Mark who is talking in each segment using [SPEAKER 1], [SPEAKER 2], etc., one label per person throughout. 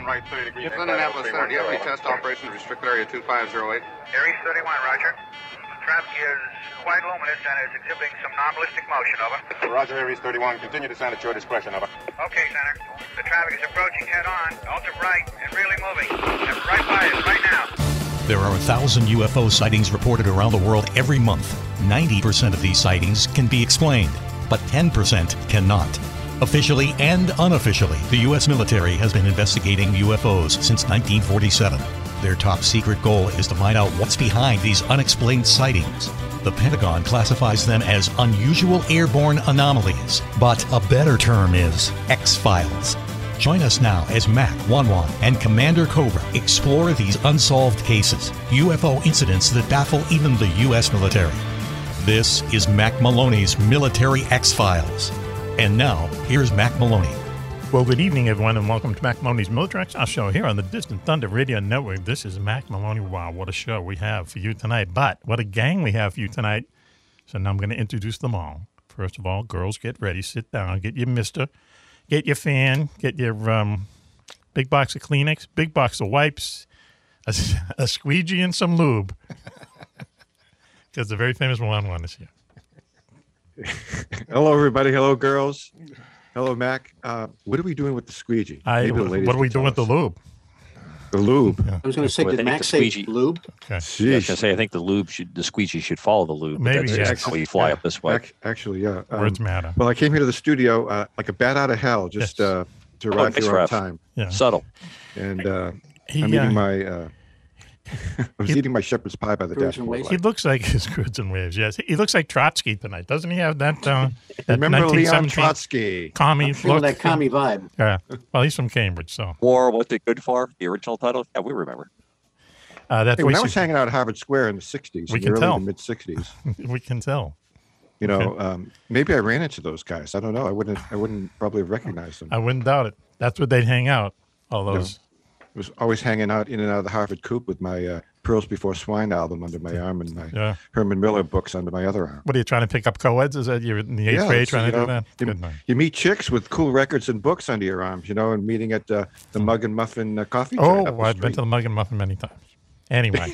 [SPEAKER 1] It's Indianapolis Center. Do you have any test operation to restricted area 2508?
[SPEAKER 2] Aries 31, roger. Traffic is quite luminous and is exhibiting some non-ballistic motion, over.
[SPEAKER 1] Roger, Aries 31. Continue to sound at your discretion, over.
[SPEAKER 2] Okay, Center. The traffic is approaching head-on, ultra bright, and really moving. That's right by us, right now.
[SPEAKER 3] There are a thousand UFO sightings reported around the world every month. 90% of these sightings can be explained, but 10% cannot. Officially and unofficially, the U.S. military has been investigating UFOs since 1947. Their top secret goal is to find out what's behind these unexplained sightings. The Pentagon classifies them as unusual airborne anomalies, but a better term is X Files. Join us now as Mac, Wanwan, and Commander Cobra explore these unsolved cases, UFO incidents that baffle even the U.S. military. This is Mac Maloney's Military X Files. And now, here's Mac Maloney.
[SPEAKER 4] Well, good evening, everyone, and welcome to Mac Maloney's Military Exile Show here on the Distant Thunder Radio Network. This is Mac Maloney. Wow, what a show we have for you tonight. But what a gang we have for you tonight. So now I'm going to introduce them all. First of all, girls, get ready, sit down, get your mister, get your fan, get your um, big box of Kleenex, big box of wipes, a, a squeegee, and some lube. Because the very famous one one is here.
[SPEAKER 5] Hello, everybody. Hello, girls. Hello, Mac. Uh, what are we doing with the squeegee?
[SPEAKER 4] I,
[SPEAKER 5] Maybe the
[SPEAKER 4] what
[SPEAKER 5] ladies
[SPEAKER 4] what are we
[SPEAKER 5] can
[SPEAKER 4] doing
[SPEAKER 5] tell
[SPEAKER 4] with the
[SPEAKER 5] us.
[SPEAKER 4] lube?
[SPEAKER 5] The lube.
[SPEAKER 6] I was going to say,
[SPEAKER 7] Well,
[SPEAKER 6] did
[SPEAKER 7] I think
[SPEAKER 6] Max
[SPEAKER 7] the
[SPEAKER 6] say
[SPEAKER 7] squeegee-
[SPEAKER 6] lube?
[SPEAKER 7] Yeah, I was
[SPEAKER 5] Sheesh.
[SPEAKER 7] gonna say I think the lube should the squeegee should follow the lube. but
[SPEAKER 4] Maybe,
[SPEAKER 7] that's
[SPEAKER 4] yeah.
[SPEAKER 7] just how you fly up this way.
[SPEAKER 5] Ac- Actually, yeah. Um,
[SPEAKER 4] Words matter.
[SPEAKER 5] well, I came here to the studio uh, like a bat out of hell, just
[SPEAKER 4] Yes.
[SPEAKER 5] uh, to arrive
[SPEAKER 7] thanks,
[SPEAKER 5] here on
[SPEAKER 7] Ralph.
[SPEAKER 5] time.
[SPEAKER 4] Yeah.
[SPEAKER 7] Subtle.
[SPEAKER 5] And uh,
[SPEAKER 4] He,
[SPEAKER 5] I'm
[SPEAKER 4] uh,
[SPEAKER 5] eating my. Uh, I was
[SPEAKER 4] He-
[SPEAKER 5] eating my shepherd's pie by the
[SPEAKER 6] Fruits and
[SPEAKER 5] dashboard.
[SPEAKER 6] waste.
[SPEAKER 4] He
[SPEAKER 5] light.
[SPEAKER 4] looks like his goods and waves. Yes, he looks like Trotsky tonight, doesn't he? Have that, uh, that
[SPEAKER 5] Remember Leon
[SPEAKER 4] 1917
[SPEAKER 5] Trotsky?
[SPEAKER 4] commie
[SPEAKER 6] Feel
[SPEAKER 4] look?
[SPEAKER 6] that commie vibe.
[SPEAKER 4] Yeah. Well, he's from Cambridge, so
[SPEAKER 7] War, what's it good for? The original title? Yeah, we remember.
[SPEAKER 4] uh, that's
[SPEAKER 5] Hey,
[SPEAKER 4] what
[SPEAKER 5] when I was
[SPEAKER 4] she-
[SPEAKER 5] hanging out at Harvard Square in the '60s,
[SPEAKER 4] We
[SPEAKER 5] in the
[SPEAKER 4] can
[SPEAKER 5] early
[SPEAKER 4] tell.
[SPEAKER 5] mid '60s,
[SPEAKER 4] we can tell.
[SPEAKER 5] you know, um, maybe I ran into those guys. I don't know. I wouldn't. I wouldn't probably have recognized them.
[SPEAKER 4] I wouldn't doubt it. That's where they'd hang out. All those.
[SPEAKER 5] was always hanging out in and out of the Harvard Coop with my uh, Pearls Before Swine album under my arm and my
[SPEAKER 4] Yeah.
[SPEAKER 5] Herman Miller books under my other arm.
[SPEAKER 4] What are you trying to pick up co-eds? Is that you're in the eighth
[SPEAKER 5] Yeah,
[SPEAKER 4] grade
[SPEAKER 5] it's,
[SPEAKER 4] trying
[SPEAKER 5] you
[SPEAKER 4] to do
[SPEAKER 5] know,
[SPEAKER 4] that?
[SPEAKER 5] You,
[SPEAKER 4] Good night.
[SPEAKER 5] you meet chicks with cool records and books under your arms, you know, and meeting at uh, the Mug and Muffin uh, coffee. joint up
[SPEAKER 4] Oh,
[SPEAKER 5] the
[SPEAKER 4] I've been
[SPEAKER 5] street.
[SPEAKER 4] to the Mug and Muffin many times. Anyway,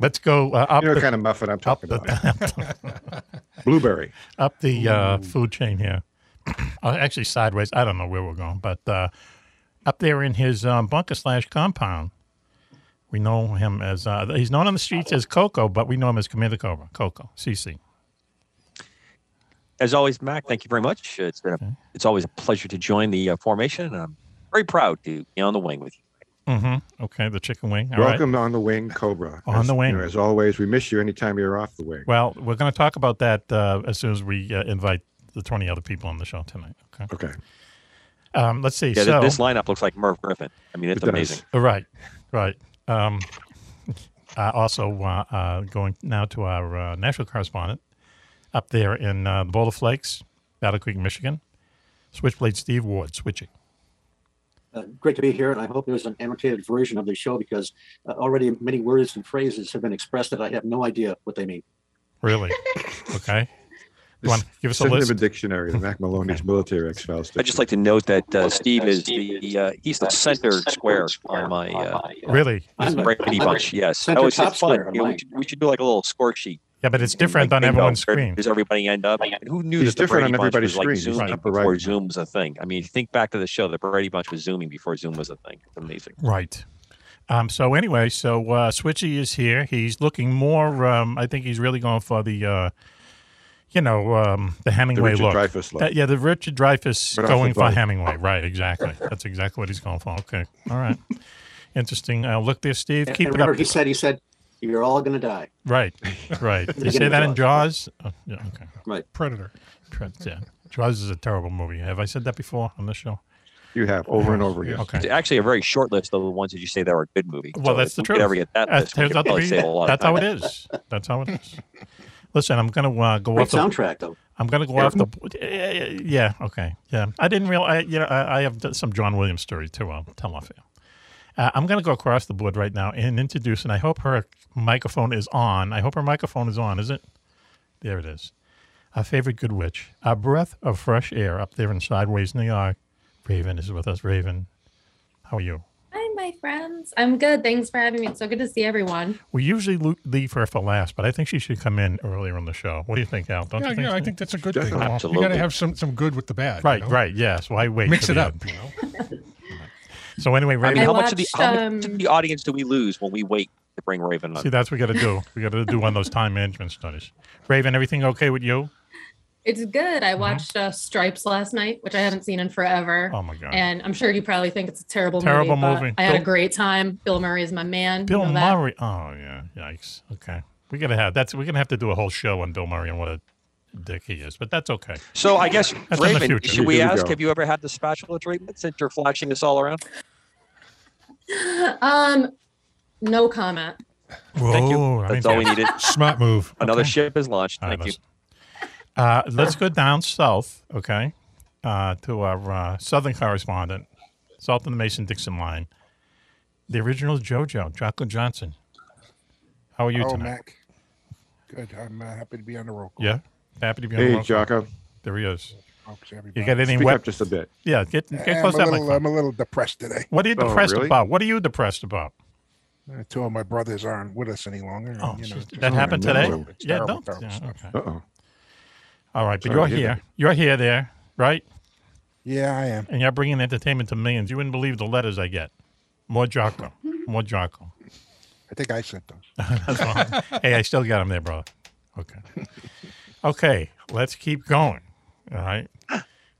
[SPEAKER 4] let's go uh, up
[SPEAKER 5] You know
[SPEAKER 4] the,
[SPEAKER 5] what kind of muffin I'm
[SPEAKER 4] up
[SPEAKER 5] talking
[SPEAKER 4] the,
[SPEAKER 5] about? Blueberry.
[SPEAKER 4] up the uh, food chain here. Uh, actually, sideways. I don't know where we're going, but uh, up there in his um, bunker slash compound, we know him as uh, he's known on the streets as Coco, but we know him as Commander Cobra. Coco, CC.
[SPEAKER 7] As always, Mac, thank you very much. It's been a, it's always a pleasure to join the uh, formation, and I'm very proud to be on the wing with you.
[SPEAKER 4] Mm-hmm. Okay, the chicken wing. All right.
[SPEAKER 5] Welcome on the wing, Cobra.
[SPEAKER 4] On
[SPEAKER 5] As-
[SPEAKER 4] the wing.
[SPEAKER 5] You know, as always, we miss you anytime you're off the wing.
[SPEAKER 4] Well, we're going to talk about that uh, as soon as we uh, invite the twenty other people on the show tonight. Okay.
[SPEAKER 5] Okay.
[SPEAKER 4] Um, let's see.
[SPEAKER 7] Yeah, th-
[SPEAKER 4] so,
[SPEAKER 7] this lineup looks like Merv Griffin. I mean, it's
[SPEAKER 5] It does.
[SPEAKER 7] amazing.
[SPEAKER 4] Right, right. Um, uh, also, uh, uh, going now to our uh, national correspondent up there in uh, the Boulder Flakes, Battle Creek, Michigan. Switchblade Steve Ward, switching.
[SPEAKER 6] Uh, great to be here, and I hope there's an annotated version of the show because uh, already many words and phrases have been expressed that I have no idea what they mean.
[SPEAKER 4] Really? Okay. You want give us a
[SPEAKER 5] Send him
[SPEAKER 4] list?
[SPEAKER 5] a dictionary, the Mac Maloney's military ex-files.
[SPEAKER 7] I'd just like to note that uh, Steve is the uh, he's the center square on my uh,
[SPEAKER 4] Really?
[SPEAKER 6] I'm a-
[SPEAKER 7] Brady
[SPEAKER 6] I'm a
[SPEAKER 7] bunch. Yes,
[SPEAKER 6] center
[SPEAKER 7] Oh, it's-
[SPEAKER 6] top
[SPEAKER 7] it's fun.
[SPEAKER 6] square on
[SPEAKER 7] You know, we,
[SPEAKER 6] mine.
[SPEAKER 7] should, we should do like a little score sheet.
[SPEAKER 4] Yeah, but it's different on
[SPEAKER 7] Bingo,
[SPEAKER 4] everyone's
[SPEAKER 7] where
[SPEAKER 4] screen.
[SPEAKER 7] Does everybody end up? And who knew
[SPEAKER 5] It's
[SPEAKER 7] that the
[SPEAKER 5] different
[SPEAKER 7] Brady
[SPEAKER 5] on
[SPEAKER 7] Bunch
[SPEAKER 5] everybody's
[SPEAKER 7] was like
[SPEAKER 5] screen.
[SPEAKER 7] Zooming
[SPEAKER 5] It's upper
[SPEAKER 7] before
[SPEAKER 5] right.
[SPEAKER 7] Zoom's a thing? I mean, think back to the show. The Brady Bunch was Zooming before Zoom was a thing. It's amazing.
[SPEAKER 4] Right. Um, so anyway, so uh, Switchy is here. He's looking more. Um, I think he's really going for the, uh, you know, um, the
[SPEAKER 5] the
[SPEAKER 4] Hemingway
[SPEAKER 5] Richard
[SPEAKER 4] look.
[SPEAKER 5] Dreyfuss look.
[SPEAKER 4] That- yeah, the Richard Dreyfuss
[SPEAKER 5] But off the
[SPEAKER 4] going for
[SPEAKER 5] boat.
[SPEAKER 4] Hemingway. Right, exactly. That's exactly what he's going for. Okay, all right. Interesting. Uh, look there, Steve.
[SPEAKER 6] And
[SPEAKER 4] Keep it
[SPEAKER 6] remember,
[SPEAKER 4] up.
[SPEAKER 6] he said, he said, you're all going to die.
[SPEAKER 4] Right, right. Did you say
[SPEAKER 6] Beginning
[SPEAKER 4] that
[SPEAKER 6] of
[SPEAKER 4] in Jaws? Oh, yeah, okay.
[SPEAKER 6] Right.
[SPEAKER 4] Predator. Pre- Yeah. Jaws is a terrible movie. Have I said that before on this show?
[SPEAKER 5] You have over and over again.
[SPEAKER 4] Okay.
[SPEAKER 7] It's actually a very short list of the ones that you say that are a good movie.
[SPEAKER 4] Well,
[SPEAKER 7] So
[SPEAKER 4] that's
[SPEAKER 7] if
[SPEAKER 4] the
[SPEAKER 7] we
[SPEAKER 4] truth.
[SPEAKER 7] Could ever get that
[SPEAKER 4] That
[SPEAKER 7] list, we
[SPEAKER 4] turns
[SPEAKER 7] could
[SPEAKER 4] out to
[SPEAKER 7] probably
[SPEAKER 4] be-
[SPEAKER 7] save a lot
[SPEAKER 4] that's
[SPEAKER 7] of
[SPEAKER 4] how
[SPEAKER 7] time.
[SPEAKER 4] it is. That's how it is. Listen, I'm going to uh, go
[SPEAKER 6] Great
[SPEAKER 4] off the
[SPEAKER 6] soundtrack, though.
[SPEAKER 4] I'm gonna go off the. eh, Yeah, okay, yeah. I didn't realize. I, you know, I, I have done some John Williams story too. I'll tell off you. Uh, I'm gonna go across the board right now and introduce. And I hope her microphone is on. I hope her microphone is on. Is it? There it is. Our favorite good witch. A breath of fresh air up there in Sideways, New York. Raven is with us. Raven, how are you?
[SPEAKER 8] I'm doing, my friends? I'm good. Thanks for having me. It's so good to see everyone.
[SPEAKER 4] We usually lo- leave her for last, but I think she should come in earlier on the show. What do you think, Al? Don't
[SPEAKER 9] yeah,
[SPEAKER 4] you think?
[SPEAKER 9] yeah, I
[SPEAKER 4] so?
[SPEAKER 9] think that's a good thing.
[SPEAKER 5] Definitely.
[SPEAKER 9] Well, you got to
[SPEAKER 7] Absolutely.
[SPEAKER 9] have some, some good with the bad. you
[SPEAKER 4] right,
[SPEAKER 9] know?
[SPEAKER 4] right. Yes. Why wait?
[SPEAKER 9] Mix
[SPEAKER 4] till
[SPEAKER 9] it
[SPEAKER 4] the
[SPEAKER 9] up.
[SPEAKER 4] end?
[SPEAKER 9] You know?
[SPEAKER 4] So anyway,
[SPEAKER 7] I
[SPEAKER 4] Raven,
[SPEAKER 7] mean,
[SPEAKER 8] I
[SPEAKER 7] how much of the
[SPEAKER 8] watched,
[SPEAKER 7] how much
[SPEAKER 8] um,
[SPEAKER 7] of the audience do we lose when we wait to bring Raven on?
[SPEAKER 4] see, that's what we got to do. We got to do one of those time management studies. Raven, everything okay with you?
[SPEAKER 8] It's good. I watched uh, Stripes last night, which I haven't seen in forever.
[SPEAKER 4] Mm-hmm. Oh my God.
[SPEAKER 8] and I'm sure you probably think it's a terrible,
[SPEAKER 4] Terrible
[SPEAKER 8] movie. but
[SPEAKER 4] movie.
[SPEAKER 8] I had
[SPEAKER 4] Bill-
[SPEAKER 8] a great time. Bill Murray is my man.
[SPEAKER 4] Bill
[SPEAKER 8] you know that.
[SPEAKER 4] Murray. Oh yeah. Yikes. Okay. We gotta have that's we're gonna have to do a whole show on Bill Murray and what a dick he is. But that's okay.
[SPEAKER 7] So I guess
[SPEAKER 4] in the
[SPEAKER 7] Raven,
[SPEAKER 4] future.
[SPEAKER 7] should we
[SPEAKER 5] Here we
[SPEAKER 7] ask?
[SPEAKER 5] go.
[SPEAKER 7] Have you ever had the spatula treatment since you're flashing us all around?
[SPEAKER 8] Um, no comment.
[SPEAKER 7] Thank you.
[SPEAKER 4] Whoa, I
[SPEAKER 7] That's
[SPEAKER 4] mean,
[SPEAKER 7] all we needed.
[SPEAKER 9] Smart move.
[SPEAKER 7] Another ship is launched.
[SPEAKER 4] All right,
[SPEAKER 7] Thank you.
[SPEAKER 4] Uh, let's go down south, okay, uh, to our uh, southern correspondent, south of the Mason Dixon line, the original JoJo, Jacqueline Johnson. How are you
[SPEAKER 9] oh,
[SPEAKER 4] tonight?
[SPEAKER 9] Mac. Good. I'm uh, happy to be on the roll. call,
[SPEAKER 4] Yeah, happy to be on the
[SPEAKER 5] Hey,
[SPEAKER 4] road.
[SPEAKER 5] Jocko,
[SPEAKER 4] There he is.
[SPEAKER 9] Folks, everybody.
[SPEAKER 4] You got any
[SPEAKER 5] speak
[SPEAKER 4] wet?
[SPEAKER 5] up just a bit.
[SPEAKER 4] Yeah, get,
[SPEAKER 9] I'm
[SPEAKER 4] get
[SPEAKER 9] a
[SPEAKER 4] close to
[SPEAKER 9] little, uh,
[SPEAKER 4] that microphone.
[SPEAKER 9] I'm a little depressed today.
[SPEAKER 4] What are you
[SPEAKER 5] Oh,
[SPEAKER 4] depressed
[SPEAKER 5] really?
[SPEAKER 4] about? What are you depressed about?
[SPEAKER 9] Uh, two of my brothers aren't with us any longer.
[SPEAKER 4] Oh,
[SPEAKER 9] you know,
[SPEAKER 4] she's-
[SPEAKER 9] just-
[SPEAKER 4] that happened
[SPEAKER 5] no.
[SPEAKER 4] today.
[SPEAKER 9] It's
[SPEAKER 4] Yeah,
[SPEAKER 9] terrible,
[SPEAKER 4] don't.
[SPEAKER 9] terrible
[SPEAKER 4] yeah,
[SPEAKER 9] stuff.
[SPEAKER 4] okay.
[SPEAKER 5] Uh oh.
[SPEAKER 4] All right, but
[SPEAKER 5] Sorry
[SPEAKER 4] you're
[SPEAKER 5] to hear
[SPEAKER 4] here.
[SPEAKER 5] that.
[SPEAKER 4] You're here there, right?
[SPEAKER 9] Yeah, I am.
[SPEAKER 4] And you're bringing entertainment to millions. You wouldn't believe the letters I get. More Jocko. More Jocko.
[SPEAKER 9] I think I sent those.
[SPEAKER 4] hey, I still got him there, brother. Okay. Okay, let's keep going. All right.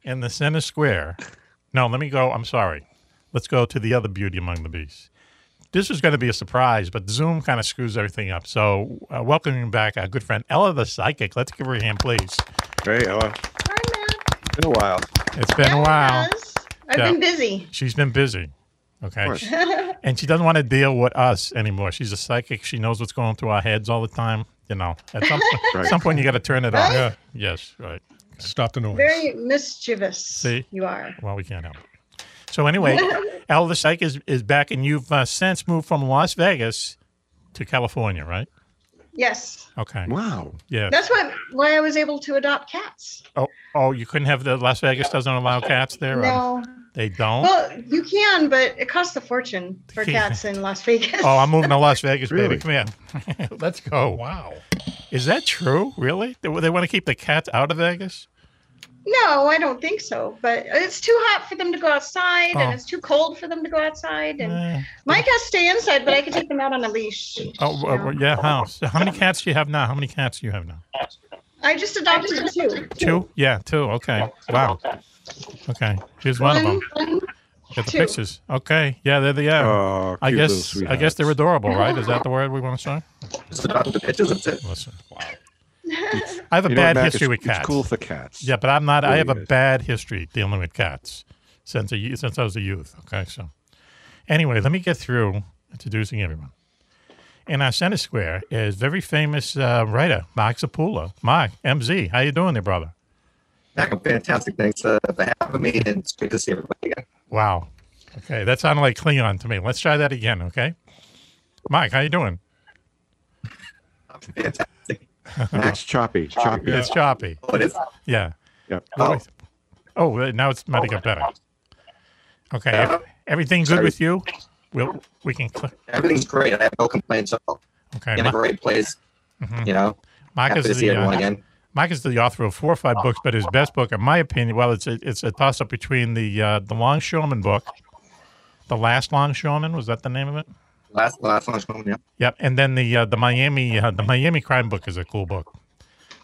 [SPEAKER 4] In the center square. No, let me go. I'm sorry. Let's go to the other beauty among the beasts. This is going to be a surprise, but Zoom kind of screws everything up. So, uh, welcoming back our good friend Ella the Psychic. Let's give her a hand, please.
[SPEAKER 5] Hey, Ella.
[SPEAKER 10] Hi, Matt.
[SPEAKER 5] Been a while.
[SPEAKER 4] It's been a while.
[SPEAKER 10] Yes. I've
[SPEAKER 4] Yeah.
[SPEAKER 10] been busy.
[SPEAKER 4] She's been busy. Okay.
[SPEAKER 5] course.
[SPEAKER 4] And she doesn't want to deal with us anymore. She's a psychic. She knows what's going through our heads all the time. You know, at some, point
[SPEAKER 5] Right.
[SPEAKER 4] some point, you got to turn it off.
[SPEAKER 9] Yeah.
[SPEAKER 4] Yes, right.
[SPEAKER 9] Stop the noise.
[SPEAKER 10] Very mischievous.
[SPEAKER 4] See?
[SPEAKER 10] You are.
[SPEAKER 4] Well, we can't help it. So, anyway, Al the Psych is, is back, and you've uh, since moved from Las Vegas to California, right?
[SPEAKER 10] Yes.
[SPEAKER 4] Okay.
[SPEAKER 5] Wow.
[SPEAKER 4] Yeah.
[SPEAKER 10] That's why why I was able to adopt cats.
[SPEAKER 4] Oh, oh, you couldn't have the Las Vegas doesn't allow cats there? or
[SPEAKER 10] No.
[SPEAKER 4] They don't?
[SPEAKER 10] Well, you can, but it costs a fortune for
[SPEAKER 4] Yeah.
[SPEAKER 10] cats in Las Vegas.
[SPEAKER 4] oh, I'm moving to Las Vegas,
[SPEAKER 5] Really?
[SPEAKER 4] baby. Come here. Let's go.
[SPEAKER 9] Wow.
[SPEAKER 4] Is that true? Really? They, they want to keep the cats out of Vegas?
[SPEAKER 10] No, I don't think so. But it's too hot for them to go outside,
[SPEAKER 4] Oh.
[SPEAKER 10] and it's too cold for them to go outside. And
[SPEAKER 4] Eh.
[SPEAKER 10] my cats stay inside, but I can take them out on a leash.
[SPEAKER 4] Oh,
[SPEAKER 10] you
[SPEAKER 4] uh,
[SPEAKER 10] know.
[SPEAKER 4] well, yeah. How? So how many cats do you have now? How many cats do you have now?
[SPEAKER 10] I just adopted two.
[SPEAKER 4] Two? Yeah, two. Okay. Wow. Okay. Here's one of them.
[SPEAKER 10] One-
[SPEAKER 4] Get the
[SPEAKER 10] two.
[SPEAKER 4] pictures. Okay. Yeah, there they are.
[SPEAKER 5] Oh,
[SPEAKER 4] I
[SPEAKER 5] cute little
[SPEAKER 4] guess I guess they're
[SPEAKER 5] sweethearts.
[SPEAKER 4] adorable, right? Is that the word we want to say?
[SPEAKER 5] Just adopt the pictures. That's it.
[SPEAKER 4] Listen. Wow. I have a
[SPEAKER 5] You know what,
[SPEAKER 4] bad
[SPEAKER 5] Mac?
[SPEAKER 4] history
[SPEAKER 5] It's-
[SPEAKER 4] with cats.
[SPEAKER 5] It's cool for cats.
[SPEAKER 4] Yeah, but I'm not. I
[SPEAKER 5] Really
[SPEAKER 4] have a
[SPEAKER 5] is.
[SPEAKER 4] bad history dealing with cats since a, since I was a youth. Okay, so anyway, let me get through introducing everyone. In our center square is very famous uh, writer Mark Zapula. Mark MZ, how you doing there, brother?
[SPEAKER 11] Mac, I'm fantastic. Thanks uh, for having me, and it's good to see everybody again.
[SPEAKER 4] Wow. Okay, that sounded like Klingon to me. Let's try that again. Okay, Mike, how you doing?
[SPEAKER 11] I'm fantastic.
[SPEAKER 5] Max choppy. Choppy.
[SPEAKER 4] It's choppy.
[SPEAKER 7] Oh,
[SPEAKER 11] What is
[SPEAKER 4] Yeah.
[SPEAKER 5] Yep.
[SPEAKER 11] Oh.
[SPEAKER 4] Oh, uh, now it's might have got better. Okay,
[SPEAKER 11] Yeah.
[SPEAKER 4] ev- everything good
[SPEAKER 11] Sorry.
[SPEAKER 4] with you? We'll, we can click.
[SPEAKER 11] Everything's great. I have no complaints at all.
[SPEAKER 4] Okay,
[SPEAKER 11] In a
[SPEAKER 4] Ma-
[SPEAKER 11] great place.
[SPEAKER 4] mhm.
[SPEAKER 11] You know,
[SPEAKER 4] Mike
[SPEAKER 11] happy
[SPEAKER 4] is
[SPEAKER 11] to see
[SPEAKER 4] the
[SPEAKER 11] everyone
[SPEAKER 4] uh,
[SPEAKER 11] again.
[SPEAKER 4] Mike is the author of four or five books, but his best book, in my opinion, well, it's a, it's a toss up between the uh, the Longshoreman book, the Last Longshoreman was that the name of it?
[SPEAKER 11] Last last lunch moment. Yeah.
[SPEAKER 4] Yep, and then the uh, the Miami uh, the Miami crime book is a cool book.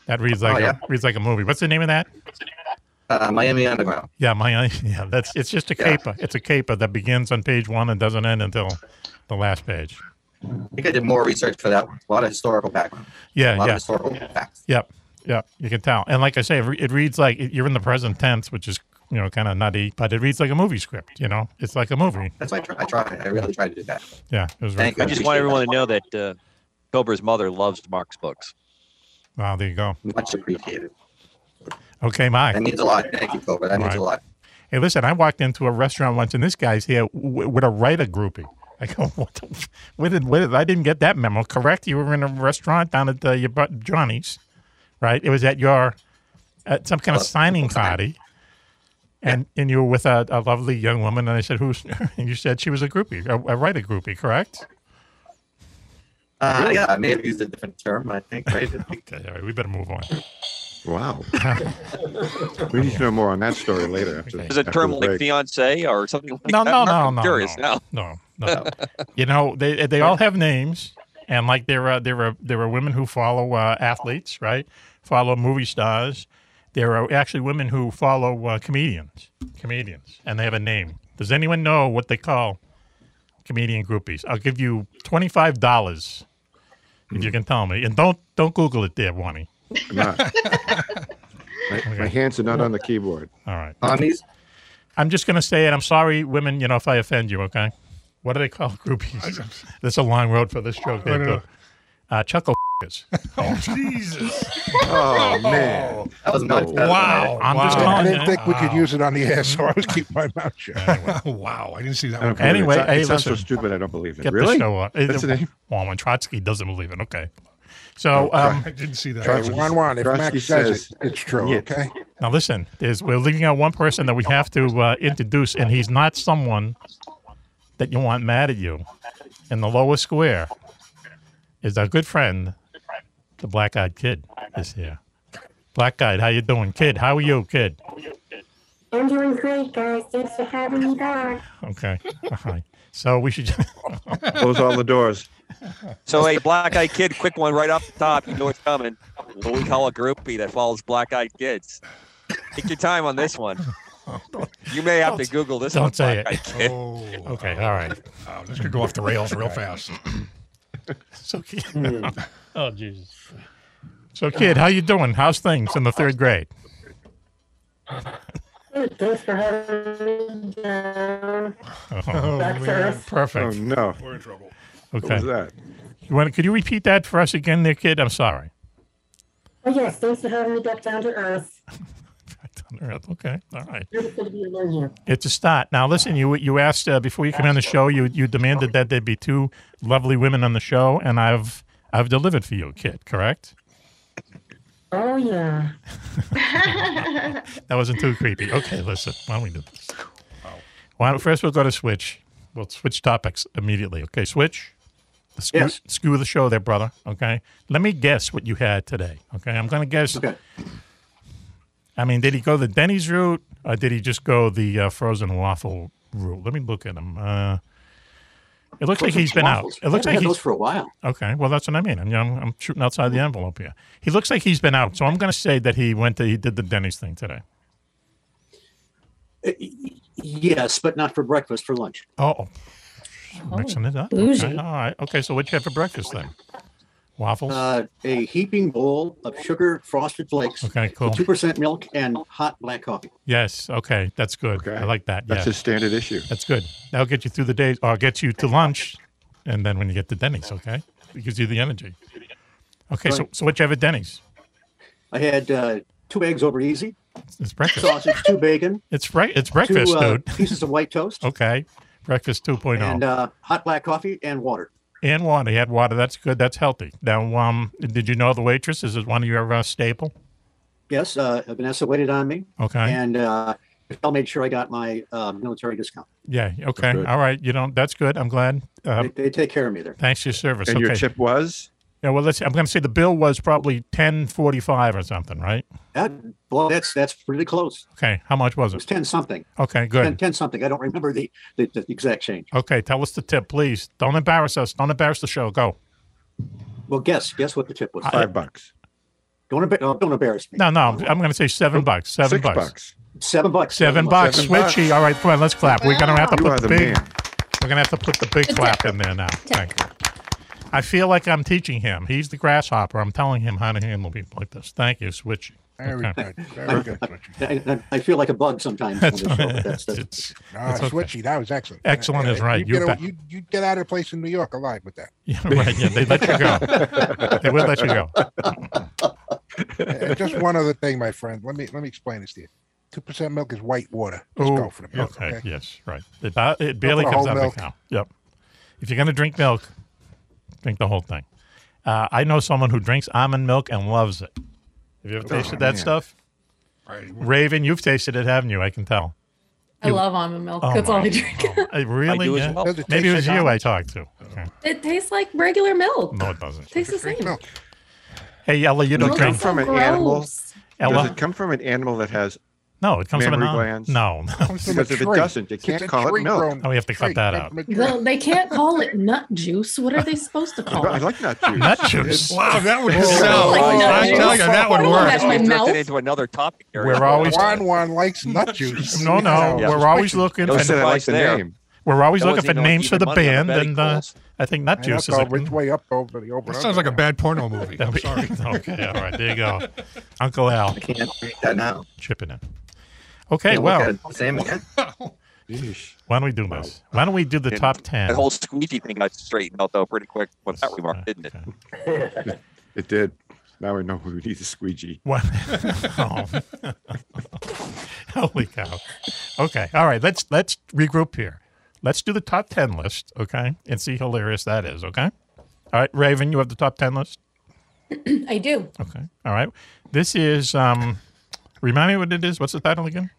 [SPEAKER 4] That reads like
[SPEAKER 11] Oh, yeah?
[SPEAKER 4] a, reads like a movie. What's the name of that?
[SPEAKER 11] Uh, Miami Underground.
[SPEAKER 4] Yeah, Miami. Yeah, that's it's just a
[SPEAKER 11] Yeah.
[SPEAKER 4] caper. It's a caper that begins on page one and doesn't end until the last page.
[SPEAKER 11] I think I did more research for that. one. A lot of historical background. A
[SPEAKER 4] Yeah,
[SPEAKER 11] lot of
[SPEAKER 4] yeah,
[SPEAKER 11] historical facts.
[SPEAKER 4] yep, yep. You can tell, and like I say, it, re- it reads like you're in the present tense, which is you know kind of nutty, but it reads like a movie script. You know, it's like a movie.
[SPEAKER 11] That's why I try. I, try. I really try to do that.
[SPEAKER 4] Yeah, it was really
[SPEAKER 11] Thank
[SPEAKER 4] cool.
[SPEAKER 11] you.
[SPEAKER 7] I just want everyone to know that uh, Pilber's mother loves Mark's books.
[SPEAKER 4] Wow, there you go.
[SPEAKER 11] Much appreciated.
[SPEAKER 4] Okay, Mike.
[SPEAKER 11] That means a lot. Thank you, Cobra. That means a lot.
[SPEAKER 4] Hey, listen, I walked into a restaurant once, and this guy's here w- with a writer groupie. I go, what? The, f- where did, where did, I didn't get that memo. Correct? You were in a restaurant down at uh, your bu- Johnny's, right? It was at your at some kind of
[SPEAKER 11] Club.
[SPEAKER 4] signing party, And and you were with a, a lovely young woman, and I said, "Who's?" And you said she was a groupie, a, a writer groupie, correct?
[SPEAKER 11] Uh, yeah, I may have used a different term, I think, right?
[SPEAKER 4] okay, all right, we better move on.
[SPEAKER 5] Wow. we need to know more on that story later. After,
[SPEAKER 7] Is it a
[SPEAKER 5] after
[SPEAKER 7] term
[SPEAKER 5] the
[SPEAKER 7] like
[SPEAKER 5] break.
[SPEAKER 7] fiance or something like
[SPEAKER 4] No,
[SPEAKER 7] that?
[SPEAKER 4] no,
[SPEAKER 7] Mark,
[SPEAKER 4] no,
[SPEAKER 7] I'm
[SPEAKER 4] Oh, no,
[SPEAKER 7] curious
[SPEAKER 4] no,
[SPEAKER 7] now.
[SPEAKER 4] no, uh, You know, they they all have names, and like there are there are there are women who follow uh, athletes, right? Follow movie stars. There are actually women who follow uh, comedians, comedians, and they have a name. Does anyone know what they call comedian groupies? I'll give you twenty five dollars if you can tell me, and don't don't Google it, there, Wani.
[SPEAKER 5] I'm not. my, my hands are not on the keyboard.
[SPEAKER 4] All right.
[SPEAKER 5] Wani's-
[SPEAKER 4] I'm just going to say it. I'm sorry, women, you know, if I offend you, okay? What do they call groupies? That's a long road for this joke.
[SPEAKER 9] I
[SPEAKER 4] there,
[SPEAKER 9] don't know.
[SPEAKER 4] too. Uh, chuckle f***ers.
[SPEAKER 9] Oh, Jesus.
[SPEAKER 5] Oh, man.
[SPEAKER 11] That was much better.
[SPEAKER 9] Wow.
[SPEAKER 4] I'm just
[SPEAKER 9] I
[SPEAKER 4] calling
[SPEAKER 9] didn't
[SPEAKER 4] it.
[SPEAKER 9] think we could
[SPEAKER 4] Wow.
[SPEAKER 9] use it on the air, so I was keeping my mouth shut. wow. I didn't see that
[SPEAKER 5] I don't
[SPEAKER 9] one.
[SPEAKER 5] believe it.
[SPEAKER 4] Anyway,
[SPEAKER 5] It's-
[SPEAKER 4] hey,
[SPEAKER 5] it sounds so
[SPEAKER 4] listen.
[SPEAKER 5] stupid. I don't believe it.
[SPEAKER 4] Get
[SPEAKER 5] really?
[SPEAKER 4] the show on.
[SPEAKER 5] That's the name?
[SPEAKER 4] Woman Trotsky doesn't believe it. Okay. So um,
[SPEAKER 9] Oh, I didn't see that. That's one one. If
[SPEAKER 5] Trotsky
[SPEAKER 9] Max says,
[SPEAKER 5] says,
[SPEAKER 9] it, it's true,
[SPEAKER 5] "Yes."
[SPEAKER 9] okay?
[SPEAKER 4] now listen, there's, we're leaving out one person that we have to uh, introduce, and he's not someone that you want mad at you. In the lower square is our good friend, the Black Eyed Kid, is here. Black Eyed, how you doing, kid? How are you, kid?
[SPEAKER 12] I'm doing great, guys. Thanks for having me back.
[SPEAKER 4] Okay. All right. So we should.
[SPEAKER 5] Close all the doors.
[SPEAKER 7] So, hey, black eyed kid, quick one right off the top. You know what's coming. What we call a groupie that follows black eyed kids. Take your time on this one. You may have to Google this
[SPEAKER 4] don't
[SPEAKER 7] one.
[SPEAKER 4] say it. Oh.
[SPEAKER 7] black-eyed kid.
[SPEAKER 4] okay. All right.
[SPEAKER 9] Wow, this could go off the rails real fast.
[SPEAKER 4] So, kid. oh Jesus. So, kid, how you doing? How's things in the third grade?
[SPEAKER 12] Hey, Thanks for having me down.
[SPEAKER 4] Oh,
[SPEAKER 12] Back to Earth.
[SPEAKER 5] Oh,
[SPEAKER 4] Perfect.
[SPEAKER 5] no.
[SPEAKER 9] We're in trouble.
[SPEAKER 5] What was
[SPEAKER 4] Okay.
[SPEAKER 5] that?
[SPEAKER 4] You want? Could you repeat that for us again, there, kid? I'm sorry.
[SPEAKER 12] Oh, yes, thanks for having me back down to Earth.
[SPEAKER 4] Okay. All right.
[SPEAKER 12] Beautiful to be among you.
[SPEAKER 4] It's a start. Now, listen. You you asked uh, before you came on the show. You you demanded that there be two lovely women on the show, and I've I've delivered for you, kid. Correct?
[SPEAKER 12] Oh, yeah.
[SPEAKER 4] That wasn't too creepy. Okay, listen. Why don't we do this? Why don't, first, we'll go to Switch. We'll switch topics immediately. Okay, Switch. Screw,
[SPEAKER 6] Yes.
[SPEAKER 4] screw the show there, brother. Okay. Let me guess what you had today. Okay. I'm going to guess.
[SPEAKER 6] Okay.
[SPEAKER 4] I mean, did he go the Denny's route or did he just go the uh, frozen waffle route? Let me look at him. Uh, it looks like
[SPEAKER 6] Frozen
[SPEAKER 4] he's been
[SPEAKER 6] waffles.
[SPEAKER 4] out. It looks
[SPEAKER 6] I've
[SPEAKER 4] like
[SPEAKER 6] had
[SPEAKER 4] he's
[SPEAKER 6] those for a while.
[SPEAKER 4] Okay, well that's what I mean. I'm, I'm, I'm shooting outside the envelope here. He looks like he's been out, so I'm going to say that he went to he did the Denny's thing today.
[SPEAKER 6] Yes, but not for breakfast, for lunch.
[SPEAKER 4] Oh, mixing it up.
[SPEAKER 8] bougie.
[SPEAKER 4] Okay, all right. Okay, so what you had for breakfast then? Waffles.
[SPEAKER 6] Uh, a heaping bowl of sugar frosted flakes,
[SPEAKER 4] okay, cool.
[SPEAKER 6] two percent milk, and hot black coffee.
[SPEAKER 4] Yes. Okay, that's good. I like that.
[SPEAKER 5] That's
[SPEAKER 4] yeah.
[SPEAKER 5] his standard issue.
[SPEAKER 4] That's good. That'll get you through the day, or get you to lunch, and then when you get to Denny's, okay, it gives you the energy. Okay, so
[SPEAKER 6] Right.
[SPEAKER 4] so what you have at Denny's?
[SPEAKER 6] I had uh, two eggs over easy,
[SPEAKER 4] It's breakfast.
[SPEAKER 6] sausage, two bacon,
[SPEAKER 4] It's right. It's breakfast,
[SPEAKER 6] two uh,
[SPEAKER 4] dude. Oh,
[SPEAKER 6] pieces of white toast,
[SPEAKER 4] Okay, breakfast 2.0.
[SPEAKER 6] and uh, hot black coffee and water.
[SPEAKER 4] And water. He had water. That's good. That's healthy. Now, um, did you know the waitress is one of your uh, staple?
[SPEAKER 6] Yes, uh, Vanessa waited on me,
[SPEAKER 4] Okay.
[SPEAKER 6] and uh, Michelle made sure I got my uh, military discount.
[SPEAKER 4] yeah. Okay.
[SPEAKER 5] Good.
[SPEAKER 4] All right. You know that's good. I'm glad. Uh,
[SPEAKER 6] They, they take care of me there.
[SPEAKER 4] thanks for your service.
[SPEAKER 5] And
[SPEAKER 4] okay.
[SPEAKER 5] your chip was?
[SPEAKER 4] Yeah. Well, let's. I'm going to say the bill was probably ten forty five or something, right?
[SPEAKER 6] That, Uh, well, that's that's pretty close.
[SPEAKER 4] Okay. How much was
[SPEAKER 6] It was
[SPEAKER 4] it?
[SPEAKER 6] ten something,
[SPEAKER 4] Okay.
[SPEAKER 6] 10,
[SPEAKER 4] Good.
[SPEAKER 6] 10 something. I don't remember the, the, the exact change.
[SPEAKER 4] Okay. Tell us the tip, please. Don't embarrass us. Don't embarrass the show. Go.
[SPEAKER 6] Well, guess guess what the tip was.
[SPEAKER 5] Five bucks.
[SPEAKER 6] Don't embar- oh, don't embarrass me.
[SPEAKER 4] No, no. I'm, going to say seven bucks. Seven
[SPEAKER 5] Six
[SPEAKER 4] bucks.
[SPEAKER 5] bucks.
[SPEAKER 6] Seven bucks.
[SPEAKER 4] Seven bucks.
[SPEAKER 5] Seven bucks.
[SPEAKER 4] Switchy. All right. Come on. Let's clap. We're going to have to
[SPEAKER 5] You
[SPEAKER 4] put
[SPEAKER 5] are the
[SPEAKER 4] the big.
[SPEAKER 5] man.
[SPEAKER 4] We're gonna have to put the big
[SPEAKER 8] Good
[SPEAKER 4] clap in there now. Thank you. I feel like I'm teaching him. He's the grasshopper. I'm telling him how to handle people like this. Thank you, Switchy.
[SPEAKER 9] Very
[SPEAKER 4] Okay.
[SPEAKER 9] good. Very good, Switchy.
[SPEAKER 6] I, I, I feel like a bug sometimes. on this
[SPEAKER 4] That's all
[SPEAKER 6] show, but
[SPEAKER 4] right.
[SPEAKER 6] that's, that's,
[SPEAKER 4] It's-
[SPEAKER 9] Ah,
[SPEAKER 4] It's okay.
[SPEAKER 9] Switchy, that was excellent.
[SPEAKER 4] Excellent is right.
[SPEAKER 9] You
[SPEAKER 4] You
[SPEAKER 9] get,
[SPEAKER 4] bet.
[SPEAKER 9] a, you, you get out of place in New York alive with that.
[SPEAKER 4] yeah, right, yeah, they let you go. They will let you go.
[SPEAKER 9] Uh, just one other thing, my friend. Let me let me explain this to you. Two percent milk is white water. Just go
[SPEAKER 4] Oh,
[SPEAKER 9] for the milk.
[SPEAKER 4] okay.
[SPEAKER 9] Okay.
[SPEAKER 4] Yes, right. It, ba- it barely
[SPEAKER 9] for
[SPEAKER 4] comes
[SPEAKER 9] whole
[SPEAKER 4] out of
[SPEAKER 9] milk.
[SPEAKER 4] the cow. Yep. If you're gonna drink milk, drink the whole thing. Uh, I know someone who drinks almond milk and loves it. Have you ever tasted that
[SPEAKER 5] Oh, man.
[SPEAKER 4] stuff? Raven, you've tasted it, haven't you? I can tell.
[SPEAKER 8] I
[SPEAKER 4] You-
[SPEAKER 8] love almond milk.
[SPEAKER 4] Oh
[SPEAKER 8] That's all
[SPEAKER 4] my-
[SPEAKER 8] I drink.
[SPEAKER 4] I really?
[SPEAKER 9] do as
[SPEAKER 4] Yeah.
[SPEAKER 9] well. Does it
[SPEAKER 4] Maybe it
[SPEAKER 9] taste
[SPEAKER 4] was
[SPEAKER 9] like
[SPEAKER 4] you I
[SPEAKER 9] almonds?
[SPEAKER 4] talked to. Okay.
[SPEAKER 8] It tastes like regular milk.
[SPEAKER 4] No, it doesn't.
[SPEAKER 8] tastes the same.
[SPEAKER 4] Hey, Ella, you don't
[SPEAKER 5] Does it
[SPEAKER 4] drink
[SPEAKER 5] come from an animal.
[SPEAKER 8] Gross.
[SPEAKER 4] Ella?
[SPEAKER 5] Does it come from an animal that has?
[SPEAKER 4] No, it comes from an
[SPEAKER 5] mammary
[SPEAKER 4] almond.
[SPEAKER 5] glands?
[SPEAKER 4] No, no. Comes from a
[SPEAKER 5] because if it
[SPEAKER 4] tree.
[SPEAKER 5] doesn't, you
[SPEAKER 4] It's
[SPEAKER 5] can't
[SPEAKER 4] a
[SPEAKER 5] call it milk.
[SPEAKER 4] tree-grown Oh, we have to cut tree. that out.
[SPEAKER 8] Well, they can't call it nut juice. What are they supposed to call it?
[SPEAKER 5] like nut juice.
[SPEAKER 4] Nut juice.
[SPEAKER 13] Wow, that would
[SPEAKER 4] Whoa.
[SPEAKER 13] sell.
[SPEAKER 4] Like nut
[SPEAKER 13] I
[SPEAKER 4] juice.
[SPEAKER 13] tell you, that would
[SPEAKER 8] Why
[SPEAKER 13] work.
[SPEAKER 8] That's my mouth.
[SPEAKER 7] into another topic. Here.
[SPEAKER 4] We're always-
[SPEAKER 9] Juan Juan likes nut juice.
[SPEAKER 4] No, no,
[SPEAKER 7] Yeah.
[SPEAKER 4] we're always looking.
[SPEAKER 7] No
[SPEAKER 4] for-
[SPEAKER 7] surprise I like the there. name.
[SPEAKER 4] We're always
[SPEAKER 7] That
[SPEAKER 4] looking
[SPEAKER 7] was
[SPEAKER 4] for
[SPEAKER 7] even-
[SPEAKER 4] names for
[SPEAKER 7] even
[SPEAKER 4] the
[SPEAKER 7] money on the
[SPEAKER 4] band,
[SPEAKER 7] betting
[SPEAKER 4] and uh,
[SPEAKER 7] calls.
[SPEAKER 4] I think Nut Juice is
[SPEAKER 9] all
[SPEAKER 4] a
[SPEAKER 9] it's way up over the over.
[SPEAKER 13] That sounds like a bad porno movie.
[SPEAKER 4] That'd
[SPEAKER 13] I'm
[SPEAKER 4] be-
[SPEAKER 13] sorry.
[SPEAKER 4] okay, all right, there you go. Uncle Al. I
[SPEAKER 11] can't read that now.
[SPEAKER 4] Chipping in.
[SPEAKER 11] Can't
[SPEAKER 4] Okay,
[SPEAKER 11] look
[SPEAKER 4] well,
[SPEAKER 11] at it the same again.
[SPEAKER 4] why don't we do this? Why don't we do the
[SPEAKER 7] And
[SPEAKER 4] top 10?
[SPEAKER 7] That whole squeegee thing got straightened out though pretty quick with that remark, didn't it?
[SPEAKER 5] It did. Now we know we need a squeegee.
[SPEAKER 4] What? Oh. Holy cow. Okay. All right. Let's let's regroup here. Let's do the top ten list, okay? And see how hilarious that is, okay? All right, Raven, you have the top ten list?
[SPEAKER 8] I do.
[SPEAKER 4] Okay. All right. This is um remind me what it is. What's the title again?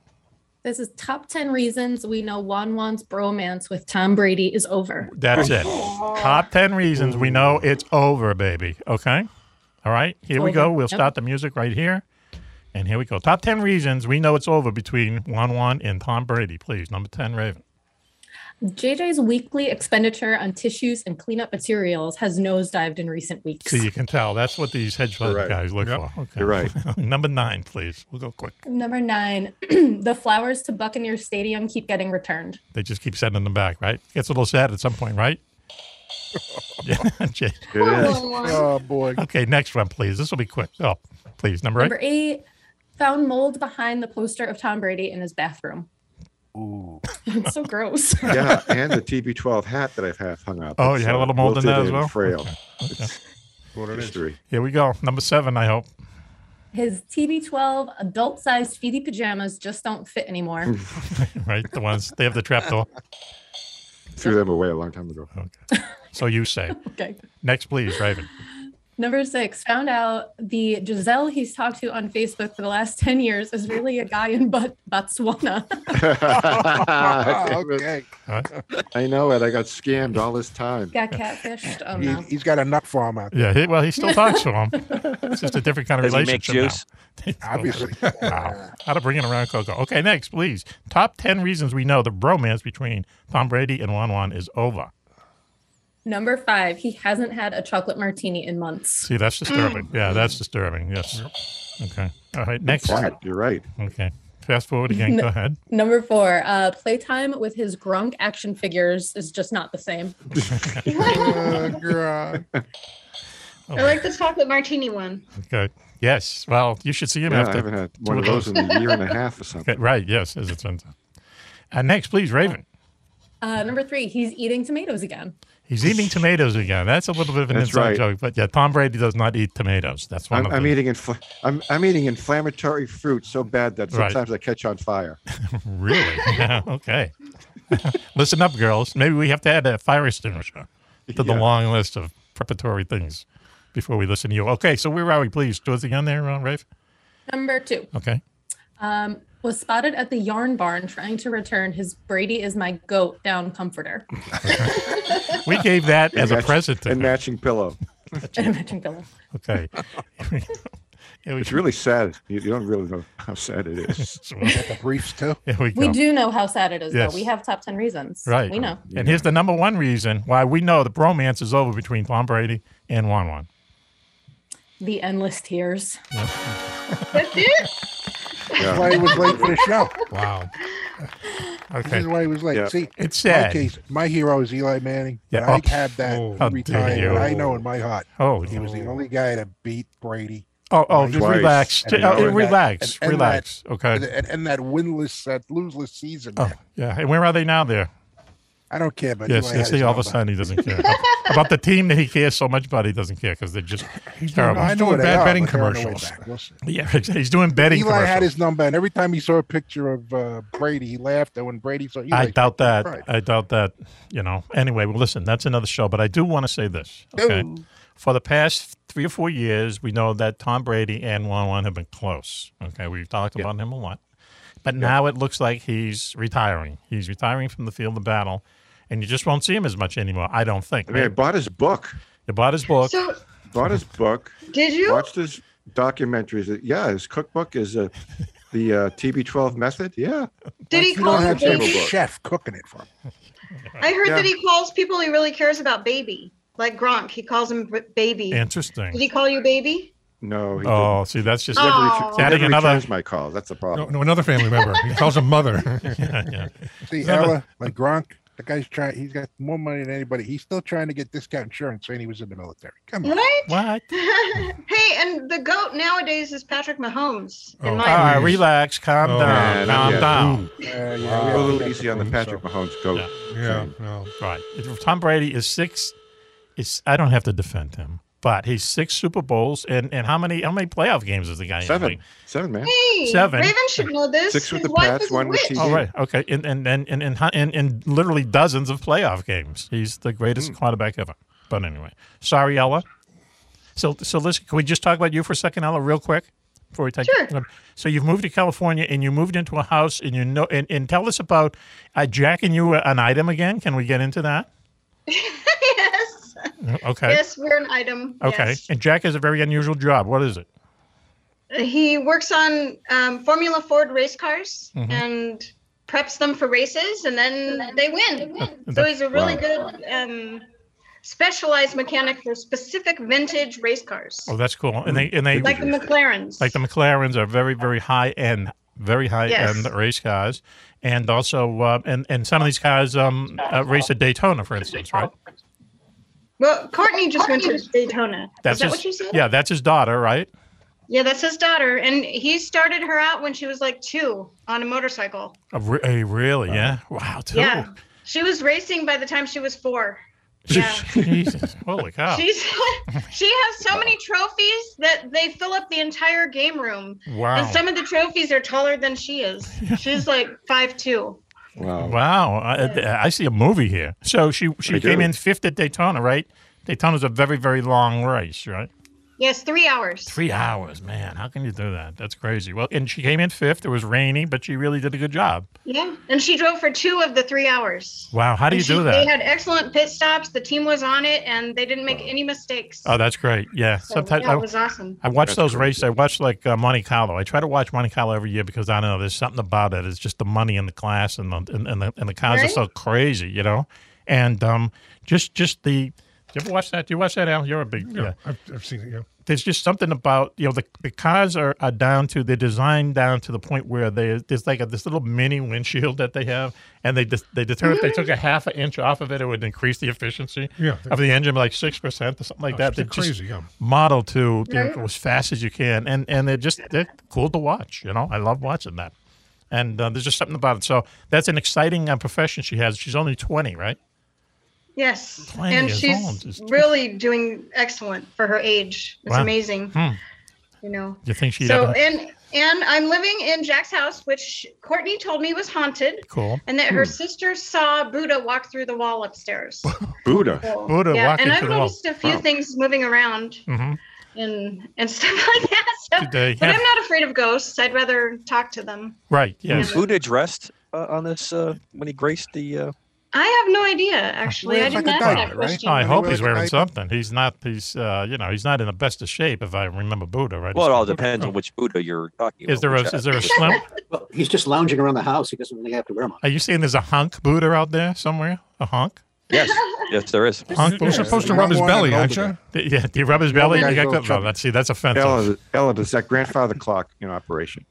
[SPEAKER 8] This is top 10 reasons we know Juan Juan's bromance with Tom Brady is over.
[SPEAKER 4] That's it. Top 10 reasons we know it's over, baby. Okay. All right. Here we go.
[SPEAKER 8] over.
[SPEAKER 4] We'll
[SPEAKER 8] Yep.
[SPEAKER 4] start the music right here. And here we go. Top 10 reasons we know it's over between Juan Juan and Tom Brady. Please. Number 10, Raven.
[SPEAKER 8] JJ's weekly expenditure on tissues and cleanup materials has nosedived in recent weeks.
[SPEAKER 4] So you can tell that's what these hedge fund
[SPEAKER 5] You're right.
[SPEAKER 4] guys look
[SPEAKER 5] Yep.
[SPEAKER 4] for. Okay.
[SPEAKER 5] You're right.
[SPEAKER 4] Number nine, please. We'll go quick.
[SPEAKER 8] Number nine, the flowers to Buccaneer Stadium keep getting returned.
[SPEAKER 4] They just keep sending them back, right? Gets a little sad at some point, right? yeah. Jay.
[SPEAKER 9] Oh boy.
[SPEAKER 4] Okay. Next one, please. This will be quick. Oh, please. Number eight.
[SPEAKER 8] Number eight, found mold behind the poster of Tom Brady in his bathroom.
[SPEAKER 5] Ooh.
[SPEAKER 8] It's so gross.
[SPEAKER 5] Yeah, and the TB12 hat that I've half hung up.
[SPEAKER 4] Oh,
[SPEAKER 5] It's,
[SPEAKER 4] you had a
[SPEAKER 5] uh,
[SPEAKER 4] little mold in
[SPEAKER 5] wilted
[SPEAKER 4] that as
[SPEAKER 5] and
[SPEAKER 4] well?
[SPEAKER 5] Frail.
[SPEAKER 4] Okay,
[SPEAKER 5] It's history.
[SPEAKER 4] Here we go. Number seven, I hope.
[SPEAKER 8] His TB12 adult sized feety pajamas just don't fit anymore.
[SPEAKER 4] right? The ones they have the trapdoor.
[SPEAKER 5] Threw them away a long time ago.
[SPEAKER 4] Okay. So you say.
[SPEAKER 8] okay.
[SPEAKER 4] Next, please, Raven.
[SPEAKER 8] Number six, found out the Giselle he's talked to on Facebook for the last 10 years is really a guy in but- Botswana.
[SPEAKER 9] okay.
[SPEAKER 5] I know it. I got scammed all this time.
[SPEAKER 8] Got catfished. Oh,
[SPEAKER 9] He,
[SPEAKER 8] no.
[SPEAKER 9] he's got a nut farm out there.
[SPEAKER 4] Yeah. He, well, he still talks to him. It's just a different kind of
[SPEAKER 7] Does he make
[SPEAKER 4] relationship.
[SPEAKER 7] juice?
[SPEAKER 4] Now.
[SPEAKER 9] Obviously.
[SPEAKER 4] wow. How to bring it around, Coco. Okay, next, please. Top 10 reasons we know the bromance between Tom Brady and Juan Juan is over.
[SPEAKER 8] Number five, he hasn't had a chocolate martini in months.
[SPEAKER 4] See, that's disturbing. Yeah, that's disturbing. Yes. Okay. All right, next.
[SPEAKER 5] Flat, You're right.
[SPEAKER 4] Okay. Fast forward again. Go ahead.
[SPEAKER 8] Mm. Number four, uh, playtime with his Gronk action figures is just not the same.
[SPEAKER 4] Oh,
[SPEAKER 9] Uh, girl.
[SPEAKER 10] I like the chocolate martini one.
[SPEAKER 4] Okay. Yes. Well, you should see him
[SPEAKER 5] Yeah, I
[SPEAKER 4] after.
[SPEAKER 5] haven't had one of those in a year and a half or something.
[SPEAKER 4] Okay, right. Yes. As it's been. Uh, next, please, Raven.
[SPEAKER 8] Uh, number three, he's eating tomatoes again.
[SPEAKER 4] He's eating tomatoes again. That's a little bit of an
[SPEAKER 5] That's
[SPEAKER 4] inside
[SPEAKER 5] right.
[SPEAKER 4] joke, but yeah, Tom Brady does not eat tomatoes. That's one
[SPEAKER 5] I'm,
[SPEAKER 4] of
[SPEAKER 5] I'm
[SPEAKER 4] the-
[SPEAKER 5] eating infl- I'm, I'm eating inflammatory fruit so bad that
[SPEAKER 4] Right.
[SPEAKER 5] sometimes I catch on fire.
[SPEAKER 4] really. Yeah, okay. Listen up, girls. Maybe we have to add a fire extinguisher to the
[SPEAKER 5] Yeah.
[SPEAKER 4] long list of preparatory things before we listen to you. Okay, so where are we, please? Towards the end there, uh, Rafe.
[SPEAKER 8] Number two,
[SPEAKER 4] Okay.
[SPEAKER 8] um, was spotted at the yarn barn trying to return his Brady is my goat down comforter.
[SPEAKER 4] We gave that as a
[SPEAKER 5] match-
[SPEAKER 4] present. To
[SPEAKER 5] and
[SPEAKER 4] her.
[SPEAKER 5] matching pillow.
[SPEAKER 8] And a matching pillow.
[SPEAKER 4] Okay. Here we
[SPEAKER 5] It's really sad. You, you don't really know how sad it is.
[SPEAKER 9] The briefs too.
[SPEAKER 4] Here we go.
[SPEAKER 8] We do know how sad it is,
[SPEAKER 4] Yes.
[SPEAKER 8] though. We have top 10 reasons.
[SPEAKER 4] Right.
[SPEAKER 8] We know.
[SPEAKER 4] And here's the number one reason why we know the bromance is over between Tom Brady and Juan Juan.
[SPEAKER 8] The endless tears.
[SPEAKER 10] That's it?
[SPEAKER 9] That's why he was late for the show.
[SPEAKER 4] Wow.
[SPEAKER 9] This
[SPEAKER 4] Okay.
[SPEAKER 9] is why he was late.
[SPEAKER 5] Yeah.
[SPEAKER 9] See,
[SPEAKER 4] It's
[SPEAKER 9] My,
[SPEAKER 4] sad.
[SPEAKER 9] case, my hero is Eli Manning.
[SPEAKER 4] Yeah,
[SPEAKER 9] Yeah,
[SPEAKER 4] oh,
[SPEAKER 9] I have that.
[SPEAKER 4] oh, how
[SPEAKER 9] he
[SPEAKER 4] dare
[SPEAKER 9] retired.
[SPEAKER 4] you.
[SPEAKER 9] and I know in my heart.
[SPEAKER 4] Oh,
[SPEAKER 9] he was the only guy to beat Brady.
[SPEAKER 4] Oh, oh,
[SPEAKER 9] Right?
[SPEAKER 4] just
[SPEAKER 5] Twice.
[SPEAKER 4] relax.
[SPEAKER 9] And
[SPEAKER 4] J-
[SPEAKER 9] now
[SPEAKER 4] uh,
[SPEAKER 9] in that-
[SPEAKER 4] relax.
[SPEAKER 9] and- and that-
[SPEAKER 4] relax.
[SPEAKER 9] And,
[SPEAKER 4] okay.
[SPEAKER 9] and, and that winless, that loseless season.
[SPEAKER 4] Oh, yeah. And where are they now there?
[SPEAKER 9] I don't care about
[SPEAKER 4] Yes,
[SPEAKER 9] Eli.
[SPEAKER 4] yes.
[SPEAKER 9] had his
[SPEAKER 4] See, all of a
[SPEAKER 9] number.
[SPEAKER 4] sudden he doesn't care. about the team that he cares so much about, he doesn't care because they're just terrible.
[SPEAKER 9] I
[SPEAKER 13] He's
[SPEAKER 9] know
[SPEAKER 13] doing
[SPEAKER 9] they
[SPEAKER 13] bad
[SPEAKER 9] are,
[SPEAKER 13] betting
[SPEAKER 9] but they're on the way
[SPEAKER 13] commercials.
[SPEAKER 9] back. Listen,
[SPEAKER 4] Yeah, he's doing betting
[SPEAKER 9] Eli had
[SPEAKER 4] commercials.
[SPEAKER 9] his number, and every time he saw a picture of uh, Brady, he laughed. And when Brady saw Eli,
[SPEAKER 4] I doubt
[SPEAKER 9] he
[SPEAKER 4] that.
[SPEAKER 9] cried.
[SPEAKER 4] I doubt that. You know. Anyway, well, listen, that's another show, but I do want to say this. Okay.
[SPEAKER 9] Ooh.
[SPEAKER 4] For the past three or four years, we know that Tom Brady and Juan Juan have been close. Okay, we've talked about him a lot. But now it looks like he's retiring. He's retiring from the field of battle, and you just won't see him as much anymore, I don't think.
[SPEAKER 5] I mean, I bought his book.
[SPEAKER 4] You bought his book.
[SPEAKER 10] So
[SPEAKER 5] bought his book.
[SPEAKER 10] Did you?
[SPEAKER 5] watched his documentaries? Yeah, his cookbook is uh, the uh, TB12 method. Yeah.
[SPEAKER 10] Did he
[SPEAKER 9] You
[SPEAKER 10] call
[SPEAKER 9] don't
[SPEAKER 10] the
[SPEAKER 9] have some
[SPEAKER 10] baby?
[SPEAKER 9] chef cooking it for him.
[SPEAKER 10] I heard
[SPEAKER 9] Yeah.
[SPEAKER 10] that he calls people he really cares about baby, like Gronk. He calls him b- baby.
[SPEAKER 4] Interesting.
[SPEAKER 10] Did he call you bababy?
[SPEAKER 5] No. He
[SPEAKER 4] Oh, see, that's just
[SPEAKER 10] He never retu- he
[SPEAKER 4] adding
[SPEAKER 5] never
[SPEAKER 4] another.
[SPEAKER 5] returns my calls. That's the problem.
[SPEAKER 13] No, no, another family member. He calls him mother.
[SPEAKER 4] yeah, yeah.
[SPEAKER 9] See, Ella, like Gronk, the guy's trying. He's got more money than anybody. He's still trying to get discount insurance, saying he was in the military. Come on.
[SPEAKER 10] What?
[SPEAKER 4] What?
[SPEAKER 10] hey, and the goat nowadays is Patrick Mahomes.
[SPEAKER 13] Oh.
[SPEAKER 10] in my
[SPEAKER 4] All right,
[SPEAKER 10] opinion.
[SPEAKER 4] relax, calm
[SPEAKER 5] Oh,
[SPEAKER 4] down,
[SPEAKER 5] man,
[SPEAKER 4] calm
[SPEAKER 5] yeah.
[SPEAKER 4] down.
[SPEAKER 5] Ooh. Yeah, yeah, yeah. Go a little easy on the Patrick Mahomes goat.
[SPEAKER 13] Yeah,
[SPEAKER 4] Right. right. If Tom Brady is six. Is I don't have to defend him, but he's six Super Bowls and, and how many how many playoff games is the guy?
[SPEAKER 5] Seven.
[SPEAKER 4] In
[SPEAKER 5] Seven, man.
[SPEAKER 10] Hey,
[SPEAKER 4] Seven.
[SPEAKER 10] Raven should know this.
[SPEAKER 5] Six with
[SPEAKER 10] His
[SPEAKER 5] the
[SPEAKER 10] wife
[SPEAKER 5] Pats,
[SPEAKER 10] is a
[SPEAKER 5] one with
[SPEAKER 10] witch.
[SPEAKER 5] TD.
[SPEAKER 4] All Oh, right. Okay. And and and and and, hu- and, and literally dozens of playoff games. He's the
[SPEAKER 5] Hmm.
[SPEAKER 4] greatest quarterback ever. But anyway, sorry, Ella. So so listen, can we just talk about you for a second, Ella, real quick, before we take? Sure. So you've moved to California and you moved into a house and you know and, and tell us about uh, Jack and you were an item again. Can we get into that?
[SPEAKER 10] yes.
[SPEAKER 4] Okay.
[SPEAKER 10] Yes, we're an item.
[SPEAKER 4] Okay.
[SPEAKER 10] yes.
[SPEAKER 4] And Jack has a very unusual job. What is it?
[SPEAKER 10] He works on um, Formula Ford race cars
[SPEAKER 4] Mhm.
[SPEAKER 10] and preps them for races, and then they win. So he's a really good um, specialized mechanic for specific vintage race cars,
[SPEAKER 4] Oh, that's cool. And they and they
[SPEAKER 10] like the McLarens.
[SPEAKER 4] like the McLarens are very very high end, very high
[SPEAKER 10] Yes.
[SPEAKER 4] end race cars, and also uh, and and some of these cars um, uh, race at Daytona, for instance, right?
[SPEAKER 10] Well, Courtney just went to Daytona. Is that
[SPEAKER 4] his,
[SPEAKER 10] what you said?
[SPEAKER 4] Yeah, that's his daughter, right?
[SPEAKER 10] Yeah, that's his daughter, and he started her out when she was like two on a motorcycle.
[SPEAKER 4] A re- a really? Yeah. Wow. Too.
[SPEAKER 10] Yeah, she was racing by the time she was four.
[SPEAKER 4] Jesus. Holy cow.
[SPEAKER 10] She's
[SPEAKER 4] Oh
[SPEAKER 10] she has so many trophies that they fill up the entire game room.
[SPEAKER 4] Wow.
[SPEAKER 10] And some of the trophies are taller than she is. She's like five two.
[SPEAKER 5] Wow.
[SPEAKER 4] Wow. I, I see a movie here. So she she
[SPEAKER 5] I
[SPEAKER 4] came
[SPEAKER 5] do.
[SPEAKER 4] in fifth at Daytona, right? Daytona's a very very long race, right?
[SPEAKER 10] Yes, three hours.
[SPEAKER 4] Three hours, man. How can you do that? That's crazy. Well, and she came in fifth. It was rainy, but she really did a good job.
[SPEAKER 10] Yeah. And she drove for two of the three hours.
[SPEAKER 4] Wow. How do
[SPEAKER 10] And
[SPEAKER 4] you do
[SPEAKER 10] she-
[SPEAKER 4] that?
[SPEAKER 10] They had excellent pit stops. The team was on it, and they didn't make any mistakes.
[SPEAKER 4] Oh, that's great. Yeah.
[SPEAKER 10] So,
[SPEAKER 4] Sometimes
[SPEAKER 10] yeah,
[SPEAKER 4] I,
[SPEAKER 10] it was awesome.
[SPEAKER 4] I watch
[SPEAKER 10] That's
[SPEAKER 4] those races. I watch like uh, Monte Carlo. I try to watch Monte Carlo every year because I don't know there's something about it. It's just the money in the class and the and, and the and the cars are
[SPEAKER 13] Right?
[SPEAKER 4] so crazy, you know. And um, just just the. You ever watch that? Do you watch that, Al? You're a big.
[SPEAKER 13] Yeah,
[SPEAKER 4] Yeah.
[SPEAKER 13] I've, I've seen it. Yeah.
[SPEAKER 4] There's just something about you know the, the cars are, are down to they're designed down to the point where they there's like a, this little mini windshield that they have and they just they determined
[SPEAKER 10] Mm-hmm.
[SPEAKER 4] if they took a half an inch off of it it would increase the efficiency
[SPEAKER 13] Yeah.
[SPEAKER 4] of the engine by like six percent or something like
[SPEAKER 13] Oh,
[SPEAKER 4] that.
[SPEAKER 13] they're
[SPEAKER 4] They just
[SPEAKER 13] crazy, yeah.
[SPEAKER 4] model to you know,
[SPEAKER 13] Right.
[SPEAKER 4] go as fast as you can, and and they're just they're cool to watch. You know, I love watching that, and uh, there's just something about it. So that's an exciting uh, profession she has. She's only twenty, right?
[SPEAKER 10] Yes.
[SPEAKER 4] Plenty
[SPEAKER 10] And
[SPEAKER 4] of zones.
[SPEAKER 10] she's
[SPEAKER 4] It's-
[SPEAKER 10] really doing excellent for her age. It's
[SPEAKER 4] Wow.
[SPEAKER 10] amazing.
[SPEAKER 4] Hmm.
[SPEAKER 10] You know.
[SPEAKER 4] You think she'd
[SPEAKER 10] so
[SPEAKER 4] have a-
[SPEAKER 10] and and I'm living in Jack's house, which Courtney told me was haunted,
[SPEAKER 4] cool?
[SPEAKER 10] and that her sister saw Buddha walk through the wall upstairs.
[SPEAKER 5] Buddha.
[SPEAKER 10] So,
[SPEAKER 4] Buddha
[SPEAKER 10] yeah,
[SPEAKER 4] walking
[SPEAKER 10] and I've
[SPEAKER 4] through the wall.
[SPEAKER 10] noticed a few things moving around
[SPEAKER 4] hmm
[SPEAKER 10] and and stuff like that. So,
[SPEAKER 4] Did they
[SPEAKER 10] but
[SPEAKER 4] have-
[SPEAKER 10] I'm not afraid of ghosts. I'd rather talk to them.
[SPEAKER 4] Right. Yeah.
[SPEAKER 7] Was Buddha dressed uh, on this uh, when he graced the? Uh...
[SPEAKER 10] I have no idea. Actually, I didn't ask that question.
[SPEAKER 4] I hope he's
[SPEAKER 7] Anyway,
[SPEAKER 4] wearing
[SPEAKER 7] I-
[SPEAKER 4] something. He's not. He's uh, you know he's not in the best of shape if I remember Buddha right.
[SPEAKER 7] Well, it all
[SPEAKER 4] He's-
[SPEAKER 7] depends on which Buddha you're talking about.
[SPEAKER 4] Is there a
[SPEAKER 7] which, uh,
[SPEAKER 4] is there a slim?
[SPEAKER 6] Well, he's just lounging around the house. He doesn't really have to wear them.
[SPEAKER 4] Are you saying there's a hunk Buddha out there somewhere? A honk?
[SPEAKER 7] Yes, yes, there is.
[SPEAKER 4] Hunk
[SPEAKER 13] You're
[SPEAKER 4] Buddha?
[SPEAKER 13] supposed to rub his belly, aren't you?
[SPEAKER 4] Yeah, do you rub his
[SPEAKER 5] Yeah,
[SPEAKER 4] belly?
[SPEAKER 5] the
[SPEAKER 4] and you
[SPEAKER 5] guy's all
[SPEAKER 4] got clipped on.
[SPEAKER 5] chubby.
[SPEAKER 4] Let's see, oh, that's offensive.
[SPEAKER 5] Ella, Ella, does that grandfather clock in operation?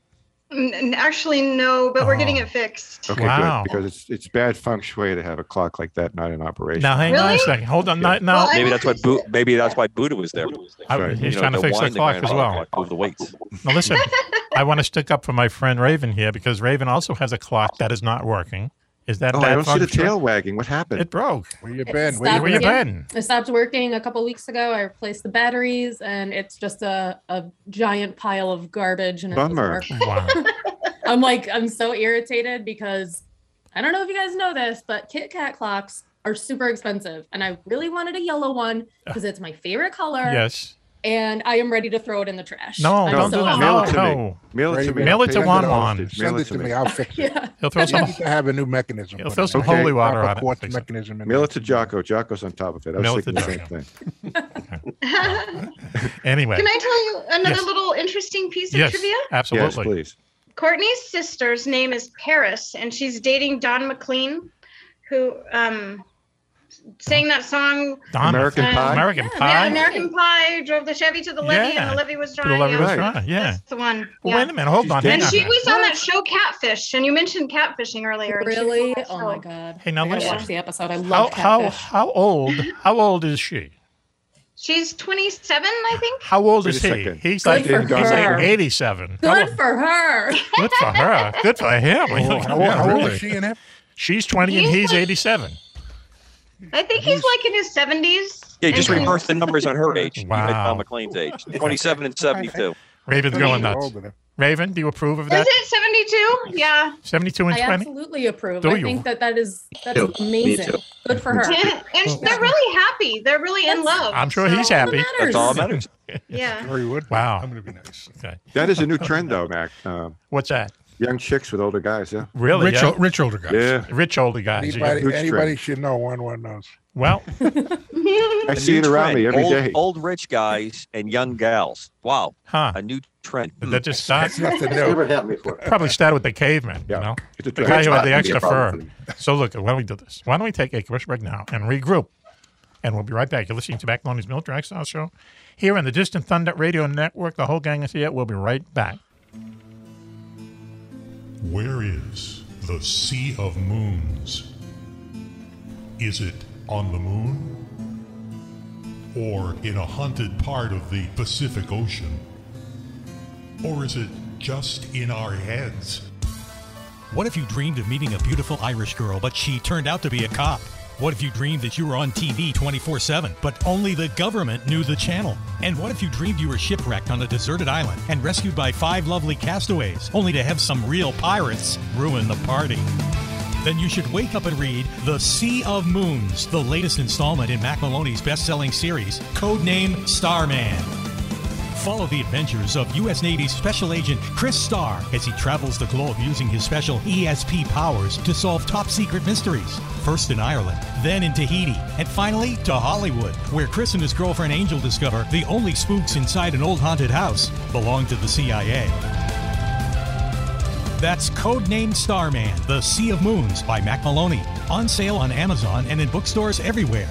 [SPEAKER 10] N- n- Actually, no, but we're getting
[SPEAKER 4] Oh.
[SPEAKER 10] it fixed.
[SPEAKER 5] Okay,
[SPEAKER 4] Wow.
[SPEAKER 5] good. Because it's it's bad feng shui to have a clock like that not in operation.
[SPEAKER 4] Now hang on a
[SPEAKER 10] Really?
[SPEAKER 4] second. Hold on. No, no.
[SPEAKER 7] maybe that's why. Bu- maybe that's why Buddha was there.
[SPEAKER 4] I-
[SPEAKER 7] You
[SPEAKER 4] he's
[SPEAKER 7] know,
[SPEAKER 4] trying to fix the
[SPEAKER 7] wind
[SPEAKER 4] clock as
[SPEAKER 7] grandfather
[SPEAKER 4] well.
[SPEAKER 7] clock Move the weights.
[SPEAKER 4] Now listen, I want to stick up for my friend Raven here because Raven also has a clock that is not working. Is that
[SPEAKER 5] Oh,
[SPEAKER 4] bad
[SPEAKER 5] I don't see the
[SPEAKER 4] function?
[SPEAKER 5] tail wagging. What happened?
[SPEAKER 4] It broke.
[SPEAKER 9] Where you
[SPEAKER 8] It
[SPEAKER 9] been?
[SPEAKER 4] Where you-
[SPEAKER 8] stopped-
[SPEAKER 4] where you
[SPEAKER 8] yeah,
[SPEAKER 4] been?
[SPEAKER 8] It stopped working a couple weeks ago. I replaced the batteries, and it's just a, a giant pile of garbage. And it doesn't
[SPEAKER 5] Bummer.
[SPEAKER 8] work. I'm like, I'm so irritated because I don't know if you guys know this, but Kit Kat clocks are super expensive, and I really wanted a yellow one because it's my favorite color.
[SPEAKER 4] Ah. Yes.
[SPEAKER 8] and I am ready to throw it in the trash.
[SPEAKER 4] No,
[SPEAKER 8] I'm
[SPEAKER 4] don't
[SPEAKER 8] so
[SPEAKER 4] do that.
[SPEAKER 8] hot.
[SPEAKER 4] No,
[SPEAKER 13] Mail it to me.
[SPEAKER 5] Mail it
[SPEAKER 4] no.
[SPEAKER 5] to me.
[SPEAKER 4] Mail it to
[SPEAKER 5] Send it
[SPEAKER 4] Wan
[SPEAKER 5] to
[SPEAKER 4] Wan.
[SPEAKER 5] us. Send
[SPEAKER 9] Send it to me. I'll fix it.
[SPEAKER 4] He'll throw
[SPEAKER 9] I
[SPEAKER 4] some-
[SPEAKER 9] need to have a new mechanism.
[SPEAKER 4] He'll
[SPEAKER 9] put
[SPEAKER 4] throw
[SPEAKER 9] in
[SPEAKER 4] some
[SPEAKER 9] there.
[SPEAKER 4] holy water
[SPEAKER 9] Proper
[SPEAKER 4] on it,
[SPEAKER 9] quartz
[SPEAKER 4] fix it.
[SPEAKER 9] mechanism. in
[SPEAKER 5] Mail
[SPEAKER 9] there.
[SPEAKER 5] it to Jocko. Jocko's on top of it. I was
[SPEAKER 4] Mail it
[SPEAKER 5] thinking the
[SPEAKER 4] to
[SPEAKER 5] same thing.
[SPEAKER 4] Anyway.
[SPEAKER 10] Can I tell you another
[SPEAKER 4] Yes.
[SPEAKER 10] little interesting piece of
[SPEAKER 4] yes,
[SPEAKER 10] trivia?
[SPEAKER 4] absolutely.
[SPEAKER 5] Yes, please.
[SPEAKER 10] Courtney's sister's name is Paris, and she's dating Don McLean, who um, sang that song.
[SPEAKER 4] Don-
[SPEAKER 5] American
[SPEAKER 10] uh,
[SPEAKER 5] Pie?
[SPEAKER 4] American
[SPEAKER 10] yeah,
[SPEAKER 4] Pie?
[SPEAKER 10] Yeah, American Pie drove the Chevy to the levee, and
[SPEAKER 4] Yeah,
[SPEAKER 10] the levee was
[SPEAKER 4] to
[SPEAKER 10] dry.
[SPEAKER 4] the levee
[SPEAKER 10] yeah.
[SPEAKER 4] was dry, yeah.
[SPEAKER 10] That's the one.
[SPEAKER 4] Well, wait a minute, hold on, hang
[SPEAKER 10] And
[SPEAKER 4] on.
[SPEAKER 10] she was on that show Catfish, and you mentioned catfishing earlier. and she was
[SPEAKER 8] Really?
[SPEAKER 10] on that
[SPEAKER 8] Oh
[SPEAKER 10] show.
[SPEAKER 8] my god.
[SPEAKER 4] Hey, now
[SPEAKER 8] I gotta
[SPEAKER 4] listen.
[SPEAKER 8] watch the episode. I
[SPEAKER 4] How,
[SPEAKER 8] love
[SPEAKER 4] how,
[SPEAKER 8] catfish.
[SPEAKER 4] how old how old is she?
[SPEAKER 10] She's 27, I think.
[SPEAKER 4] How old
[SPEAKER 5] Wait
[SPEAKER 4] is
[SPEAKER 5] a
[SPEAKER 4] he?
[SPEAKER 5] second.
[SPEAKER 4] He's
[SPEAKER 8] Good
[SPEAKER 4] like,
[SPEAKER 8] for
[SPEAKER 4] he's like
[SPEAKER 8] her.
[SPEAKER 4] 87. How
[SPEAKER 8] Good for her.
[SPEAKER 4] old- Good for her. Good for him.
[SPEAKER 13] Oh, how old-
[SPEAKER 4] Yeah,
[SPEAKER 13] how old
[SPEAKER 4] really.
[SPEAKER 13] is she in it?
[SPEAKER 4] She's 20 and
[SPEAKER 10] He's
[SPEAKER 4] he's
[SPEAKER 10] like-
[SPEAKER 4] 87.
[SPEAKER 10] I think he's like in his 70s.
[SPEAKER 7] Yeah, just
[SPEAKER 10] And-
[SPEAKER 7] reverse the numbers on her age. You had
[SPEAKER 4] Wow.
[SPEAKER 7] Tom McLean's age. 27 and 72.
[SPEAKER 4] Raven's going nuts.
[SPEAKER 13] Older than-
[SPEAKER 4] Raven, do you approve of
[SPEAKER 10] Is
[SPEAKER 4] that?
[SPEAKER 10] it 72? Yeah.
[SPEAKER 4] 72 and
[SPEAKER 8] I
[SPEAKER 4] 20?
[SPEAKER 8] absolutely approve.
[SPEAKER 4] Do
[SPEAKER 8] I
[SPEAKER 4] you?
[SPEAKER 8] think that that is that's
[SPEAKER 7] Me too.
[SPEAKER 8] amazing. Good for her.
[SPEAKER 10] and and they're really happy. They're really in love.
[SPEAKER 4] I'm sure
[SPEAKER 10] so-
[SPEAKER 4] he's happy.
[SPEAKER 8] matters.
[SPEAKER 7] That's all that matters.
[SPEAKER 10] Yeah.
[SPEAKER 13] Very would.
[SPEAKER 4] Wow.
[SPEAKER 13] I'm going to be nice.
[SPEAKER 4] Okay.
[SPEAKER 5] That is a new trend, though, Mac. Um,
[SPEAKER 4] What's that?
[SPEAKER 5] young chicks with older guys. Yeah.
[SPEAKER 4] Really?
[SPEAKER 13] rich,
[SPEAKER 4] yeah?
[SPEAKER 13] o- rich older guys.
[SPEAKER 5] Yeah.
[SPEAKER 4] Rich older guys. yeah.
[SPEAKER 5] Huge
[SPEAKER 9] Anybody,
[SPEAKER 5] trend.
[SPEAKER 9] anybody should know. One one knows.
[SPEAKER 4] Well,
[SPEAKER 5] I
[SPEAKER 7] A
[SPEAKER 5] see
[SPEAKER 7] new
[SPEAKER 5] it around me
[SPEAKER 7] trend.
[SPEAKER 5] every
[SPEAKER 7] old,
[SPEAKER 5] day.
[SPEAKER 7] Old rich guys and young gals. Wow.
[SPEAKER 4] huh.
[SPEAKER 7] A new trend.
[SPEAKER 4] Did
[SPEAKER 7] Hmm.
[SPEAKER 4] that just start?
[SPEAKER 9] That's nothing
[SPEAKER 6] It's
[SPEAKER 9] new.
[SPEAKER 6] never happened before.
[SPEAKER 4] Probably started with the cavemen,
[SPEAKER 5] Yeah.
[SPEAKER 4] you know?
[SPEAKER 5] It's a
[SPEAKER 4] The
[SPEAKER 5] trend.
[SPEAKER 4] guy who had
[SPEAKER 11] not gonna be
[SPEAKER 4] the
[SPEAKER 11] a
[SPEAKER 4] extra
[SPEAKER 11] problem
[SPEAKER 4] fur.
[SPEAKER 11] for me.
[SPEAKER 4] So look, why don't we do this? Why don't we take a commercial break now and regroup? And we'll be right back. You're listening to Back Lonnie's Milk Drag Style Show here on the Distant Thunder Radio Network. The whole gang is here. We'll be right back.
[SPEAKER 13] Where is the Sea of Moons? Is it on the moon? Or in a haunted part of the Pacific Ocean? Or is it just in our heads?
[SPEAKER 3] What if you dreamed of meeting a beautiful Irish girl, but she turned out to be a cop? What if you dreamed that you were on TV 24 7, but only the government knew the channel? And what if you dreamed you were shipwrecked on a deserted island and rescued by five lovely castaways, only to have some real pirates ruin the party? Then you should wake up and read The Sea of Moons, the latest installment in Mac Maloney's best selling series, codename Starman. Follow the adventures of U.S. Navy Special Agent Chris Starr as he travels the globe using his special ESP powers to solve top secret mysteries. First in Ireland, then in Tahiti, and finally to Hollywood, where Chris and his girlfriend Angel discover the only spooks inside an old haunted house belong to the CIA. That's Codename Starman, The Sea of Moons by Mac Maloney. On sale on Amazon and in bookstores everywhere.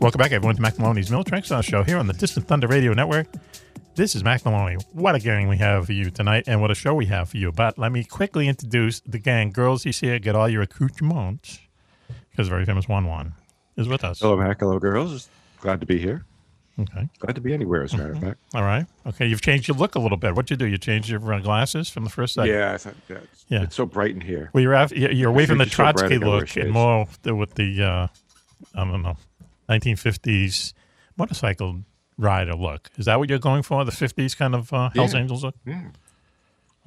[SPEAKER 4] Welcome back, everyone, to Mac Maloney's Milk Drag Style Show here on the Distant Thunder Radio Network. This is Mac Maloney. What a gang we have for you tonight, and what a show we have for you. But let me quickly introduce the gang. Girls, he's here. Get all your accoutrements because very famous Wan Wan is with us.
[SPEAKER 5] Hello, Mac. Hello, girls. Glad to be here.
[SPEAKER 4] Okay.
[SPEAKER 5] Glad to be anywhere, as a matter of fact.
[SPEAKER 4] Mm-hmm. All right. Okay. You've changed your look a little bit. What'd you do? You changed your uh, glasses from the first second?
[SPEAKER 5] Yeah, I thought that's,
[SPEAKER 4] Yeah.
[SPEAKER 5] It's so bright in here.
[SPEAKER 4] Well, you're, af- you're- you're away from the
[SPEAKER 5] It's so bright, I
[SPEAKER 4] Trotsky
[SPEAKER 5] gotta wear
[SPEAKER 4] look and
[SPEAKER 5] shades.
[SPEAKER 4] more the- with the, uh, I don't know, 1950s motorcycle rider look. Is that what you're going for? The 50s kind of uh, Hells
[SPEAKER 5] Yeah.
[SPEAKER 4] Angels look?
[SPEAKER 7] Like,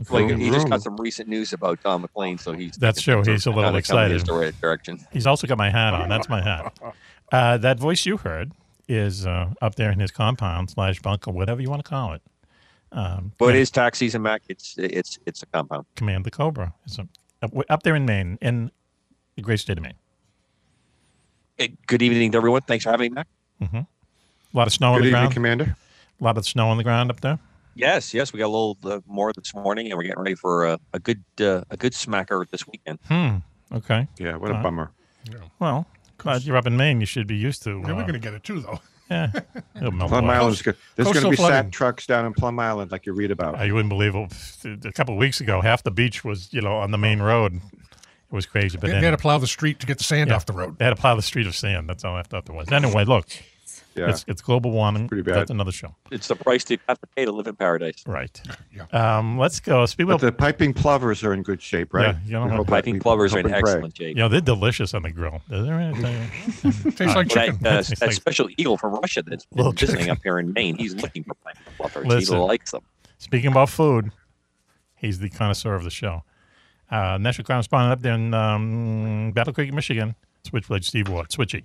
[SPEAKER 5] Vroom,
[SPEAKER 7] he just
[SPEAKER 5] vroom.
[SPEAKER 7] got some recent news about Don McLean, so he's
[SPEAKER 4] That's
[SPEAKER 7] thinking
[SPEAKER 4] true.
[SPEAKER 7] things
[SPEAKER 4] He's
[SPEAKER 7] are
[SPEAKER 4] a little
[SPEAKER 7] kinda coming
[SPEAKER 4] excited.
[SPEAKER 7] his right direction.
[SPEAKER 4] He's also got my hat on. That's my hat. Uh, that voice you heard is uh, up there in his compound slash bunker, whatever you want to call it. Um,
[SPEAKER 7] But it
[SPEAKER 4] yeah,
[SPEAKER 7] is tax season, Mac. It's it's it's a compound.
[SPEAKER 4] Command the Cobra. It's up, up- up there in Maine, in the great state of Maine.
[SPEAKER 7] Eh, good evening to everyone. Thanks for having me, Mac.
[SPEAKER 4] Mm-hmm. A lot of snow on
[SPEAKER 5] Good
[SPEAKER 4] the
[SPEAKER 5] evening,
[SPEAKER 4] ground.
[SPEAKER 5] Commander.
[SPEAKER 4] a lot of snow on the ground up there.
[SPEAKER 7] Yes, yes, we got a little uh, more this morning, and we're getting ready for uh, a good uh, a good smacker this weekend.
[SPEAKER 4] Hmm. Okay.
[SPEAKER 5] Yeah, what a
[SPEAKER 4] Uh,
[SPEAKER 5] bummer.
[SPEAKER 4] Well, glad you're up in Maine. You should be used to.
[SPEAKER 13] Yeah,
[SPEAKER 4] uh,
[SPEAKER 13] we're going to get it too, though.
[SPEAKER 4] yeah. It'll melt
[SPEAKER 5] Plum
[SPEAKER 4] away.
[SPEAKER 5] Island's good. There's going to
[SPEAKER 13] coastal
[SPEAKER 5] be
[SPEAKER 13] flooding.
[SPEAKER 5] sat trucks down in Plum Island, like you read about.
[SPEAKER 4] Uh, you wouldn't believe it. A couple of weeks ago, half the beach was, you know, on the main road. It was crazy. But
[SPEAKER 13] Oh. They,
[SPEAKER 4] then,
[SPEAKER 13] they had to plow the street to get the sand
[SPEAKER 4] Yeah.
[SPEAKER 13] off the road.
[SPEAKER 4] They had a pile of street of sand. That's all I thought there was. Anyway, look,
[SPEAKER 5] Yeah.
[SPEAKER 4] It's, it's global warming. Pretty
[SPEAKER 5] bad.
[SPEAKER 4] That's another show.
[SPEAKER 7] It's the price you have to pay to live in paradise.
[SPEAKER 4] Right. Um, let's go. Speaking
[SPEAKER 5] But the piping plovers are in good shape, right?
[SPEAKER 4] Yeah, you know
[SPEAKER 5] We
[SPEAKER 4] what?
[SPEAKER 5] hope that
[SPEAKER 4] Piping
[SPEAKER 5] we
[SPEAKER 7] plovers are
[SPEAKER 5] hope
[SPEAKER 7] in
[SPEAKER 5] and pray.
[SPEAKER 7] excellent shape.
[SPEAKER 4] Yeah, they're delicious on the grill. Is there anything- All right.
[SPEAKER 7] That, uh, that special eagle from Russia that's been visiting up here in Maine, he's looking for pine bluffers. He
[SPEAKER 4] Listen.
[SPEAKER 7] likes them.
[SPEAKER 4] Speaking about food, he's the connoisseur of the show. Uh, National correspondent up there in um, Battle Creek, Michigan, Switchblade Steve Ward, Switchy.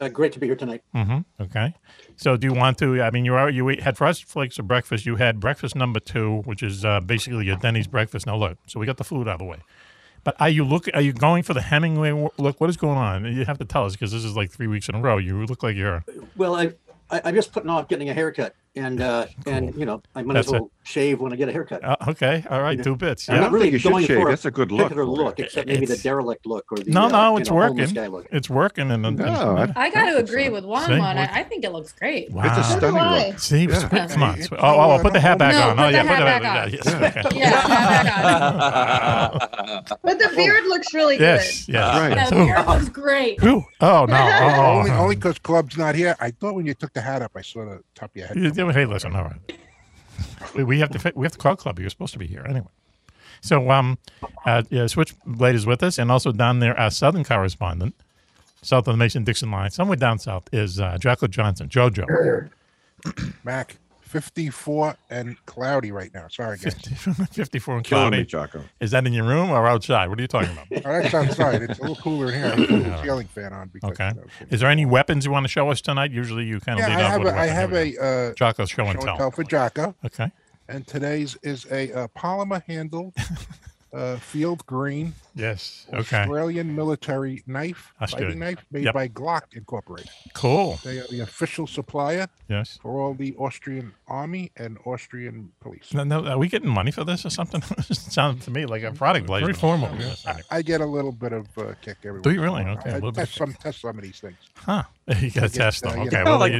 [SPEAKER 6] Uh, great to be here tonight.
[SPEAKER 4] Mm-hmm. Okay. So, do you want to? I mean, you are you ate- had Frosted Flakes for breakfast. You had breakfast number two, which is uh, basically your Denny's breakfast. Now, look. So we got the food out of the way. But are you look? Are you going for the Hemingway w- look? What is going on? You have to tell us because this is like three weeks in a row. You look like you're.
[SPEAKER 6] Well, I, I I'm just putting off getting a haircut, and uh, and you know I might
[SPEAKER 4] That's
[SPEAKER 6] as well shave when I get a haircut.
[SPEAKER 4] Uh, okay. All right. Two bits.
[SPEAKER 6] I'm
[SPEAKER 4] Yeah.
[SPEAKER 6] not really going for particular look, except maybe
[SPEAKER 4] It's-
[SPEAKER 6] the derelict look or the
[SPEAKER 4] no,
[SPEAKER 6] uh,
[SPEAKER 4] no,
[SPEAKER 6] you
[SPEAKER 4] it's
[SPEAKER 6] know, homeless
[SPEAKER 4] working.
[SPEAKER 6] guy look.
[SPEAKER 4] It's working. And, and
[SPEAKER 8] I got to agree with Juan.
[SPEAKER 4] See?
[SPEAKER 8] Juan, I, I think it looks great.
[SPEAKER 4] Wow. It's a So do stunning
[SPEAKER 8] I.
[SPEAKER 4] look. See,
[SPEAKER 8] Yeah.
[SPEAKER 4] sweet- come on. sweet- Oh, oh, oh, put the hat back
[SPEAKER 8] No,
[SPEAKER 4] on.
[SPEAKER 8] put
[SPEAKER 4] oh,
[SPEAKER 8] the
[SPEAKER 4] yeah,
[SPEAKER 8] hat
[SPEAKER 4] put it
[SPEAKER 8] back on.
[SPEAKER 4] yeah, yes, okay.
[SPEAKER 8] Yeah, hat
[SPEAKER 10] But the beard looks really
[SPEAKER 4] Yes,
[SPEAKER 10] good.
[SPEAKER 4] yes.
[SPEAKER 10] That
[SPEAKER 4] Ooh.
[SPEAKER 10] beard
[SPEAKER 9] looks
[SPEAKER 10] great.
[SPEAKER 4] Ooh. Oh, no. Oh,
[SPEAKER 9] only only because club's not here. I thought when you took the hat up, I saw the top of your head.
[SPEAKER 4] You- you- Hey, listen, all right. We, we have to fi- we have to call club. You're supposed to be here anyway. So, um, uh, yeah, Switchblade is with us, and also down there, our southern correspondent, south of the Mason Dixon line, somewhere down south, is uh, Jacqueline Johnson, JoJo.
[SPEAKER 9] Mac, 54 and cloudy right now. Sorry, guys.
[SPEAKER 4] 54
[SPEAKER 9] Killing
[SPEAKER 4] and cloudy.
[SPEAKER 9] me,
[SPEAKER 5] Jocko.
[SPEAKER 4] Is that in your room or outside? What are you talking about?
[SPEAKER 9] Oh, that's outside. It's a little cooler in here. I'm putting the ceiling fan on because
[SPEAKER 4] Okay. Is there any weapons you want to show us tonight? Usually you kind of
[SPEAKER 9] uh, Yeah,
[SPEAKER 4] lead
[SPEAKER 9] I
[SPEAKER 4] off
[SPEAKER 9] have
[SPEAKER 4] with
[SPEAKER 9] a- I
[SPEAKER 4] weapon. Here
[SPEAKER 9] have
[SPEAKER 4] we
[SPEAKER 9] a,
[SPEAKER 4] go.
[SPEAKER 9] uh,
[SPEAKER 4] Jocko's show and
[SPEAKER 9] show
[SPEAKER 4] tell.
[SPEAKER 9] and tell for Jocko.
[SPEAKER 4] Okay.
[SPEAKER 9] And today's is a uh, polymer handled uh, field green.
[SPEAKER 4] Yes, okay.
[SPEAKER 9] Australian military knife,
[SPEAKER 4] That's good.
[SPEAKER 9] fighting knife made
[SPEAKER 4] Yep.
[SPEAKER 9] by Glock Incorporated.
[SPEAKER 4] Cool.
[SPEAKER 9] They are the official supplier
[SPEAKER 4] Yes.
[SPEAKER 9] for all the Austrian army and Austrian police.
[SPEAKER 4] No, no, are we getting money for this or something? it sounds to me like a product placement.
[SPEAKER 9] I, I get a little bit of uh, kick every.
[SPEAKER 4] Do you
[SPEAKER 9] once in a
[SPEAKER 4] really?
[SPEAKER 9] while.
[SPEAKER 4] Okay, a
[SPEAKER 9] I
[SPEAKER 4] little bit of
[SPEAKER 9] test some test some of these things.
[SPEAKER 4] Huh? You got to
[SPEAKER 9] I get,
[SPEAKER 4] test them.
[SPEAKER 9] uh, you
[SPEAKER 4] okay.
[SPEAKER 9] know-
[SPEAKER 4] you,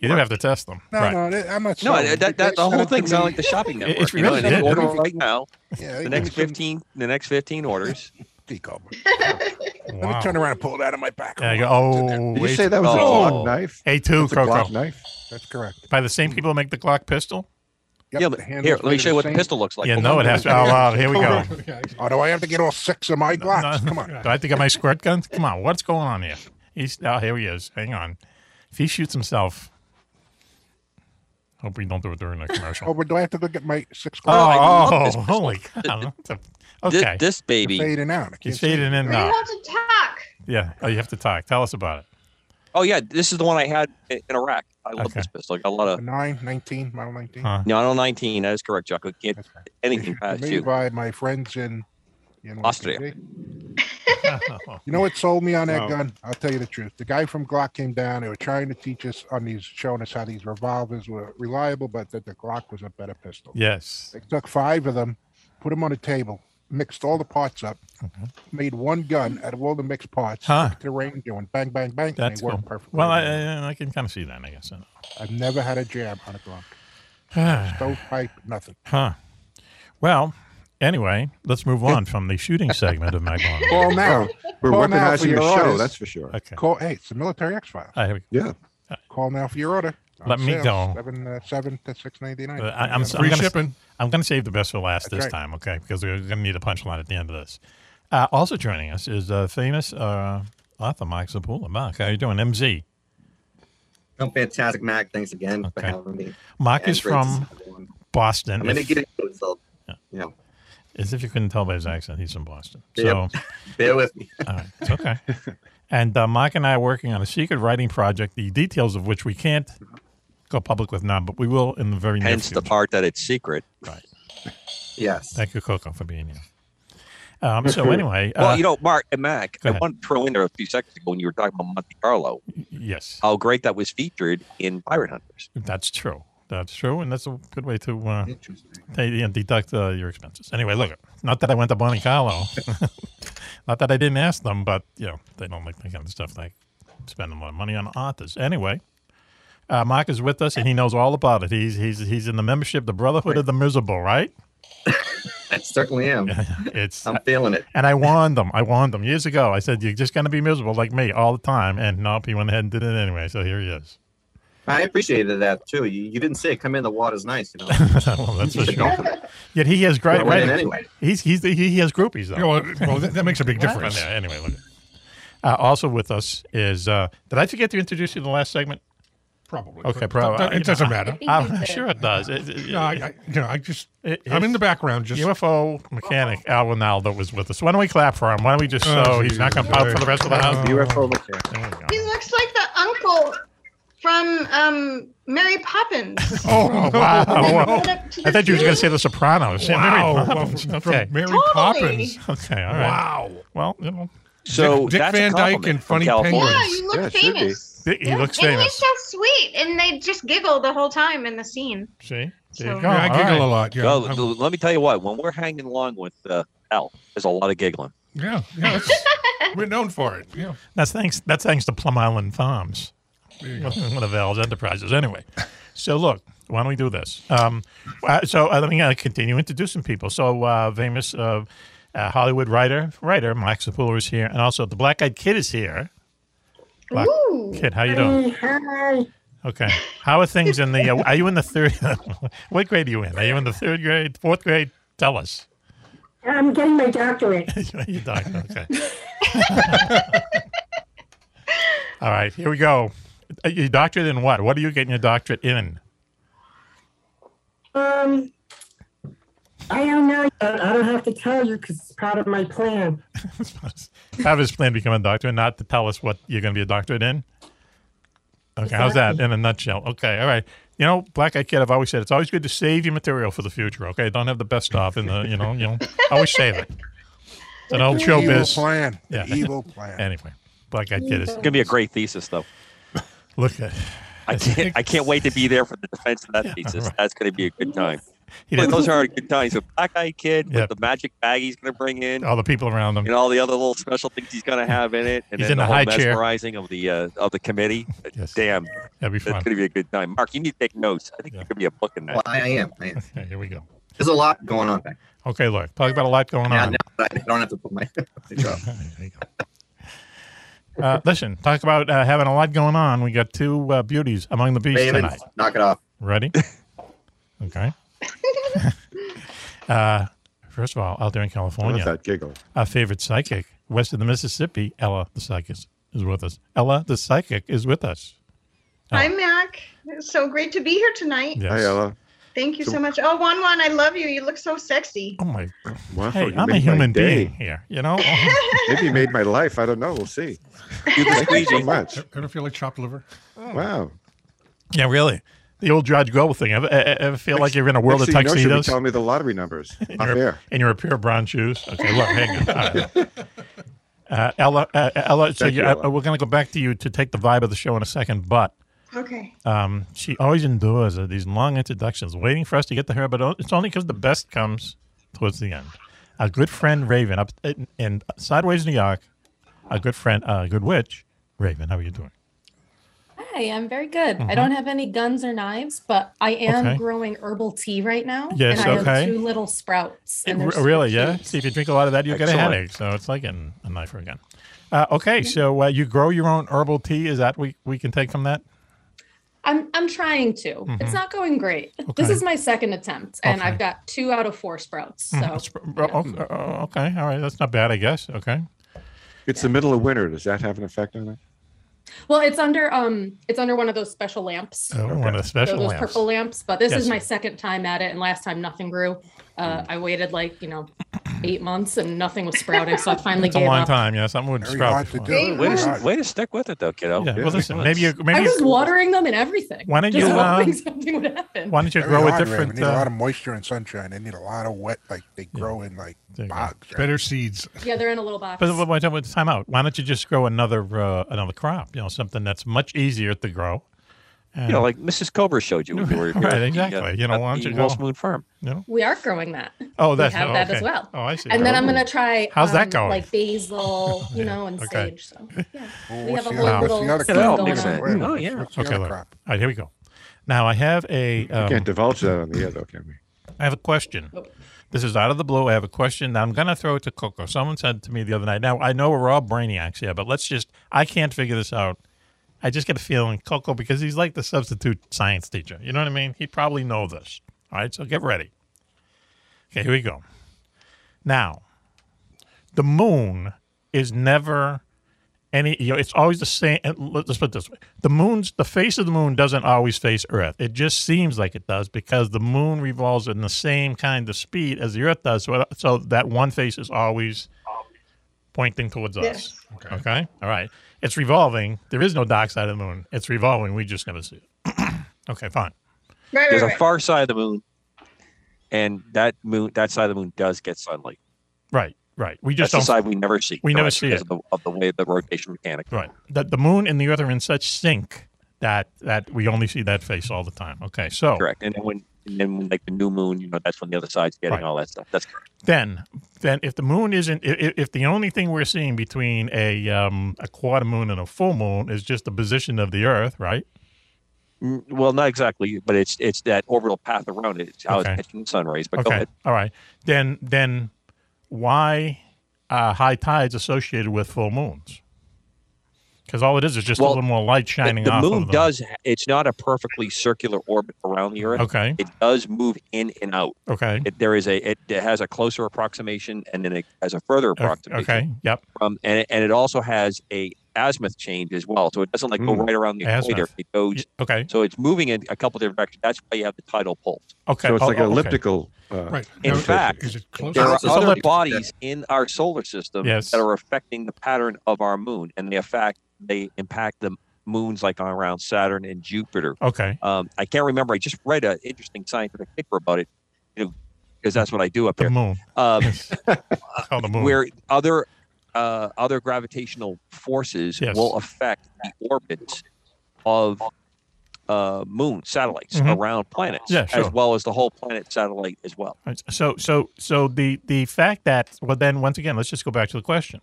[SPEAKER 4] You do have to test them.
[SPEAKER 9] No,
[SPEAKER 4] right.
[SPEAKER 9] no, that- I'm not.
[SPEAKER 7] No,
[SPEAKER 9] selling
[SPEAKER 7] that-
[SPEAKER 9] it.
[SPEAKER 7] that-
[SPEAKER 9] They
[SPEAKER 7] the
[SPEAKER 9] sent
[SPEAKER 7] whole
[SPEAKER 9] it to
[SPEAKER 7] thing sounded
[SPEAKER 9] me-
[SPEAKER 7] like the shopping
[SPEAKER 4] It-
[SPEAKER 7] network.
[SPEAKER 4] it's
[SPEAKER 7] you know,
[SPEAKER 4] really
[SPEAKER 7] and
[SPEAKER 4] good.
[SPEAKER 7] order
[SPEAKER 4] It'll-
[SPEAKER 7] right now.
[SPEAKER 9] Yeah,
[SPEAKER 7] the next fifteen, the next fifteen orders.
[SPEAKER 9] Let me turn around and pull it out of my back.
[SPEAKER 4] Yeah, you go, oh,
[SPEAKER 5] Did you
[SPEAKER 4] wait-
[SPEAKER 5] say that was a
[SPEAKER 4] oh.
[SPEAKER 5] Glock knife?
[SPEAKER 4] A2
[SPEAKER 5] That's a
[SPEAKER 4] Croco.
[SPEAKER 5] Glock knife?
[SPEAKER 9] That's correct.
[SPEAKER 4] By the same people who make the Glock pistol?
[SPEAKER 9] Yep,
[SPEAKER 7] yeah,
[SPEAKER 9] the
[SPEAKER 7] but
[SPEAKER 9] handles
[SPEAKER 7] here, let me
[SPEAKER 9] made
[SPEAKER 7] show
[SPEAKER 9] of
[SPEAKER 7] you what the
[SPEAKER 9] same-
[SPEAKER 7] pistol looks like.
[SPEAKER 4] Yeah,
[SPEAKER 7] Hold
[SPEAKER 4] no,
[SPEAKER 7] on.
[SPEAKER 4] it has to. Oh, wow, here we go.
[SPEAKER 9] Oh, do I have to get all six of my Glocks? Come on.
[SPEAKER 4] Do I have to get my squirt guns? Come on, what's going on here? He's oh, here he is. Hang on. If he shoots himself, hope we don't do it during the commercial.
[SPEAKER 9] Oh, but do I have to go get my six?
[SPEAKER 4] Oh,
[SPEAKER 9] Glocks?
[SPEAKER 4] oh, holy cow.
[SPEAKER 7] This-
[SPEAKER 4] Okay.
[SPEAKER 7] this baby.
[SPEAKER 9] They're fading out. I
[SPEAKER 4] He's
[SPEAKER 9] can't see
[SPEAKER 4] fading in
[SPEAKER 10] You
[SPEAKER 4] now.
[SPEAKER 10] have to talk.
[SPEAKER 4] Yeah. Oh, you have to talk. Tell us about it.
[SPEAKER 7] Oh yeah, this is the one I had in in Iraq. I love this pistol. I got a lot of
[SPEAKER 9] Nine, 19, model 19.
[SPEAKER 4] Huh.
[SPEAKER 7] no, I don't nineteen. That is correct, Jocko. Can't anything past
[SPEAKER 9] Made
[SPEAKER 7] you.
[SPEAKER 9] by my friends in, in
[SPEAKER 7] Austria.
[SPEAKER 9] You know what sold me on
[SPEAKER 7] No.
[SPEAKER 9] that gun? I'll tell you the truth. The guy from Glock came down. They were trying to teach us on these, showing us how these revolvers were reliable, but that the Glock was a better pistol.
[SPEAKER 4] Yes.
[SPEAKER 9] They took five of them, put them on a table, mixed all the parts up, made one gun out of all the mixed parts,
[SPEAKER 4] Mm-hmm. Huh.
[SPEAKER 9] took it to the range, and went bang, bang, bang,
[SPEAKER 4] That's
[SPEAKER 9] and they
[SPEAKER 4] cool.
[SPEAKER 9] worked perfectly.
[SPEAKER 4] Well, I, I, I can kind of see that, I guess.
[SPEAKER 9] I've never had a jam on a Glock. Stovepipe, nothing.
[SPEAKER 4] Huh. Well, anyway, let's move on from the shooting segment of Maglon.
[SPEAKER 9] Call now.
[SPEAKER 5] We're
[SPEAKER 9] Call now for
[SPEAKER 5] weaponizing
[SPEAKER 9] your
[SPEAKER 5] the show,
[SPEAKER 9] orders.
[SPEAKER 5] that's for sure.
[SPEAKER 4] Okay.
[SPEAKER 9] Call, hey, it's the military X file.
[SPEAKER 4] I have-
[SPEAKER 5] Yeah.
[SPEAKER 9] Call now for your order. On
[SPEAKER 4] Let me
[SPEAKER 9] sale,
[SPEAKER 4] go.
[SPEAKER 9] Seven, uh, seven to six ninety nine.
[SPEAKER 4] Uh, I, am
[SPEAKER 9] free
[SPEAKER 4] gonna,
[SPEAKER 9] shipping.
[SPEAKER 4] I'm going to save the best for last
[SPEAKER 9] That's
[SPEAKER 4] this
[SPEAKER 9] right.
[SPEAKER 4] time, okay? Because we're going to need a punchline at the end of this. Uh, also joining us is uh, famous uh, author Mark Zapula. Mark, how you doing? MZ.
[SPEAKER 11] I'm Oh, fantastic, Mac. Thanks again for
[SPEAKER 4] Okay.
[SPEAKER 11] having me.
[SPEAKER 4] Mark
[SPEAKER 11] And
[SPEAKER 4] is
[SPEAKER 11] great to
[SPEAKER 4] from
[SPEAKER 11] see everyone.
[SPEAKER 4] Boston.
[SPEAKER 11] I'm gonna
[SPEAKER 4] If-
[SPEAKER 11] get into it, so, you know,
[SPEAKER 4] As if you couldn't tell by his accent, he's from Boston. So
[SPEAKER 11] Yep. bear with me.
[SPEAKER 4] All right. It's okay. and uh, Mike and I are working on a secret writing project, the details of which we can't go public with now, but we will in the very near
[SPEAKER 7] Hence the
[SPEAKER 4] future.
[SPEAKER 7] part that it's secret.
[SPEAKER 4] Right.
[SPEAKER 11] Yes.
[SPEAKER 4] Thank you, Coco, for being here. Um, so anyway,
[SPEAKER 7] well,
[SPEAKER 4] uh,
[SPEAKER 7] you know, Mark and Mac,
[SPEAKER 4] go
[SPEAKER 7] I
[SPEAKER 4] ahead.
[SPEAKER 7] wanted to throw in there a few seconds ago when you were talking about Monte Carlo.
[SPEAKER 4] Yes,
[SPEAKER 7] how great that was featured in Pirate Hunters.
[SPEAKER 4] that's true. That's true, and that's a good way to uh, take- yeah, deduct uh, your expenses. Anyway, look, not that I went to Monte Carlo, not that I didn't ask them, but you know they don't like that kind of stuff. They spend a lot of money on authors. Anyway, uh, Mark is with us, and he knows all about it. He's he's he's in the membership, the Brotherhood of the Miserable, right?
[SPEAKER 11] I certainly am.
[SPEAKER 4] it's
[SPEAKER 11] I'm feeling it.
[SPEAKER 4] And I warned them. I warned them years ago. I said, "You're just going to be miserable like me all the time." And nope, he went ahead and did it anyway. So here he is.
[SPEAKER 11] I appreciated that too. You, you didn't say come in, the water's nice. You know,
[SPEAKER 4] well, that's for sure. Yet he has great.
[SPEAKER 11] Yeah, well,
[SPEAKER 4] wait,
[SPEAKER 11] anyway.
[SPEAKER 4] He's, he's he he has groupies though.
[SPEAKER 13] Yeah, well, well, that- that makes a big
[SPEAKER 4] What?
[SPEAKER 13] difference.
[SPEAKER 4] Yeah, anyway, look. Uh, also with us is uh, did I forget to introduce you in the last segment?
[SPEAKER 13] Probably.
[SPEAKER 4] Okay, uh, probably. Um,
[SPEAKER 13] It doesn't matter. I think
[SPEAKER 4] I'm
[SPEAKER 13] you did.
[SPEAKER 4] sure it does. It- it-
[SPEAKER 13] No, I- I- you know, I just- I'm in the background, just-
[SPEAKER 4] UFO mechanic Al Rinaldo was with us. Why don't we clap for him? Why don't we just so
[SPEAKER 13] Oh,
[SPEAKER 4] he's not going to pop for the rest of the house?
[SPEAKER 5] UFO
[SPEAKER 4] mechanic.
[SPEAKER 10] He looks like the uncle from um, Mary Poppins.
[SPEAKER 4] Oh, wow. I thought you were going to
[SPEAKER 10] to
[SPEAKER 4] say The Sopranos. Yeah, Mary
[SPEAKER 13] Wow, well,
[SPEAKER 4] Poppins.
[SPEAKER 13] from- from
[SPEAKER 4] okay.
[SPEAKER 13] Mary
[SPEAKER 10] Totally.
[SPEAKER 13] Poppins.
[SPEAKER 4] Okay, all right.
[SPEAKER 13] Wow.
[SPEAKER 4] Well, you know,
[SPEAKER 7] So
[SPEAKER 13] Dick, Dick
[SPEAKER 7] that's a
[SPEAKER 13] Van Dyke
[SPEAKER 7] compliment
[SPEAKER 13] and
[SPEAKER 7] from
[SPEAKER 13] Funny
[SPEAKER 7] California.
[SPEAKER 13] Penguins.
[SPEAKER 10] Yeah, you look Yeah, it should be. famous.
[SPEAKER 4] He looks
[SPEAKER 10] And he's
[SPEAKER 4] famous.
[SPEAKER 10] so sweet, and they just giggle the whole time in the scene.
[SPEAKER 4] See?
[SPEAKER 10] There you
[SPEAKER 7] go.
[SPEAKER 13] Yeah, I
[SPEAKER 7] All
[SPEAKER 13] giggle
[SPEAKER 7] right.
[SPEAKER 13] a lot, yeah.
[SPEAKER 7] Well,
[SPEAKER 13] I'm-
[SPEAKER 7] l- let me tell you what. When we're hanging along with uh, Al, there's a lot of giggling.
[SPEAKER 13] Yeah, yeah, that's, we're known for it. Yeah.
[SPEAKER 4] That's thanks. That's thanks to Plum Island Farms,
[SPEAKER 13] There you go.
[SPEAKER 4] one of Al's enterprises. Anyway, so look, why don't we do this? Um, uh, so uh, let me uh, continue introducing people. So uh, famous uh, uh, Hollywood writer, writer Mike Sapula is here, and also the Black Eyed Kid is here. Black
[SPEAKER 12] Ooh.
[SPEAKER 4] Kid, how you doing?
[SPEAKER 12] Hi.
[SPEAKER 4] Okay, how are things in the? Uh, are you in the third? what grade are you in? Are you in the third grade, fourth grade? Tell us.
[SPEAKER 12] I'm getting my doctorate.
[SPEAKER 4] You're doctor. Okay. All right, here we go. Uh, Your doctorate in what? What are you getting your doctorate in?
[SPEAKER 12] Um, I don't know. I I don't have to tell you because it's part of my plan.
[SPEAKER 4] Have his plan to become a doctor, not to tell us what you're going to be a doctorate in. Okay, how's that in a nutshell? Okay, all right. You know, Black Eyed Kid, I've always said it's always good to save your material for the future. Okay, don't have the best off in the you know you know always save it. It's an old
[SPEAKER 9] The
[SPEAKER 4] show
[SPEAKER 9] evil
[SPEAKER 4] biz.
[SPEAKER 9] plan. The evil plan.
[SPEAKER 4] anyway, Black Eyed Kid
[SPEAKER 7] It's
[SPEAKER 4] is
[SPEAKER 7] going to be a great thesis, though.
[SPEAKER 4] Look at.
[SPEAKER 7] I can't. I can't wait to be there for the defense of that thesis. That's going to be a good time. But those are good times. So Black Eye Kid
[SPEAKER 4] Yep.
[SPEAKER 7] with the magic bag he's going to bring in,
[SPEAKER 4] all the people around him.
[SPEAKER 7] and all the other little special things he's going to have in it, and
[SPEAKER 4] Um, He's
[SPEAKER 7] then
[SPEAKER 4] in
[SPEAKER 7] the
[SPEAKER 4] a
[SPEAKER 7] whole
[SPEAKER 4] high chair.
[SPEAKER 7] mesmerizing of the uh, of the committee. Damn,
[SPEAKER 4] that'd be fun.
[SPEAKER 7] That's going to be a good time. Mark, you need to take notes. I think there could be a book in that.
[SPEAKER 11] Well, I am. I am.
[SPEAKER 4] Okay, here we go.
[SPEAKER 11] There's a lot going on. Back.
[SPEAKER 4] Okay, look, talk about a lot going
[SPEAKER 11] Yeah,
[SPEAKER 4] on.
[SPEAKER 11] now that I don't have to put my.
[SPEAKER 4] Uh, listen, talk about uh, having a lot going on. We got two uh, beauties among the beasts
[SPEAKER 11] David,
[SPEAKER 4] tonight.
[SPEAKER 11] knock it off.
[SPEAKER 4] Ready? Okay. uh, first of all, out there in California,
[SPEAKER 5] that giggle.
[SPEAKER 4] our favorite psychic, west of the Mississippi, Ella the psychic is with us. Ella the psychic is with us.
[SPEAKER 10] Hi, Mac. It's so great to be here tonight.
[SPEAKER 4] Oh. Yes.
[SPEAKER 10] Thank you
[SPEAKER 4] So-
[SPEAKER 10] so much. Oh, Juan Juan, I love you. You look so sexy.
[SPEAKER 4] Oh my!
[SPEAKER 5] Wow,
[SPEAKER 4] hey,
[SPEAKER 5] you
[SPEAKER 4] I'm a
[SPEAKER 5] made my
[SPEAKER 4] human
[SPEAKER 5] day.
[SPEAKER 4] being here. You know,
[SPEAKER 5] Maybe you made my life. I don't know. We'll see. Thank you so much.
[SPEAKER 13] Ever feel like chopped liver?
[SPEAKER 9] Oh,
[SPEAKER 5] Wow.
[SPEAKER 4] yeah, really. The old Judge Goble thing. Ever, ever ever feel like you're in a world of
[SPEAKER 5] Next thing you know, she'll be
[SPEAKER 4] tuxedos?
[SPEAKER 5] telling me the lottery numbers. Off
[SPEAKER 4] You're-
[SPEAKER 5] air.
[SPEAKER 4] And you're a pair of brown shoes. Okay, look, hang on. All right. Uh, Ella, uh, Ella, so
[SPEAKER 5] Thank
[SPEAKER 4] you,
[SPEAKER 5] you,
[SPEAKER 4] uh, we're going to go back to you to take the vibe of the show in a second, but
[SPEAKER 10] Okay.
[SPEAKER 4] um, she always endures uh, these long introductions, waiting for us to get to her, but o- it's only because the best comes towards the end. Our good friend Raven up in, in Sideways, New York. Our good friend, uh, good witch, Raven. How are you doing?
[SPEAKER 8] Hi, I'm very good. I
[SPEAKER 4] Mhm.
[SPEAKER 8] don't have any guns or knives, but I am
[SPEAKER 4] Okay.
[SPEAKER 8] growing herbal tea right now.
[SPEAKER 4] Yes,
[SPEAKER 8] and I
[SPEAKER 4] okay.
[SPEAKER 8] have two little sprouts. And
[SPEAKER 4] Re-
[SPEAKER 8] they're
[SPEAKER 4] really, yeah. See, if you drink a lot of that, you get a
[SPEAKER 8] Excellent.
[SPEAKER 4] headache. So it's like an, a knife or a gun. Uh, okay, so uh, you grow your own herbal tea. Is that we we can take from that?
[SPEAKER 8] I'm I'm trying to.
[SPEAKER 4] Mhm.
[SPEAKER 8] It's not going great. This
[SPEAKER 4] Okay.
[SPEAKER 8] is my second attempt, and
[SPEAKER 4] Okay.
[SPEAKER 8] I've got two out of four sprouts. So
[SPEAKER 4] Mm, that's pr- oh, Okay, oh, okay, all right. That's not bad, I guess. Okay.
[SPEAKER 5] It's the middle of winter. Does that have an effect on it?
[SPEAKER 8] well, it's under um it's under one of those special lamps.
[SPEAKER 4] Oh, one of the special
[SPEAKER 8] those
[SPEAKER 4] lamps.
[SPEAKER 8] purple lamps. But this
[SPEAKER 4] Yes. Mm.
[SPEAKER 8] is my second time at it, and last time nothing grew. Uh, I waited like you know eight months, and nothing was sprouting. So I finally
[SPEAKER 4] It's a
[SPEAKER 8] gave
[SPEAKER 4] long
[SPEAKER 8] up.
[SPEAKER 4] time. Yeah, something would
[SPEAKER 9] Very
[SPEAKER 4] sprout.
[SPEAKER 9] hard to
[SPEAKER 4] before.
[SPEAKER 9] do. Very
[SPEAKER 7] Way to, way to stick with it, though, kiddo.
[SPEAKER 4] Yeah, well, listen,
[SPEAKER 7] Nice.
[SPEAKER 4] maybe you maybe
[SPEAKER 8] I
[SPEAKER 4] you-
[SPEAKER 8] was watering them and everything.
[SPEAKER 4] Why don't
[SPEAKER 8] just
[SPEAKER 4] you, uh,
[SPEAKER 8] hoping something would happen?
[SPEAKER 4] why don't you
[SPEAKER 9] Very
[SPEAKER 4] grow a
[SPEAKER 9] hard, Raven.
[SPEAKER 4] different? uh,
[SPEAKER 9] They need a lot of moisture and sunshine. They need a lot of wet. Like they grow in like bogs.
[SPEAKER 13] Better seeds.
[SPEAKER 8] Yeah, they're in a little box.
[SPEAKER 4] But wait, wait, wait, time out. Why don't you just grow another uh, another crop? You know, something that's much easier to grow.
[SPEAKER 7] You know, like Mrs. Cobra showed you. When you were
[SPEAKER 4] Right, exactly. You know,
[SPEAKER 7] at
[SPEAKER 4] why don't
[SPEAKER 7] the
[SPEAKER 4] you
[SPEAKER 7] Wolf's
[SPEAKER 4] go-
[SPEAKER 7] Moon Farm?
[SPEAKER 8] We are growing that.
[SPEAKER 4] Oh,
[SPEAKER 8] We
[SPEAKER 4] that's-
[SPEAKER 8] have
[SPEAKER 4] oh,
[SPEAKER 8] that as
[SPEAKER 4] okay.
[SPEAKER 8] well.
[SPEAKER 4] Oh, I see.
[SPEAKER 8] And then I'm
[SPEAKER 4] Oh.
[SPEAKER 8] gonna try. um,
[SPEAKER 4] How's that going?
[SPEAKER 8] Like basil, you know, and
[SPEAKER 4] Okay.
[SPEAKER 8] sage. So yeah,
[SPEAKER 9] Well,
[SPEAKER 8] we have
[SPEAKER 9] what's
[SPEAKER 8] a
[SPEAKER 9] the
[SPEAKER 8] whole
[SPEAKER 9] other- what's
[SPEAKER 8] little.
[SPEAKER 9] the other
[SPEAKER 8] thing
[SPEAKER 9] crop?
[SPEAKER 8] going
[SPEAKER 9] Mix
[SPEAKER 8] on.
[SPEAKER 9] it. Wait a
[SPEAKER 7] Oh,
[SPEAKER 9] minute. What's the
[SPEAKER 4] Okay,
[SPEAKER 9] other
[SPEAKER 4] look. All
[SPEAKER 9] crop?
[SPEAKER 4] right, here we go. Now I have a. Um,
[SPEAKER 5] we can't divulge that on the air, though, can we?
[SPEAKER 4] I have a question. This is out of the blue. I have a question. I'm going to throw it to Coco. Someone said to me the other night. Now, I know we're all brainiacs here, but let's just, I can't figure this out. I I just get a feeling Coco because he's like the substitute science teacher. You know what I mean? He probably know this. All right, so get ready. Okay, here we go. Now, the moon is never any. You know, it's always the same. and let- Let's put it this way: the moon's the face of the moon doesn't always face Earth. It just seems like it does because the moon revolves in the same kind of speed as the Earth does. So, it- so that one face is always pointing towards
[SPEAKER 13] Yes.
[SPEAKER 4] us. Okay. All right. It's revolving. There is no dark side of the moon. It's revolving. We just never see it. okay. Fine.
[SPEAKER 10] Right,
[SPEAKER 7] There's a
[SPEAKER 10] right, right.
[SPEAKER 7] far side of the moon, and that moon, that side of the moon does get sunlight.
[SPEAKER 4] Right. Right. We just
[SPEAKER 7] That's the
[SPEAKER 4] don't.
[SPEAKER 7] side we never see.
[SPEAKER 4] we
[SPEAKER 7] No,
[SPEAKER 4] never
[SPEAKER 7] it's
[SPEAKER 4] see
[SPEAKER 7] because
[SPEAKER 4] it.
[SPEAKER 7] of the, of the way the rotation mechanic.
[SPEAKER 4] Right. That the moon and the Earth are in such sync that that we only see that face all the time. Okay. So
[SPEAKER 7] Correct. And then when and then when like the new moon, you know, that's when the other side's getting
[SPEAKER 4] Right.
[SPEAKER 7] all that stuff. That's correct.
[SPEAKER 4] then then if the moon isn't if, if the only thing we're seeing between a um, a quarter moon and a full moon is just the position of the Earth, right?
[SPEAKER 7] Mm, Well, not exactly, but it's it's that orbital path around it. It's how
[SPEAKER 4] Okay.
[SPEAKER 7] it's catching the sun rays. But go
[SPEAKER 4] okay.
[SPEAKER 7] ahead.
[SPEAKER 4] All right. Then then why are high tides associated with full moons? Because all it is is just a
[SPEAKER 7] Well,
[SPEAKER 4] little more light
[SPEAKER 7] The-
[SPEAKER 4] shining
[SPEAKER 7] the
[SPEAKER 4] off
[SPEAKER 7] moon
[SPEAKER 4] of uh, them.
[SPEAKER 7] does. It's not a perfectly circular orbit around the Earth.
[SPEAKER 4] Okay.
[SPEAKER 7] It does move in and out.
[SPEAKER 4] Okay.
[SPEAKER 7] It, there is a it, it has a closer approximation and then it has a further approximation.
[SPEAKER 4] Okay. Yep.
[SPEAKER 7] Um, and it- and it also has a azimuth change as well. So it doesn't like go
[SPEAKER 4] Mm,
[SPEAKER 7] right around the equator.
[SPEAKER 4] azimuth.
[SPEAKER 7] It goes
[SPEAKER 4] okay.
[SPEAKER 7] So it's moving in a couple different directions. That's why you have the tidal pulse.
[SPEAKER 4] Okay.
[SPEAKER 5] So it's
[SPEAKER 4] Oh,
[SPEAKER 5] like
[SPEAKER 4] oh,
[SPEAKER 5] an
[SPEAKER 4] okay.
[SPEAKER 5] elliptical. Uh,
[SPEAKER 4] Right.
[SPEAKER 7] In
[SPEAKER 4] Now,
[SPEAKER 7] fact,
[SPEAKER 4] is it closer?
[SPEAKER 7] there are
[SPEAKER 4] It's
[SPEAKER 7] other
[SPEAKER 4] elliptical.
[SPEAKER 7] bodies in our solar system
[SPEAKER 4] Yes.
[SPEAKER 7] that are affecting the pattern of our moon, and they affect they impact the moons like around Saturn and Jupiter.
[SPEAKER 4] Okay.
[SPEAKER 7] Um, I can't remember. I just read an interesting scientific paper about it, you know, because that's what I do up
[SPEAKER 4] The
[SPEAKER 7] here.
[SPEAKER 4] moon.
[SPEAKER 7] Um,
[SPEAKER 4] Oh, the moon.
[SPEAKER 7] where other uh, other gravitational forces
[SPEAKER 4] Yes.
[SPEAKER 7] will affect the orbits of uh, moon satellites
[SPEAKER 4] Mhm.
[SPEAKER 7] around planets,
[SPEAKER 4] Yeah, sure.
[SPEAKER 7] as well as the whole planet satellite as well.
[SPEAKER 4] Right, So, so, so the the fact that well, then once again, let's just go back to the question.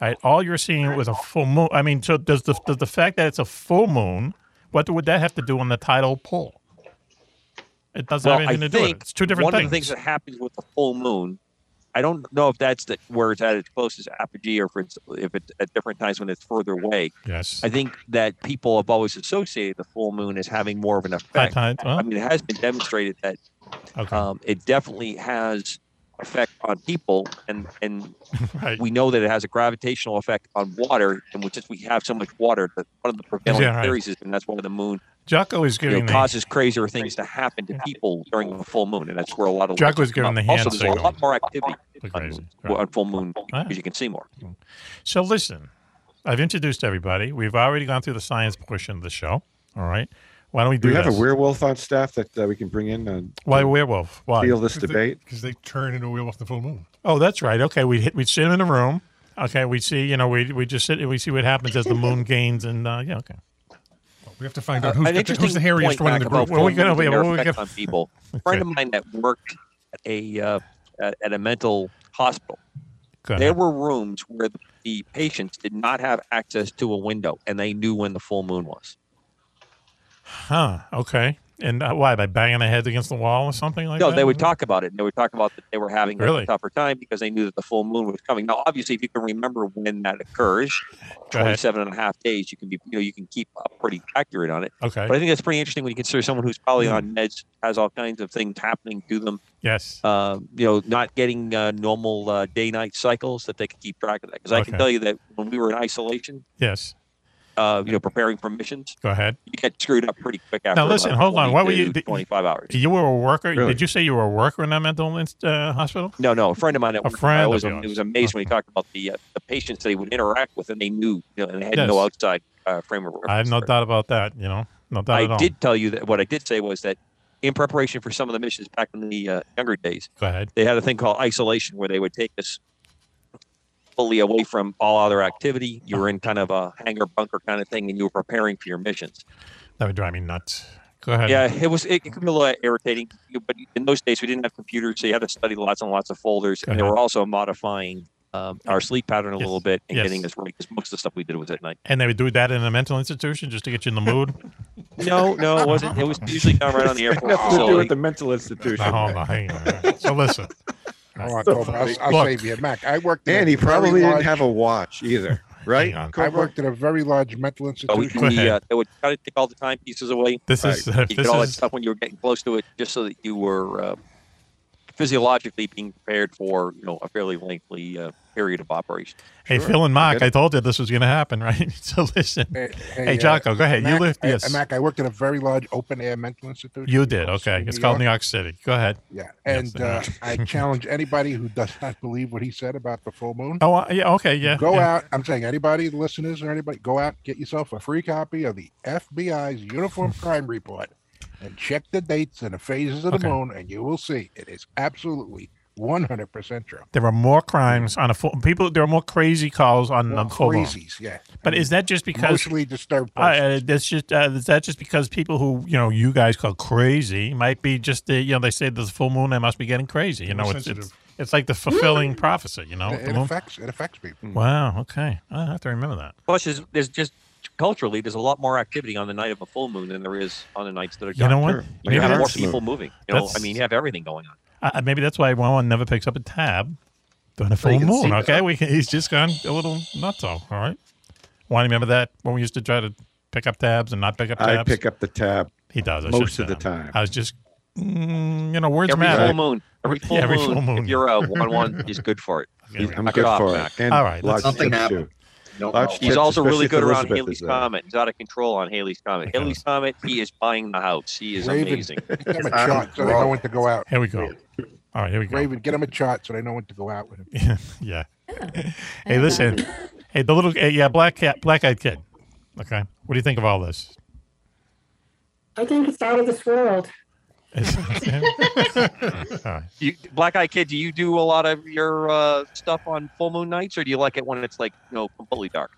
[SPEAKER 4] All right, all you're seeing was a full moon. I mean, so does the does the fact that it's a full moon? What would that have to do on the tidal pole? It doesn't
[SPEAKER 7] Well,
[SPEAKER 4] have anything
[SPEAKER 7] I
[SPEAKER 4] to do with it.
[SPEAKER 7] think
[SPEAKER 4] It's two different
[SPEAKER 7] one
[SPEAKER 4] things.
[SPEAKER 7] of the things that happens with the full moon. I don't know if that's the, where it's at its closest apogee, or if it's if it's at different times when it's further away.
[SPEAKER 4] Yes.
[SPEAKER 7] I think that people have always associated the full moon as having more of an
[SPEAKER 4] High
[SPEAKER 7] effect.
[SPEAKER 4] tide, huh?
[SPEAKER 7] I mean, it has been demonstrated that
[SPEAKER 4] Okay.
[SPEAKER 7] um, it definitely has effect on people, and and
[SPEAKER 4] Right.
[SPEAKER 7] we know that it has a gravitational effect on water. And since we have so much water, that one of the prevailing
[SPEAKER 4] Yeah, right.
[SPEAKER 7] theories is, and that's why the moon
[SPEAKER 4] Jocko is
[SPEAKER 7] you
[SPEAKER 4] giving
[SPEAKER 7] know,
[SPEAKER 4] the
[SPEAKER 7] causes crazier things to happen to people during the full moon, and that's where a lot of
[SPEAKER 4] Jack was giving the hand
[SPEAKER 7] also, there's a
[SPEAKER 4] signal.
[SPEAKER 7] lot more activity
[SPEAKER 4] crazy.
[SPEAKER 7] on, on full moon because you can see more.
[SPEAKER 4] So listen, I've introduced everybody. We've already gone through the science portion of the show. All right. Why don't we
[SPEAKER 5] Do
[SPEAKER 4] do
[SPEAKER 5] we have
[SPEAKER 4] this?
[SPEAKER 5] a werewolf on staff that uh, we can bring in? And
[SPEAKER 4] Why werewolf? Why?
[SPEAKER 5] Feel this
[SPEAKER 4] Because they-
[SPEAKER 5] debate.
[SPEAKER 13] Because they turn into a wheel off the full moon.
[SPEAKER 4] Oh, that's right. Okay, we hit, we sit in a room. Okay, we see. You know, we we just sit. and We see what happens as the moon gains, and uh, yeah, okay.
[SPEAKER 13] We have to find
[SPEAKER 7] Uh,
[SPEAKER 13] out who's,
[SPEAKER 7] an
[SPEAKER 13] got the, who's the
[SPEAKER 7] interesting
[SPEAKER 13] hairiest
[SPEAKER 7] point
[SPEAKER 13] one in
[SPEAKER 7] back
[SPEAKER 13] the
[SPEAKER 7] about
[SPEAKER 13] group.
[SPEAKER 4] Well, we
[SPEAKER 7] full
[SPEAKER 4] gotta-
[SPEAKER 7] moons and
[SPEAKER 4] yeah,
[SPEAKER 7] their
[SPEAKER 4] we
[SPEAKER 7] effect
[SPEAKER 4] gotta-
[SPEAKER 7] on people. A friend of mine that worked at a uh, at at a mental hospital.
[SPEAKER 4] Go
[SPEAKER 7] There were rooms where the, the patients did not have access to a window, and they knew when the full moon was.
[SPEAKER 4] Huh. Okay. And uh, why by banging their heads against the wall or something like
[SPEAKER 7] no,
[SPEAKER 4] that?
[SPEAKER 7] they would talk about it. and They would talk about that they were having
[SPEAKER 4] Really?
[SPEAKER 7] a tougher time because they knew that the full moon was coming. Now, obviously, if you can remember when that occurs,
[SPEAKER 4] Go ahead.
[SPEAKER 7] 27 and a half days, you can be, you know, you can keep up pretty accurate on it.
[SPEAKER 4] Okay. Hmm.
[SPEAKER 7] But I think that's pretty interesting when you consider someone who's probably on meds, has all kinds of things happening to them.
[SPEAKER 4] Yes.
[SPEAKER 7] Uh, you know, not getting uh, normal uh, day night cycles that they can keep track of that. Because I can
[SPEAKER 4] Okay.
[SPEAKER 7] tell you that when we were in isolation,
[SPEAKER 4] Yes.
[SPEAKER 7] uh, you know, preparing for missions,
[SPEAKER 4] Go ahead.
[SPEAKER 7] you get screwed up pretty quick after.
[SPEAKER 4] Now listen,
[SPEAKER 7] about
[SPEAKER 4] hold on. What were you?
[SPEAKER 7] 22, 25 hours.
[SPEAKER 4] You were a worker.
[SPEAKER 7] Really?
[SPEAKER 4] Did you say you were a worker in that mental inst- uh, hospital?
[SPEAKER 7] No, no, a friend of mine. At
[SPEAKER 4] A
[SPEAKER 7] work,
[SPEAKER 4] friend
[SPEAKER 7] I
[SPEAKER 4] of
[SPEAKER 7] always,
[SPEAKER 4] yours.
[SPEAKER 7] it was amazed when he talked about the uh, the patients that he would interact with, and they knew, you know, and they had
[SPEAKER 4] Yes.
[SPEAKER 7] no outside uh, frame of reference.
[SPEAKER 4] I have no
[SPEAKER 7] for it.
[SPEAKER 4] doubt about that. You know, no doubt at
[SPEAKER 7] I
[SPEAKER 4] all.
[SPEAKER 7] did tell you that what I did say was that in preparation for some of the missions back in the uh, younger days,
[SPEAKER 4] Go ahead.
[SPEAKER 7] they had a thing called isolation where they would take us fully away from all other activity. You were in kind of a hangar bunker kind of thing, and you were preparing for your missions.
[SPEAKER 4] That would drive me nuts. Go ahead.
[SPEAKER 7] Yeah, it was. It, it could be a little irritating, but in those days we didn't have computers, so you had to study lots and lots of folders, and they
[SPEAKER 4] Uh-huh.
[SPEAKER 7] were also modifying um, our sleep pattern a little bit and
[SPEAKER 4] yes.
[SPEAKER 7] getting us right because most of the stuff we did was at night.
[SPEAKER 4] And they would do that in a mental institution just to get you in the mood.
[SPEAKER 7] No, no, it wasn't. It was usually done right on the airport
[SPEAKER 5] Nothing to do
[SPEAKER 7] facility.
[SPEAKER 5] with the mental institution.
[SPEAKER 4] Now, hold on, hang on. So listen.
[SPEAKER 9] Oh, I told him, I'll, I'll
[SPEAKER 4] Look.
[SPEAKER 9] save you, Mac. I worked. in a
[SPEAKER 5] And he
[SPEAKER 9] very
[SPEAKER 5] probably didn't
[SPEAKER 9] large-
[SPEAKER 5] have a watch either. right?
[SPEAKER 9] I worked at a very large mental
[SPEAKER 7] So we,
[SPEAKER 9] institution.
[SPEAKER 7] we uh, they would try to take all the timepieces away.
[SPEAKER 9] This
[SPEAKER 4] uh,
[SPEAKER 9] is-
[SPEAKER 7] you
[SPEAKER 9] Right.
[SPEAKER 7] did
[SPEAKER 9] this
[SPEAKER 7] all that
[SPEAKER 9] is-
[SPEAKER 7] stuff when you were getting close to it, just so that you were uh, physiologically being prepared for you know a fairly lengthy uh, period of operation.
[SPEAKER 4] Hey, Phil and Mark, I told you this was going to happen, right? so listen. Hey,
[SPEAKER 9] uh,
[SPEAKER 4] Jocko, go ahead.
[SPEAKER 9] Mac-
[SPEAKER 4] you lift
[SPEAKER 9] uh,
[SPEAKER 4] this.
[SPEAKER 9] Mac, I worked at a very large open air mental institution.
[SPEAKER 4] You did.
[SPEAKER 9] also
[SPEAKER 4] Okay.
[SPEAKER 9] in
[SPEAKER 4] It's called New York City. Go ahead.
[SPEAKER 9] Yeah, and
[SPEAKER 4] Yes,
[SPEAKER 9] uh, I
[SPEAKER 4] I-
[SPEAKER 9] challenge anybody who does not believe what he said about the full moon.
[SPEAKER 4] Oh, uh, yeah, okay, yeah,
[SPEAKER 9] Go
[SPEAKER 4] yeah.
[SPEAKER 9] out. I'm saying anybody, listeners or anybody, go out, get yourself a free copy of the FBI's Uniform Crime Report, and check the dates and the phases of the
[SPEAKER 4] Okay.
[SPEAKER 9] moon, and you will see it is absolutely 100 percent true.
[SPEAKER 4] There are more crimes on a full people. There are more crazy calls on
[SPEAKER 9] More
[SPEAKER 4] the full moon.
[SPEAKER 9] crazies, yeah.
[SPEAKER 4] But is that just because
[SPEAKER 9] Emotionally disturbed
[SPEAKER 4] Uh, uh, that's just uh, is that just because people who you know you guys call crazy might be just the, you know they say there's a full moon they must be getting crazy. You
[SPEAKER 9] More
[SPEAKER 4] know it's it's,
[SPEAKER 9] sensitive.
[SPEAKER 4] it's like the fulfilling prophecy. You know with
[SPEAKER 9] Mm. it,
[SPEAKER 4] the
[SPEAKER 9] it
[SPEAKER 4] moon.
[SPEAKER 9] affects it affects people.
[SPEAKER 7] Mm-hmm.
[SPEAKER 4] Wow. Okay. I have to remember that.
[SPEAKER 7] Plus, there's, there's just culturally there's a lot more activity on the night of a full moon than there is on the nights that are.
[SPEAKER 4] You know
[SPEAKER 7] dark.
[SPEAKER 4] what?
[SPEAKER 7] You
[SPEAKER 4] Maybe
[SPEAKER 7] have more
[SPEAKER 4] that's-
[SPEAKER 7] people moving. You know, I
[SPEAKER 4] that's-
[SPEAKER 7] mean, you have everything going on.
[SPEAKER 4] Uh, maybe that's why Wawan never picks up a tab during a
[SPEAKER 7] So you
[SPEAKER 4] full
[SPEAKER 7] can see
[SPEAKER 4] moon.
[SPEAKER 7] that.
[SPEAKER 4] Okay, we can, he's just gone a little nutso. All right. Want to remember that when we used to try to pick up tabs and not pick up
[SPEAKER 5] I
[SPEAKER 4] tabs?
[SPEAKER 5] pick up the tab.
[SPEAKER 4] He does I should
[SPEAKER 5] most of the
[SPEAKER 4] say.
[SPEAKER 5] time.
[SPEAKER 4] I was just, mm, you know, words
[SPEAKER 7] every
[SPEAKER 4] matter.
[SPEAKER 7] full moon. Every full,
[SPEAKER 4] Yeah, every
[SPEAKER 7] moon,
[SPEAKER 4] full moon.
[SPEAKER 7] If you're a one one, he's good for it. He's
[SPEAKER 5] I'm
[SPEAKER 7] knock
[SPEAKER 5] good
[SPEAKER 7] off,
[SPEAKER 5] for it.
[SPEAKER 7] Mac.
[SPEAKER 5] And All right, large something tips, happened. too. Large
[SPEAKER 7] He's
[SPEAKER 5] tips,
[SPEAKER 7] also
[SPEAKER 5] especially
[SPEAKER 7] really
[SPEAKER 5] if
[SPEAKER 7] good around
[SPEAKER 5] Elizabeth
[SPEAKER 7] Haley's
[SPEAKER 5] is uh, there.
[SPEAKER 7] Comet. He's out of control on Haley's Comet. Haley's Comet, he is buying the house. He is
[SPEAKER 9] Raven,
[SPEAKER 7] amazing.
[SPEAKER 9] get them a chart so they know when to go out.
[SPEAKER 4] Here we go. All right, here we go.
[SPEAKER 9] Raven, get them a chart so they know when to go out with him.
[SPEAKER 4] yeah. Hey, listen. hey, the little hey, yeah, black cat, black eyed kid. Okay, what do you think of all this?
[SPEAKER 12] I think it's out of this world.
[SPEAKER 7] You, Black Eye Kid, do you do a lot of your uh, stuff on full moon nights, or do you like it when it's like you know completely dark?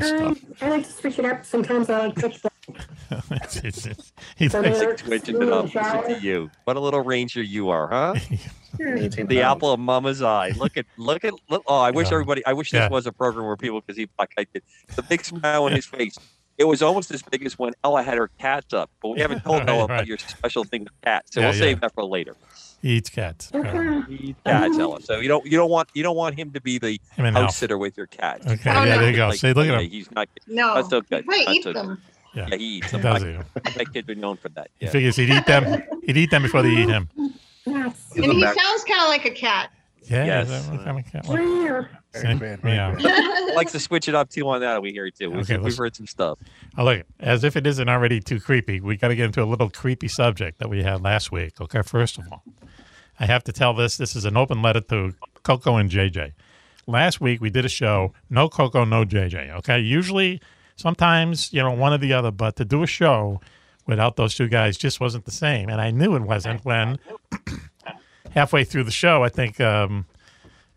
[SPEAKER 12] Um, I like to switch it up. Sometimes I like to switch
[SPEAKER 4] he
[SPEAKER 12] Some
[SPEAKER 7] likes
[SPEAKER 12] lyrics,
[SPEAKER 7] it twitching it
[SPEAKER 12] little
[SPEAKER 7] up. Listen to
[SPEAKER 12] shower.
[SPEAKER 7] you. What a little ranger you are, huh?
[SPEAKER 12] Eighteen
[SPEAKER 7] the apple of mama's eye. Look at look at look, oh, I wish
[SPEAKER 4] Yeah.
[SPEAKER 7] everybody I wish
[SPEAKER 4] Yeah.
[SPEAKER 7] this was a program where people could see Black Eye Kid. The big smile on his face. It was almost as big as when Ella had her cats up, but we haven't told
[SPEAKER 4] Right,
[SPEAKER 7] Ella
[SPEAKER 4] right.
[SPEAKER 7] about your special thing with cats, so
[SPEAKER 4] Yeah,
[SPEAKER 7] we'll
[SPEAKER 4] yeah.
[SPEAKER 7] save that for later.
[SPEAKER 4] He eats cats.
[SPEAKER 7] Eat Cats, Ella. So you don't you don't want you don't want him to be the
[SPEAKER 4] Him and
[SPEAKER 7] house
[SPEAKER 4] Alf.
[SPEAKER 7] sitter with your cats.
[SPEAKER 4] Okay, Oh, yeah, no. there you go. See, look at
[SPEAKER 7] okay,
[SPEAKER 4] him.
[SPEAKER 7] He's not.
[SPEAKER 10] No.
[SPEAKER 7] that's okay.
[SPEAKER 10] Wait,
[SPEAKER 7] That's
[SPEAKER 10] eat
[SPEAKER 7] okay.
[SPEAKER 10] them.
[SPEAKER 4] Yeah.
[SPEAKER 7] Yeah. he eats
[SPEAKER 4] He
[SPEAKER 7] them.
[SPEAKER 4] does
[SPEAKER 7] Black-
[SPEAKER 4] eat 'em.
[SPEAKER 7] Black kids are known for that.
[SPEAKER 4] He
[SPEAKER 7] yeah.
[SPEAKER 4] figures he'd eat them. he'd eat them before they eat him.
[SPEAKER 10] And he sounds kind of like a cat.
[SPEAKER 4] Yeah.
[SPEAKER 7] Yes.
[SPEAKER 4] is that what I'm kind of-
[SPEAKER 9] Very bad, very
[SPEAKER 4] Yeah.
[SPEAKER 9] bad.
[SPEAKER 7] like to switch it up too on that. We hear it too. We've,
[SPEAKER 4] Okay,
[SPEAKER 7] we've
[SPEAKER 4] let's-
[SPEAKER 7] heard some stuff.
[SPEAKER 4] I like it. As if it isn't already too creepy, we got to get into a little creepy subject that we had last week. Okay, first of all, I have to tell this. This is an open letter to Coco and JJ. Last week we did a show, no Coco, no JJ. Okay, usually, sometimes you know one or the other, but to do a show without those two guys just wasn't the same, and I knew it wasn't when halfway through the show I think um,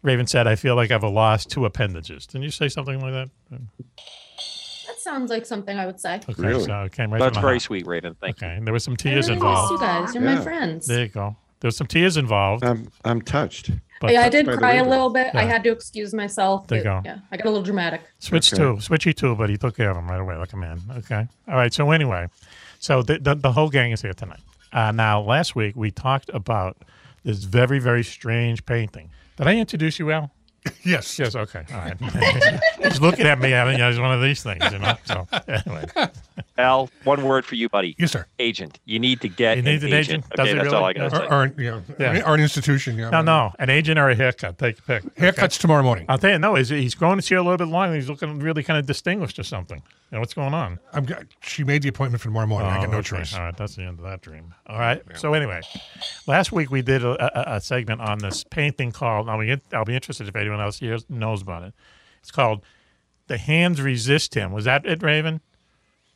[SPEAKER 4] Raven said, "I feel like I've lost two appendages." Didn't you say something like that?
[SPEAKER 8] That sounds like something I would say.
[SPEAKER 4] Okay, so it came right
[SPEAKER 7] That's
[SPEAKER 4] from the
[SPEAKER 7] very
[SPEAKER 4] heart.
[SPEAKER 7] sweet, Raven. Thank
[SPEAKER 4] Okay, and there was some
[SPEAKER 8] I
[SPEAKER 4] tears
[SPEAKER 8] really miss
[SPEAKER 4] involved.
[SPEAKER 8] you guys. You're my friends.
[SPEAKER 4] There you go. There was some tears involved.
[SPEAKER 5] I'm I'm touched.
[SPEAKER 8] yeah, I did cry a little bit. I
[SPEAKER 4] Yeah.
[SPEAKER 8] had to excuse myself.
[SPEAKER 4] There
[SPEAKER 8] but,
[SPEAKER 4] you go.
[SPEAKER 8] Yeah, I got a little dramatic.
[SPEAKER 4] Switch
[SPEAKER 8] Okay.
[SPEAKER 4] two, switchy two, but he took care of him right away like a man. Okay. All right. So anyway, so the the, the whole gang is here tonight. Uh, now, last week we talked about this very very strange painting. Did I introduce you, Al? yes. Yes. Okay. Uh, All right. He's looking at me. I mean, it's one of these things, you know. So anyway,
[SPEAKER 7] Al, one word for you, buddy.
[SPEAKER 14] Yes, sir.
[SPEAKER 7] Agent. You need to get
[SPEAKER 4] You need an agent. Does
[SPEAKER 7] Okay,
[SPEAKER 4] it
[SPEAKER 7] that's
[SPEAKER 4] really?
[SPEAKER 7] all I got to
[SPEAKER 14] Or,
[SPEAKER 7] say.
[SPEAKER 14] or, you know,
[SPEAKER 4] Yeah.
[SPEAKER 14] or an institution. Yeah.
[SPEAKER 4] no, no, an agent or a haircut. Take your pick.
[SPEAKER 14] Haircuts tomorrow morning.
[SPEAKER 4] I'll tell you, no, he's, he's growing his hair a little bit longer. He's looking really kind of distinguished or something. You know, what's going on?
[SPEAKER 14] I'm, g- she made the appointment for tomorrow morning. I
[SPEAKER 4] Oh,
[SPEAKER 14] got no
[SPEAKER 4] okay.
[SPEAKER 14] choice.
[SPEAKER 4] All right, that's the end of that dream. All right. So anyway, last week we did a, a, a segment on this painting called. Now we, I'll be interested if anyone else here knows about it. It's called "The Hands Resist Him." Was that it, Raven?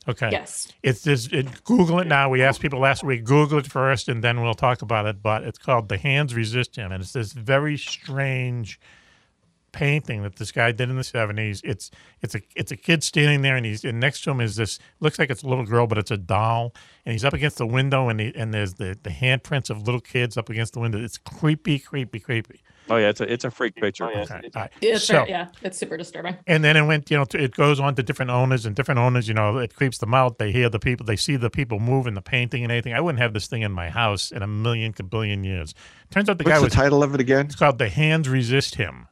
[SPEAKER 4] Okay.
[SPEAKER 8] Yes.
[SPEAKER 4] It's just it, Google it now. We asked people last week Google it first, and then we'll talk about it. But it's called "The Hands Resist Him," and it's this very strange painting that this guy did in the seventies. It's it's a it's a kid standing there, and he's and next to him is this looks like it's a little girl, but it's a doll, and he's up against the window, and he, and there's the the handprints of little kids up against the window. It's creepy, creepy, creepy.
[SPEAKER 7] Oh, yeah. It's a, it's a freak picture.
[SPEAKER 4] Okay. All right.
[SPEAKER 8] It's
[SPEAKER 4] So-
[SPEAKER 8] yeah, it's super disturbing.
[SPEAKER 4] and then it went, you know, to, it goes on to different owners and different owners, you know, it creeps them out. They hear the people, they see the people moving, the painting and anything. I wouldn't have this thing in my house in a million, billion years. Turns out the
[SPEAKER 5] What's
[SPEAKER 4] guy
[SPEAKER 5] the
[SPEAKER 4] was.
[SPEAKER 5] title of it again?
[SPEAKER 4] It's called The Hands Resist Him.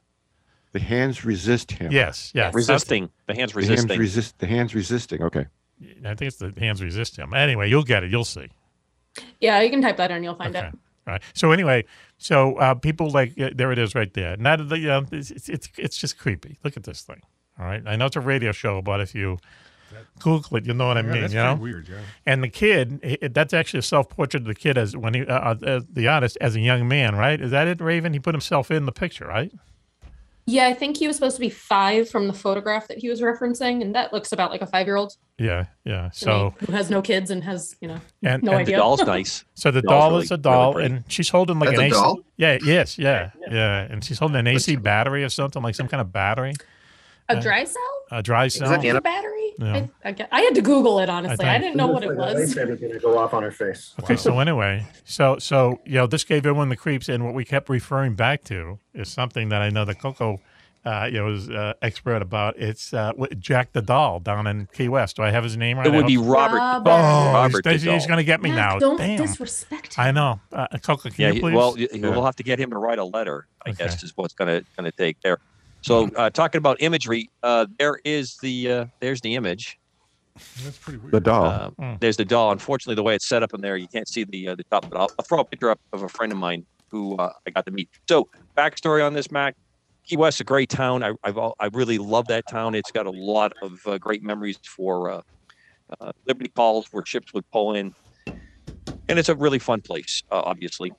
[SPEAKER 5] The hands resist him.
[SPEAKER 4] Yes, yes.
[SPEAKER 7] Resisting. The hands
[SPEAKER 5] The
[SPEAKER 7] resisting.
[SPEAKER 5] hands, resist, the hands resisting. Okay.
[SPEAKER 4] I think it's the hands resist him. Anyway, you'll get it. You'll see.
[SPEAKER 8] Yeah, you can type that in, you'll find it.
[SPEAKER 4] All right. So anyway, so uh, people like yeah, there it is right there. Not the you know, it's, it's it's it's just creepy. Look at this thing. All right. I know it's a radio show, but if you Google it, you know what I
[SPEAKER 14] Yeah,
[SPEAKER 4] mean.
[SPEAKER 14] that's
[SPEAKER 4] you know.
[SPEAKER 14] kinda weird, yeah.
[SPEAKER 4] And the kid, i- i- that's actually a self-portrait of the kid as when he, uh, uh, as the artist, as a young man, right? Is that it, Raven? He put himself in the picture, right?
[SPEAKER 8] Yeah, I think he was supposed to be five from the photograph that he was referencing, and that looks about like a five year old
[SPEAKER 4] Yeah, yeah. So
[SPEAKER 8] who has no kids and has, you know,
[SPEAKER 4] and,
[SPEAKER 8] no
[SPEAKER 4] and
[SPEAKER 8] idea.
[SPEAKER 4] So the
[SPEAKER 7] The doll's
[SPEAKER 4] doll
[SPEAKER 7] really-
[SPEAKER 4] is a doll,
[SPEAKER 7] really pretty.
[SPEAKER 4] and she's holding like
[SPEAKER 7] That's
[SPEAKER 4] an
[SPEAKER 7] a
[SPEAKER 4] AC.
[SPEAKER 7] doll?
[SPEAKER 4] Yeah, yes, yeah, yeah, and she's holding an AC battery or something like some kind of battery. Uh,
[SPEAKER 8] a dry cell?
[SPEAKER 4] A dry
[SPEAKER 8] Is
[SPEAKER 4] cell.
[SPEAKER 8] that the battery?
[SPEAKER 4] Yeah.
[SPEAKER 8] I, I, gue- I had to Google it, honestly. I,
[SPEAKER 4] think-
[SPEAKER 8] didn't know what it was.
[SPEAKER 12] Everything to go off on her face.
[SPEAKER 4] Okay, so anyway, so so you know, this gave everyone the creeps, and what we kept referring back to is something that I know that Coco, uh, you know, is uh, expert about. It's uh, what- Jack the Doll down in Key West. Do I have his name right?
[SPEAKER 7] It would
[SPEAKER 4] I
[SPEAKER 7] be
[SPEAKER 4] hope-
[SPEAKER 7] Robert the
[SPEAKER 4] Oh,
[SPEAKER 7] Doll.
[SPEAKER 4] he's-
[SPEAKER 7] Robert the
[SPEAKER 4] he's,
[SPEAKER 7] Doll.
[SPEAKER 4] going to get me
[SPEAKER 7] Matt,
[SPEAKER 4] now.
[SPEAKER 7] don't
[SPEAKER 4] Damn.
[SPEAKER 8] disrespect
[SPEAKER 4] I know, uh, Coco. Can
[SPEAKER 7] yeah,
[SPEAKER 4] you
[SPEAKER 7] he-
[SPEAKER 4] please?
[SPEAKER 7] well, y- we'll have to get him to write a letter. I guess is what's going to going to take there. So,
[SPEAKER 4] Mm-hmm.
[SPEAKER 7] uh, talking about imagery, uh, there is the uh, there's the image.
[SPEAKER 14] That's pretty weird.
[SPEAKER 5] The doll.
[SPEAKER 7] Uh, There's the doll. Unfortunately, the way it's set up in there, you can't see the uh, the top. But I'll, I'll throw a picture up of a friend of mine who uh, I got to meet. So, backstory on this, Mac. Key West's a great town. I I've, al- I really love that town. It's got a lot of uh, great memories for uh, uh, Liberty Calls, where ships would pull in, and it's a really fun place, uh, obviously.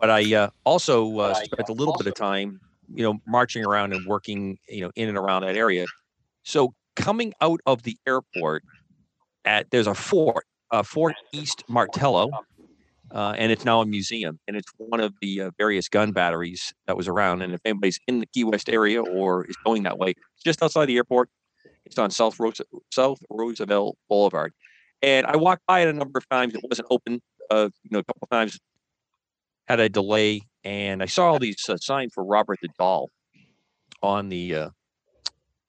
[SPEAKER 7] But I uh, also uh, spent a little bit of time, you know, marching around and working, you know, in and around that area. So coming out of the airport, at there's a fort, uh, Fort East Martello, uh, and it's now a museum, and it's one of the uh, various gun batteries that was around. And if anybody's in the Key West area or is going that way, it's just outside the airport. It's on South Rose- South Roosevelt Boulevard, and I walked by it a number of times. It wasn't open, uh, you know, a couple times. Had a delay, and I saw all these uh, signs for Robert the Doll on the uh,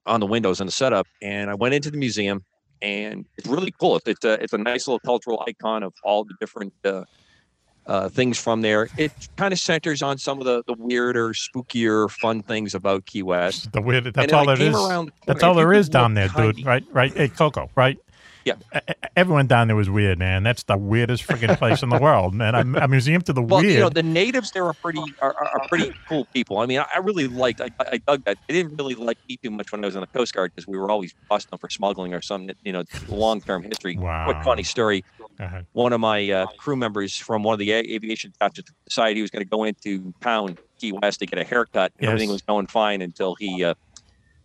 [SPEAKER 7] on the windows and the setup. And I went into the museum, and it's really cool. It's, it's a it's a nice little cultural icon of all the different uh, uh, things from there. It kind of centers on some of the, the weirder, spookier, fun things about Key West.
[SPEAKER 4] The weird.
[SPEAKER 7] And
[SPEAKER 4] That's
[SPEAKER 7] then
[SPEAKER 4] all
[SPEAKER 7] I
[SPEAKER 4] there
[SPEAKER 7] came
[SPEAKER 4] is.
[SPEAKER 7] around the
[SPEAKER 4] That's
[SPEAKER 7] corner. If you
[SPEAKER 4] all there
[SPEAKER 7] could
[SPEAKER 4] is down
[SPEAKER 7] look
[SPEAKER 4] there, dude.
[SPEAKER 7] kindly-
[SPEAKER 4] Right, right. Hey, Coco. Right.
[SPEAKER 7] Yeah.
[SPEAKER 4] E- e- Everyone down there was weird, man. That's the weirdest freaking place in the world, man. A, a museum to the
[SPEAKER 7] Well,
[SPEAKER 4] weird.
[SPEAKER 7] you know, the natives there are pretty are, are, are pretty cool people. I mean, I, I really liked. I, I dug that. I didn't really like me too much when I was in the Coast Guard because we were always busting them for smuggling or some you know long term history. Quick funny story. One of my uh, crew members from one of the a- aviation captain society was going to go into town Key West to get a haircut. and Everything
[SPEAKER 4] Yes.
[SPEAKER 7] was going fine until he uh,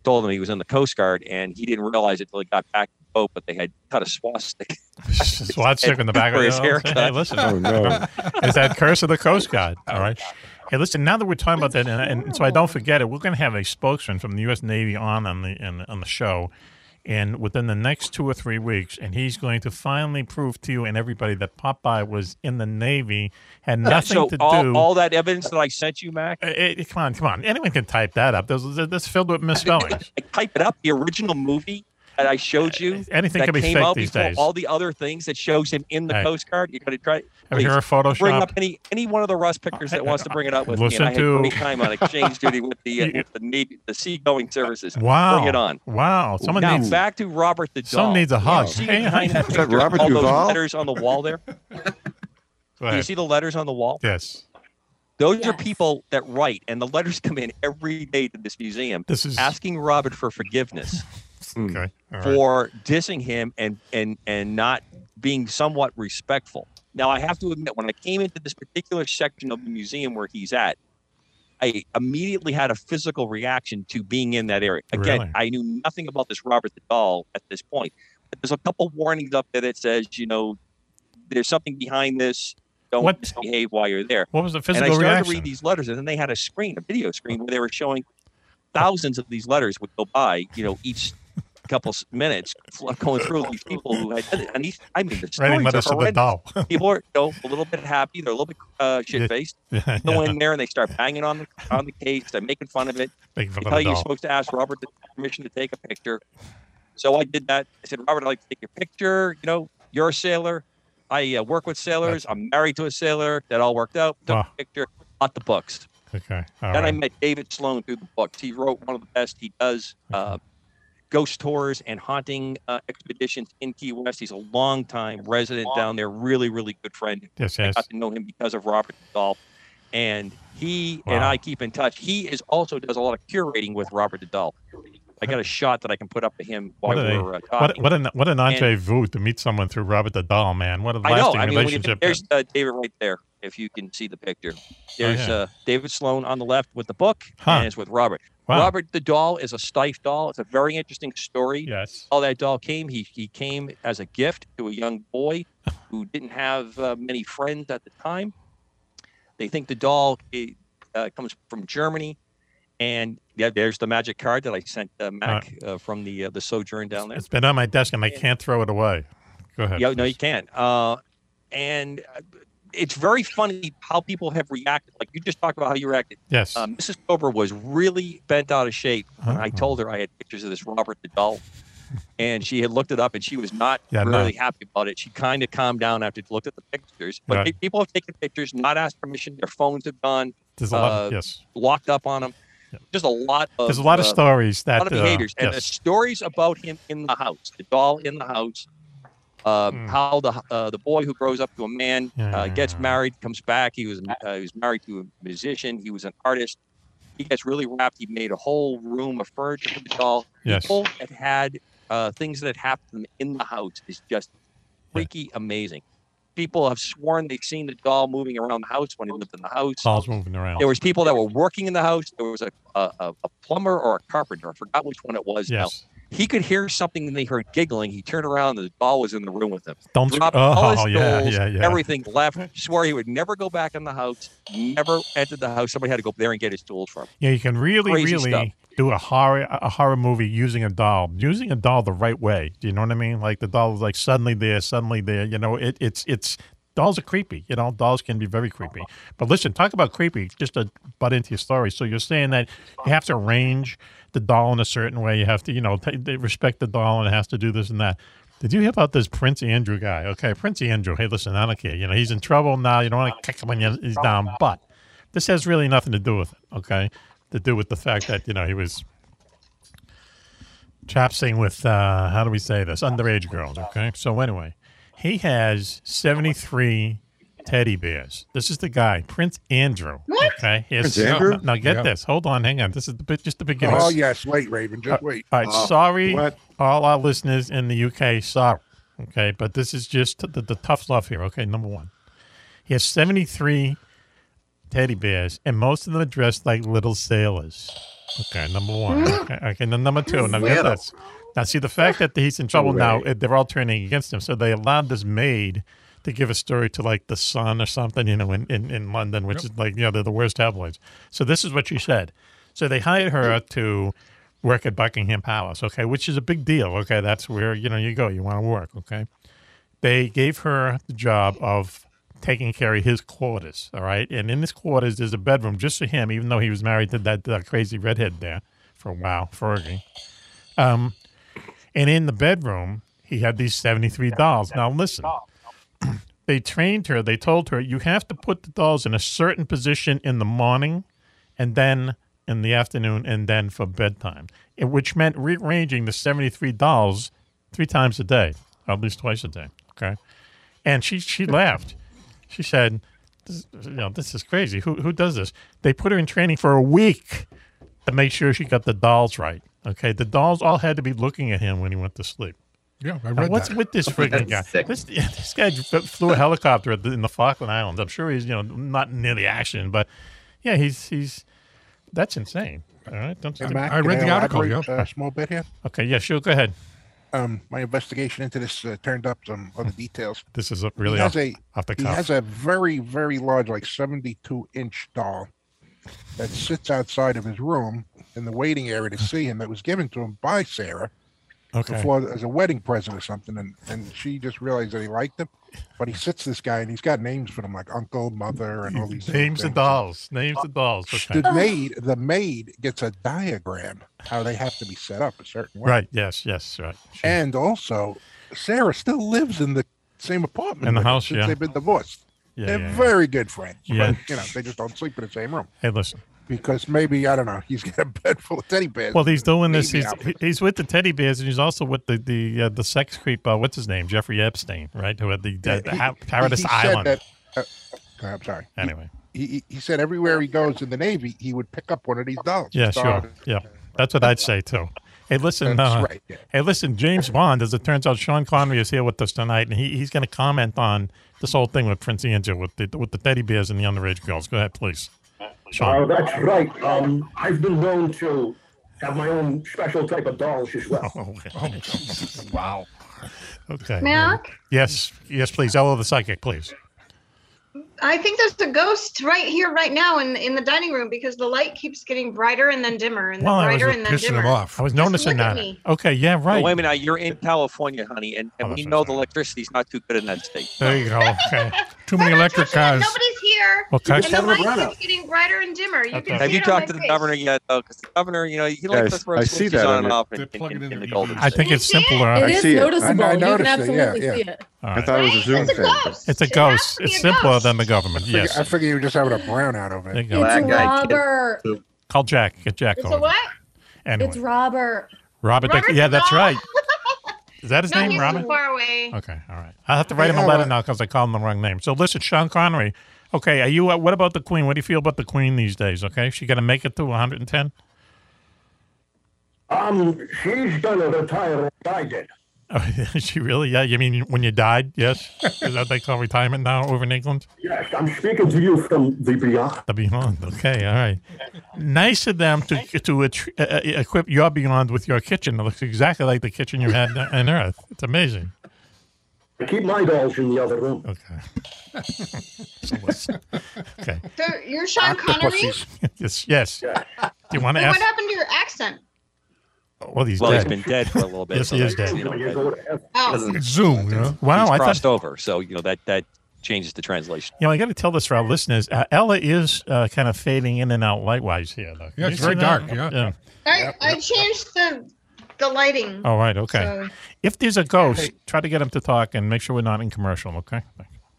[SPEAKER 7] told them he was in the Coast Guard, and he didn't realize it till he got back to the boat. But they had cut a swastika.
[SPEAKER 4] swastika in the back of
[SPEAKER 7] For
[SPEAKER 4] the
[SPEAKER 7] his haircut.
[SPEAKER 4] Hey, listen, is that curse of the Coast Guard? All right. Hey, listen. Now that we're talking about that, and, and so I don't forget it, we're going to have a spokesman from the U.S. Navy on on the on, on the show, and within the next two or three weeks, and he's going to finally prove to you and everybody that Popeye was in the Navy had
[SPEAKER 7] Yeah,
[SPEAKER 4] nothing
[SPEAKER 7] so
[SPEAKER 4] to
[SPEAKER 7] all,
[SPEAKER 4] do.
[SPEAKER 7] all that evidence that I sent you, Mac.
[SPEAKER 4] come on, come on. Anyone can type that up. There's, that's filled with misspellings.
[SPEAKER 7] I type it up. The original movie that I showed you.
[SPEAKER 4] Uh, Anything
[SPEAKER 7] that
[SPEAKER 4] can be
[SPEAKER 7] came
[SPEAKER 4] fake
[SPEAKER 7] out
[SPEAKER 4] these
[SPEAKER 7] before
[SPEAKER 4] days.
[SPEAKER 7] All the other things that shows him in the
[SPEAKER 4] Hey.
[SPEAKER 7] Coast Guard. You're going to try.
[SPEAKER 4] Have you
[SPEAKER 7] please,
[SPEAKER 4] heard of
[SPEAKER 7] Bring
[SPEAKER 4] Photoshop?
[SPEAKER 7] up any any one of the Rust pickers that wants to bring it up with me. And
[SPEAKER 4] Listen
[SPEAKER 7] I had
[SPEAKER 4] to-
[SPEAKER 7] great time on exchange duty with the uh, with the Navy, the seagoing services.
[SPEAKER 4] Wow.
[SPEAKER 7] Bring it on.
[SPEAKER 4] Wow. Someone
[SPEAKER 7] now
[SPEAKER 4] needs-
[SPEAKER 7] back to Robert the Doll.
[SPEAKER 4] Someone needs a
[SPEAKER 7] You
[SPEAKER 4] hug.
[SPEAKER 7] see
[SPEAKER 4] Hey,
[SPEAKER 7] behind
[SPEAKER 4] hi.
[SPEAKER 7] that
[SPEAKER 4] Is that
[SPEAKER 7] picture
[SPEAKER 4] Robert
[SPEAKER 7] all those
[SPEAKER 4] Duvall?
[SPEAKER 7] letters on the wall there? Do you
[SPEAKER 4] ahead.
[SPEAKER 7] see the letters on the wall?
[SPEAKER 4] Yes.
[SPEAKER 7] Those are people that write, and the letters come in every day to this museum
[SPEAKER 4] This is-
[SPEAKER 7] asking Robert for forgiveness
[SPEAKER 4] Okay. All right.
[SPEAKER 7] for dissing him and and and not being somewhat respectful. Now I have to admit, when I came into this particular section of the museum where he's at, I immediately had a physical reaction to being in that area. Again,
[SPEAKER 4] Really?
[SPEAKER 7] I knew nothing about this Robert the Doll at this point. But there's a couple warnings up there that says, you know, there's something behind this. Don't
[SPEAKER 4] What-
[SPEAKER 7] misbehave while you're there.
[SPEAKER 4] What was the
[SPEAKER 7] And I
[SPEAKER 4] physical
[SPEAKER 7] started to
[SPEAKER 4] reaction?
[SPEAKER 7] read these letters, and then they had a screen, a video screen, where they were showing thousands of these letters would go by, you know, each couple s- minutes fl- going through these people who had done it. And these, I mean, the
[SPEAKER 4] Writing
[SPEAKER 7] stories
[SPEAKER 4] letters to
[SPEAKER 7] are
[SPEAKER 4] the
[SPEAKER 7] horrendous.
[SPEAKER 4] doll.
[SPEAKER 7] people are you know, a little bit happy, they're a little bit uh, shit faced.
[SPEAKER 4] yeah,
[SPEAKER 7] Go
[SPEAKER 4] yeah.
[SPEAKER 7] in there and they start banging on the on the case. They're making fun of it.
[SPEAKER 4] Making fun
[SPEAKER 7] they
[SPEAKER 4] of
[SPEAKER 7] tell
[SPEAKER 4] the
[SPEAKER 7] you you're
[SPEAKER 4] doll.
[SPEAKER 7] supposed to ask Robert the permission to take a picture. So I did that. I said, Robert, I'd like to take your picture. You know, you're a sailor. I uh, work with sailors. I'm married to a sailor. That all worked out. Took
[SPEAKER 4] Wow.
[SPEAKER 7] a picture. Bought the books.
[SPEAKER 4] Okay. All
[SPEAKER 7] then I
[SPEAKER 4] right.
[SPEAKER 7] met David Sloan through the books. He wrote one of the best. He does uh, ghost tours and haunting uh, expeditions in Key West. He's a longtime resident down there. Really, really good friend.
[SPEAKER 4] Yes,
[SPEAKER 7] I
[SPEAKER 4] yes.
[SPEAKER 7] got to know him because of Robert Dolph. And he and
[SPEAKER 4] Wow.
[SPEAKER 7] I keep in touch. He is also does a lot of curating with Robert Dolph. I got a shot that I can put up to him while
[SPEAKER 4] What, a,
[SPEAKER 7] we're uh,
[SPEAKER 4] what,
[SPEAKER 7] talking.
[SPEAKER 4] what an what an
[SPEAKER 7] And-
[SPEAKER 4] entrevue to meet someone through Robert the Doll, man. What a
[SPEAKER 7] I know.
[SPEAKER 4] lasting
[SPEAKER 7] I mean, when you,
[SPEAKER 4] relationship. Oh,
[SPEAKER 7] there's uh, David right there. If you can see the picture, there's
[SPEAKER 4] yeah.
[SPEAKER 7] uh, David Sloan on the left with the book,
[SPEAKER 4] Huh.
[SPEAKER 7] and it's with Robert.
[SPEAKER 4] Wow.
[SPEAKER 7] Robert the doll is a Stife doll. It's a very interesting story.
[SPEAKER 4] Yes.
[SPEAKER 7] How that doll came. He he came as a gift to a young boy who didn't have uh, many friends at the time. They think the doll eh, uh, comes from Germany, and yeah, there's the magic card that I sent uh, Mac uh, from the uh, the sojourn down there.
[SPEAKER 4] it's been on my desk and I can't throw it away. Go ahead.
[SPEAKER 7] Yeah, no, you can't. Uh, and uh, it's very funny how people have reacted. Like you just talked about how you reacted.
[SPEAKER 4] Yes.
[SPEAKER 7] Uh, Mrs. Cobra was really bent out of shape when I told her I had pictures of this Robert the doll, and she had looked it up and she was not
[SPEAKER 4] Yeah, no.
[SPEAKER 7] really happy about it. She kind of calmed down after she looked at the pictures. But
[SPEAKER 4] Right.
[SPEAKER 7] pe- people have taken pictures, not asked permission. Their phones have gone uh,
[SPEAKER 4] There's a lot of- yes.
[SPEAKER 7] locked up on them. There's a lot of
[SPEAKER 4] There's a lot of stories
[SPEAKER 7] a lot
[SPEAKER 4] that,
[SPEAKER 7] of
[SPEAKER 4] uh,
[SPEAKER 7] behaviors and the
[SPEAKER 4] yes.
[SPEAKER 7] stories about him in the house, the doll in the house, uh,
[SPEAKER 4] Hmm.
[SPEAKER 7] how the uh, the boy who grows up to a man uh, gets married, comes back. He was uh, he was married to a musician. He was an artist. He gets really wrapped. He made a whole room of furniture for the doll.
[SPEAKER 4] Yes.
[SPEAKER 7] People that had uh, things that happened in the house is just freaky amazing. People have sworn they've seen the doll moving around the house when he lived in the house.
[SPEAKER 4] Doll's moving around.
[SPEAKER 7] There was people that were working in the house. There was a a, a- a plumber or a carpenter. I forgot which one it was. now.
[SPEAKER 4] Yes.
[SPEAKER 7] He could hear something and they heard giggling. He turned around and the doll was in the room with him.
[SPEAKER 4] Don't sc-
[SPEAKER 7] Dropped all his
[SPEAKER 4] oh, yeah,
[SPEAKER 7] tools,
[SPEAKER 4] yeah, yeah.
[SPEAKER 7] Everything left. Swore he would never go back in the house. Never entered the house. Somebody had to go up there and get his tools from. him.
[SPEAKER 4] Yeah, you can really,
[SPEAKER 7] Crazy
[SPEAKER 4] really
[SPEAKER 7] stuff.
[SPEAKER 4] do a horror a horror movie using a doll, using a doll the right way. Do you know what I mean? Like the doll is like suddenly there, suddenly there. You know, it, it's it's dolls are creepy. You know, dolls can be very creepy. But listen, talk about creepy. Just to butt into your story. So you're saying that you have to arrange the doll in a certain way. You have to, you know, t- they respect the doll and it has to do this and that. Did you hear about this Prince Andrew guy? Okay, Prince Andrew. Hey, listen, I don't care. You know, he's in trouble now. You don't want to kick him when you- he's down, but this has really nothing to do with it, okay? To do with the fact that, you know, he was chapsing with, uh, how do we say this? Underage girls, okay? So anyway, he has 73 teddy bears. This is the guy, Prince Andrew.
[SPEAKER 9] What?
[SPEAKER 4] Okay? He has-
[SPEAKER 9] Prince Andrew?
[SPEAKER 4] Now, now get
[SPEAKER 9] Yeah.
[SPEAKER 4] this. Hold on, hang on. This is the, bit- just the beginning.
[SPEAKER 9] Oh yes, wait, Raven, just
[SPEAKER 4] Uh,
[SPEAKER 9] wait.
[SPEAKER 4] All right,
[SPEAKER 9] Uh,
[SPEAKER 4] sorry,
[SPEAKER 9] what?
[SPEAKER 4] all our listeners in the UK, sorry. Okay, but this is just the, the tough love here. Okay, number one, he has seventy-three teddy bears, and most of them are dressed like little sailors. Okay, number one. Okay, okay now number two. Now get
[SPEAKER 14] Little.
[SPEAKER 4] this. Now see the fact that he's in trouble
[SPEAKER 14] way.
[SPEAKER 4] now, it- they're all turning against him. So they allowed this maid to give a story to like the Sun or something, you know, in in, in London, which
[SPEAKER 14] Yep.
[SPEAKER 4] is like you know they're the worst tabloids. So this is what she said. So they hired her to work at Buckingham Palace, okay, which is a big deal. Okay, that's where you know you go. You want to work, okay. They gave her the job of taking care of his quarters, all right. And in this quarters, there's a bedroom just for him, even though he was married to that, that crazy redhead there for a while, Fergie. Um, and in the bedroom, he had these seventy-three dolls. Now listen they trained her. They told her you have to put the dolls in a certain position in the morning, and then in the afternoon, and then for bedtime, It- which meant rearranging the seventy-three dolls three times a day, or at least twice a day. Okay, and she she laughed. She said, this, "You know, this is crazy. Who who does this?" They put her in training for a week to make sure she got the dolls right. Okay, the dolls all had to be looking at him when he went to sleep.
[SPEAKER 14] Yeah, I
[SPEAKER 4] Now,
[SPEAKER 14] read
[SPEAKER 4] what's
[SPEAKER 14] that.
[SPEAKER 4] with this friggin'
[SPEAKER 14] That's
[SPEAKER 4] guy?
[SPEAKER 14] sick.
[SPEAKER 4] This, yeah, this guy f- flew a helicopter at the, in the Falkland Islands. I'm sure he's you know not near the action, but yeah, he's he's that's insane. All right, don't
[SPEAKER 9] Hey, Mac, can elaborate, uh, small bit here.
[SPEAKER 4] Okay, yeah, sure, go ahead.
[SPEAKER 9] Um, my investigation into this uh, turned up some other details.
[SPEAKER 4] Hmm. This is a- really
[SPEAKER 9] he has
[SPEAKER 4] off-
[SPEAKER 9] a
[SPEAKER 4] off the
[SPEAKER 9] he
[SPEAKER 4] cuff.
[SPEAKER 9] has a very very large, like seventy-two inch doll that sits outside of his room in the waiting area to see him. That was given to him by Sarah.
[SPEAKER 4] Okay.
[SPEAKER 9] Before as a wedding present or something, and, and she just realized that he liked him, but he sits this guy and he's got names for them like uncle, mother, and all these little
[SPEAKER 4] Names the
[SPEAKER 9] things. Uh,
[SPEAKER 4] dolls. Names the dolls. Okay.
[SPEAKER 9] The maid, the maid gets a diagram how they have to be set up a certain way.
[SPEAKER 4] Right. Yes. Yes. Right.
[SPEAKER 9] And also, Sarah still lives in the same apartment
[SPEAKER 4] In the
[SPEAKER 9] with him
[SPEAKER 4] house,
[SPEAKER 9] since
[SPEAKER 4] yeah.
[SPEAKER 9] they've been divorced.
[SPEAKER 4] Yeah,
[SPEAKER 9] They're
[SPEAKER 4] yeah, yeah.
[SPEAKER 9] very good friends.
[SPEAKER 4] Yeah.
[SPEAKER 9] But, you know, they just don't sleep in the same room
[SPEAKER 4] Hey, listen.
[SPEAKER 9] because maybe, I don't know, he's got a bed full of teddy bears.
[SPEAKER 4] Well, he's doing this.
[SPEAKER 9] Maybe
[SPEAKER 4] He's,
[SPEAKER 9] I'll-
[SPEAKER 4] he- he's with the teddy bears, and he's also with the the uh, the sex creep. Uh, what's his name? Jeffrey Epstein, right? Who had the, the, the
[SPEAKER 9] he-
[SPEAKER 4] ha-
[SPEAKER 9] he-
[SPEAKER 4] Paradise
[SPEAKER 9] he said
[SPEAKER 4] Island.
[SPEAKER 9] that- uh, uh, I'm sorry. He-
[SPEAKER 4] Anyway.
[SPEAKER 9] He, he, he said everywhere he goes in the Navy, he would pick up one of these dolls.
[SPEAKER 4] Yeah,
[SPEAKER 9] Star-
[SPEAKER 4] sure. Yeah, that's what I'd say too. Hey, listen.
[SPEAKER 9] That's
[SPEAKER 4] uh,
[SPEAKER 9] right, yeah.
[SPEAKER 4] Hey, listen. James Bond, as it turns out, Sean Connery is here with us tonight, and he, he's going to comment on this whole thing with Prince Angel with the with the teddy bears and the underage girls. Go ahead, please.
[SPEAKER 15] Oh,
[SPEAKER 4] Sean.
[SPEAKER 15] that's right. Um, I've been known to have my own special type of dolls as well.
[SPEAKER 4] Oh, wow. Okay.
[SPEAKER 10] Mac?
[SPEAKER 4] Yes. Yes, please. Ella the psychic, please.
[SPEAKER 10] I think there's a ghost right here, right now, in in the dining room because the light keeps getting brighter and then dimmer, and then brighter and then dimmer.
[SPEAKER 4] I was noticing
[SPEAKER 10] look at
[SPEAKER 4] that.
[SPEAKER 10] me.
[SPEAKER 4] Okay. Yeah.
[SPEAKER 7] But
[SPEAKER 4] Right. Oh,
[SPEAKER 7] wait a minute, now, you're in California, honey, and, and we know the electricity's not too good in that state.
[SPEAKER 4] There you go. Okay. Too many electric cars.
[SPEAKER 10] Nobody's here,
[SPEAKER 7] Okay.
[SPEAKER 10] and the
[SPEAKER 7] Senator
[SPEAKER 10] light
[SPEAKER 7] Brown.
[SPEAKER 10] keeps getting brighter and dimmer. You can
[SPEAKER 7] Have
[SPEAKER 10] see
[SPEAKER 7] you
[SPEAKER 10] it on
[SPEAKER 7] talked to
[SPEAKER 10] my
[SPEAKER 7] the
[SPEAKER 10] face.
[SPEAKER 7] governor yet, though? Because the governor, you know, he likes to
[SPEAKER 5] Yes,
[SPEAKER 7] throw
[SPEAKER 5] I see
[SPEAKER 7] switches
[SPEAKER 5] that
[SPEAKER 7] on
[SPEAKER 5] on
[SPEAKER 7] and
[SPEAKER 5] it.
[SPEAKER 7] off in, in, in, in the golden
[SPEAKER 4] I think it's simpler.
[SPEAKER 5] It I is see it. I- I noticeable. You can noticed it, yeah,
[SPEAKER 8] absolutely yeah. see it.
[SPEAKER 4] All
[SPEAKER 5] I thought it was a Zoom thing.
[SPEAKER 4] It's a ghost. It's simpler than the government.
[SPEAKER 9] figure-
[SPEAKER 4] Yes.
[SPEAKER 9] I figure you were just having a brownout over there.
[SPEAKER 4] There you go. It's
[SPEAKER 8] Robert.
[SPEAKER 4] Call Jack. Get Jack
[SPEAKER 8] It's a
[SPEAKER 4] over.
[SPEAKER 8] what?
[SPEAKER 4] Anyway,
[SPEAKER 8] It's Robert.
[SPEAKER 4] Robert. Dick-
[SPEAKER 8] Robert
[SPEAKER 4] yeah, that's right. Is that his
[SPEAKER 10] No,
[SPEAKER 4] name,
[SPEAKER 10] he's
[SPEAKER 4] Robert?
[SPEAKER 10] too far away.
[SPEAKER 4] Okay, all right. I'll have to write him a
[SPEAKER 10] Hey,
[SPEAKER 4] letter
[SPEAKER 10] Ella.
[SPEAKER 4] now because I called him the wrong name. So listen, Sean Connery. Okay, are you? Uh, what about the Queen? What do you feel about the Queen these days? Okay, she going to make it to 110?
[SPEAKER 15] Um, she's gonna retire like I did.
[SPEAKER 4] Oh, yeah, she really? Yeah. You mean when you died? Yes. Is that what they call retirement now over in England?
[SPEAKER 15] Yes, I'm speaking to you from the beyond.
[SPEAKER 4] The Beyond. Okay. All right. Nice of them to to attr- uh, uh, equip your Beyond with your kitchen. It looks exactly like the kitchen you had on Earth. It's amazing.
[SPEAKER 15] I keep my dolls in the other room.
[SPEAKER 4] Okay. So listen. Okay.
[SPEAKER 10] So you're Sean Connery.
[SPEAKER 4] yes. Yes. Do you want to
[SPEAKER 10] What
[SPEAKER 4] ask?
[SPEAKER 10] happened to your accent?
[SPEAKER 4] Well, he's
[SPEAKER 7] Well,
[SPEAKER 4] dead.
[SPEAKER 7] he's been dead for a little bit.
[SPEAKER 4] yes,
[SPEAKER 7] so
[SPEAKER 4] he is
[SPEAKER 7] that's,
[SPEAKER 4] dead.
[SPEAKER 7] you know,
[SPEAKER 10] Oh.
[SPEAKER 4] Zoom. You know? Wow.
[SPEAKER 7] he's
[SPEAKER 4] I thought
[SPEAKER 7] crossed over, so you know that that changes the translation.
[SPEAKER 4] You know, I got to tell this for our listeners. Uh, Ella is uh, kind of fading in and out light-wise here, though.
[SPEAKER 14] Yeah,
[SPEAKER 4] You
[SPEAKER 14] it's
[SPEAKER 4] see
[SPEAKER 14] very
[SPEAKER 4] that?
[SPEAKER 14] dark, yeah.
[SPEAKER 10] I, I changed the the lighting.
[SPEAKER 4] All Oh, right. Okay.
[SPEAKER 10] So-
[SPEAKER 4] if there's a ghost, try to get him to talk and make sure we're not in commercial. Okay.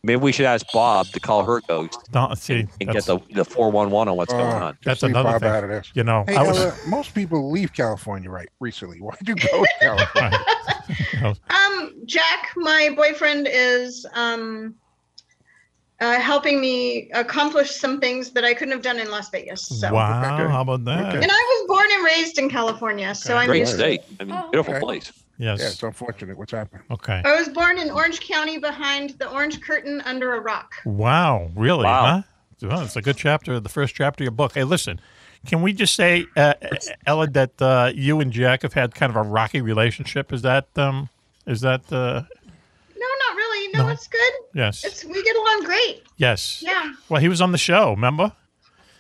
[SPEAKER 7] Maybe we should ask Bob to call her ghost
[SPEAKER 4] Don't see.
[SPEAKER 7] and get the the four one one on what's going on.
[SPEAKER 4] That's
[SPEAKER 9] Leave
[SPEAKER 4] another
[SPEAKER 9] Bob
[SPEAKER 4] thing.
[SPEAKER 9] out of this.
[SPEAKER 4] You know,
[SPEAKER 9] Hey,
[SPEAKER 4] Oh, I was-
[SPEAKER 9] Ella, most people leave California right recently. Why do you go to California?
[SPEAKER 10] Um, Jack, my boyfriend is um, uh, helping me accomplish some things that I couldn't have done in Las Vegas. So.
[SPEAKER 4] wow. How about that?
[SPEAKER 10] And I was born and raised in California, so I'm
[SPEAKER 7] Great
[SPEAKER 10] used to it.
[SPEAKER 7] state. I
[SPEAKER 10] Oh.
[SPEAKER 7] mean, beautiful
[SPEAKER 9] Okay.
[SPEAKER 7] place.
[SPEAKER 4] Yes.
[SPEAKER 9] Yeah, it's unfortunate what's happened.
[SPEAKER 4] Okay.
[SPEAKER 10] I was born in Orange County behind the orange curtain under a rock.
[SPEAKER 4] Wow, really? Huh? Well, it's a good chapter, the first chapter of your book. Hey, listen, can we just say, uh, Ella, that uh, you and Jack have had kind of a rocky relationship? Is that um, is that uh,
[SPEAKER 10] No, not really. No, it's good.
[SPEAKER 4] yes,
[SPEAKER 10] It's we get along great.
[SPEAKER 4] yes?
[SPEAKER 10] Yeah.
[SPEAKER 4] Well, he was on the show. Remember,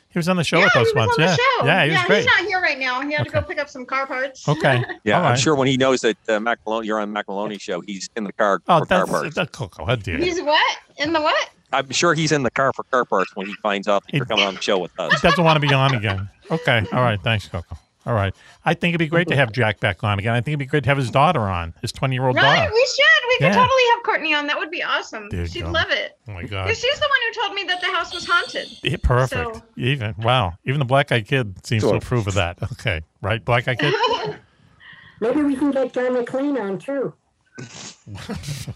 [SPEAKER 4] he was on the show
[SPEAKER 10] yeah,
[SPEAKER 4] with
[SPEAKER 10] he
[SPEAKER 4] us
[SPEAKER 10] was
[SPEAKER 4] once.
[SPEAKER 10] on
[SPEAKER 4] yeah,
[SPEAKER 10] the show.
[SPEAKER 4] yeah, he was great.
[SPEAKER 10] he's not here right now. He had to go pick up some car parts.
[SPEAKER 7] Yeah,
[SPEAKER 4] All
[SPEAKER 7] I'm
[SPEAKER 4] right.
[SPEAKER 7] sure when he knows that uh, Mac Maloney, you're on Mac Maloney's show, he's in the car
[SPEAKER 4] Oh,
[SPEAKER 7] for car
[SPEAKER 4] that's
[SPEAKER 7] parts.
[SPEAKER 4] that Coco. How dare you.
[SPEAKER 10] He's what? In the what?
[SPEAKER 7] I'm sure he's in the car for car parts when he finds out that you're coming on the show with
[SPEAKER 4] He
[SPEAKER 7] us.
[SPEAKER 4] doesn't want to be on again. Okay. All right. Thanks, Coco. All right. I think it'd be great to have Jack back on again. I think it'd be great to have his daughter on, his 20 year old
[SPEAKER 10] Right?
[SPEAKER 4] daughter.
[SPEAKER 10] We should. We could
[SPEAKER 4] Yeah.
[SPEAKER 10] totally have Courtney on. That would be awesome.
[SPEAKER 4] There you
[SPEAKER 10] She'd
[SPEAKER 4] go.
[SPEAKER 10] love it.
[SPEAKER 4] Oh, my God.
[SPEAKER 10] 'Cause she's the one who told me that the house was haunted.
[SPEAKER 4] Yeah, perfect.
[SPEAKER 10] So-
[SPEAKER 4] Even wow, even the black eyed kid seems to
[SPEAKER 5] Sure.
[SPEAKER 4] approve of that. Okay, right, black eyed kid.
[SPEAKER 12] Maybe we can get John McLean on too.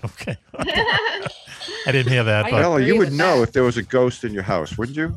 [SPEAKER 4] okay. I didn't hear that. but-
[SPEAKER 5] Ella, you would know if there was a ghost in your house, wouldn't you?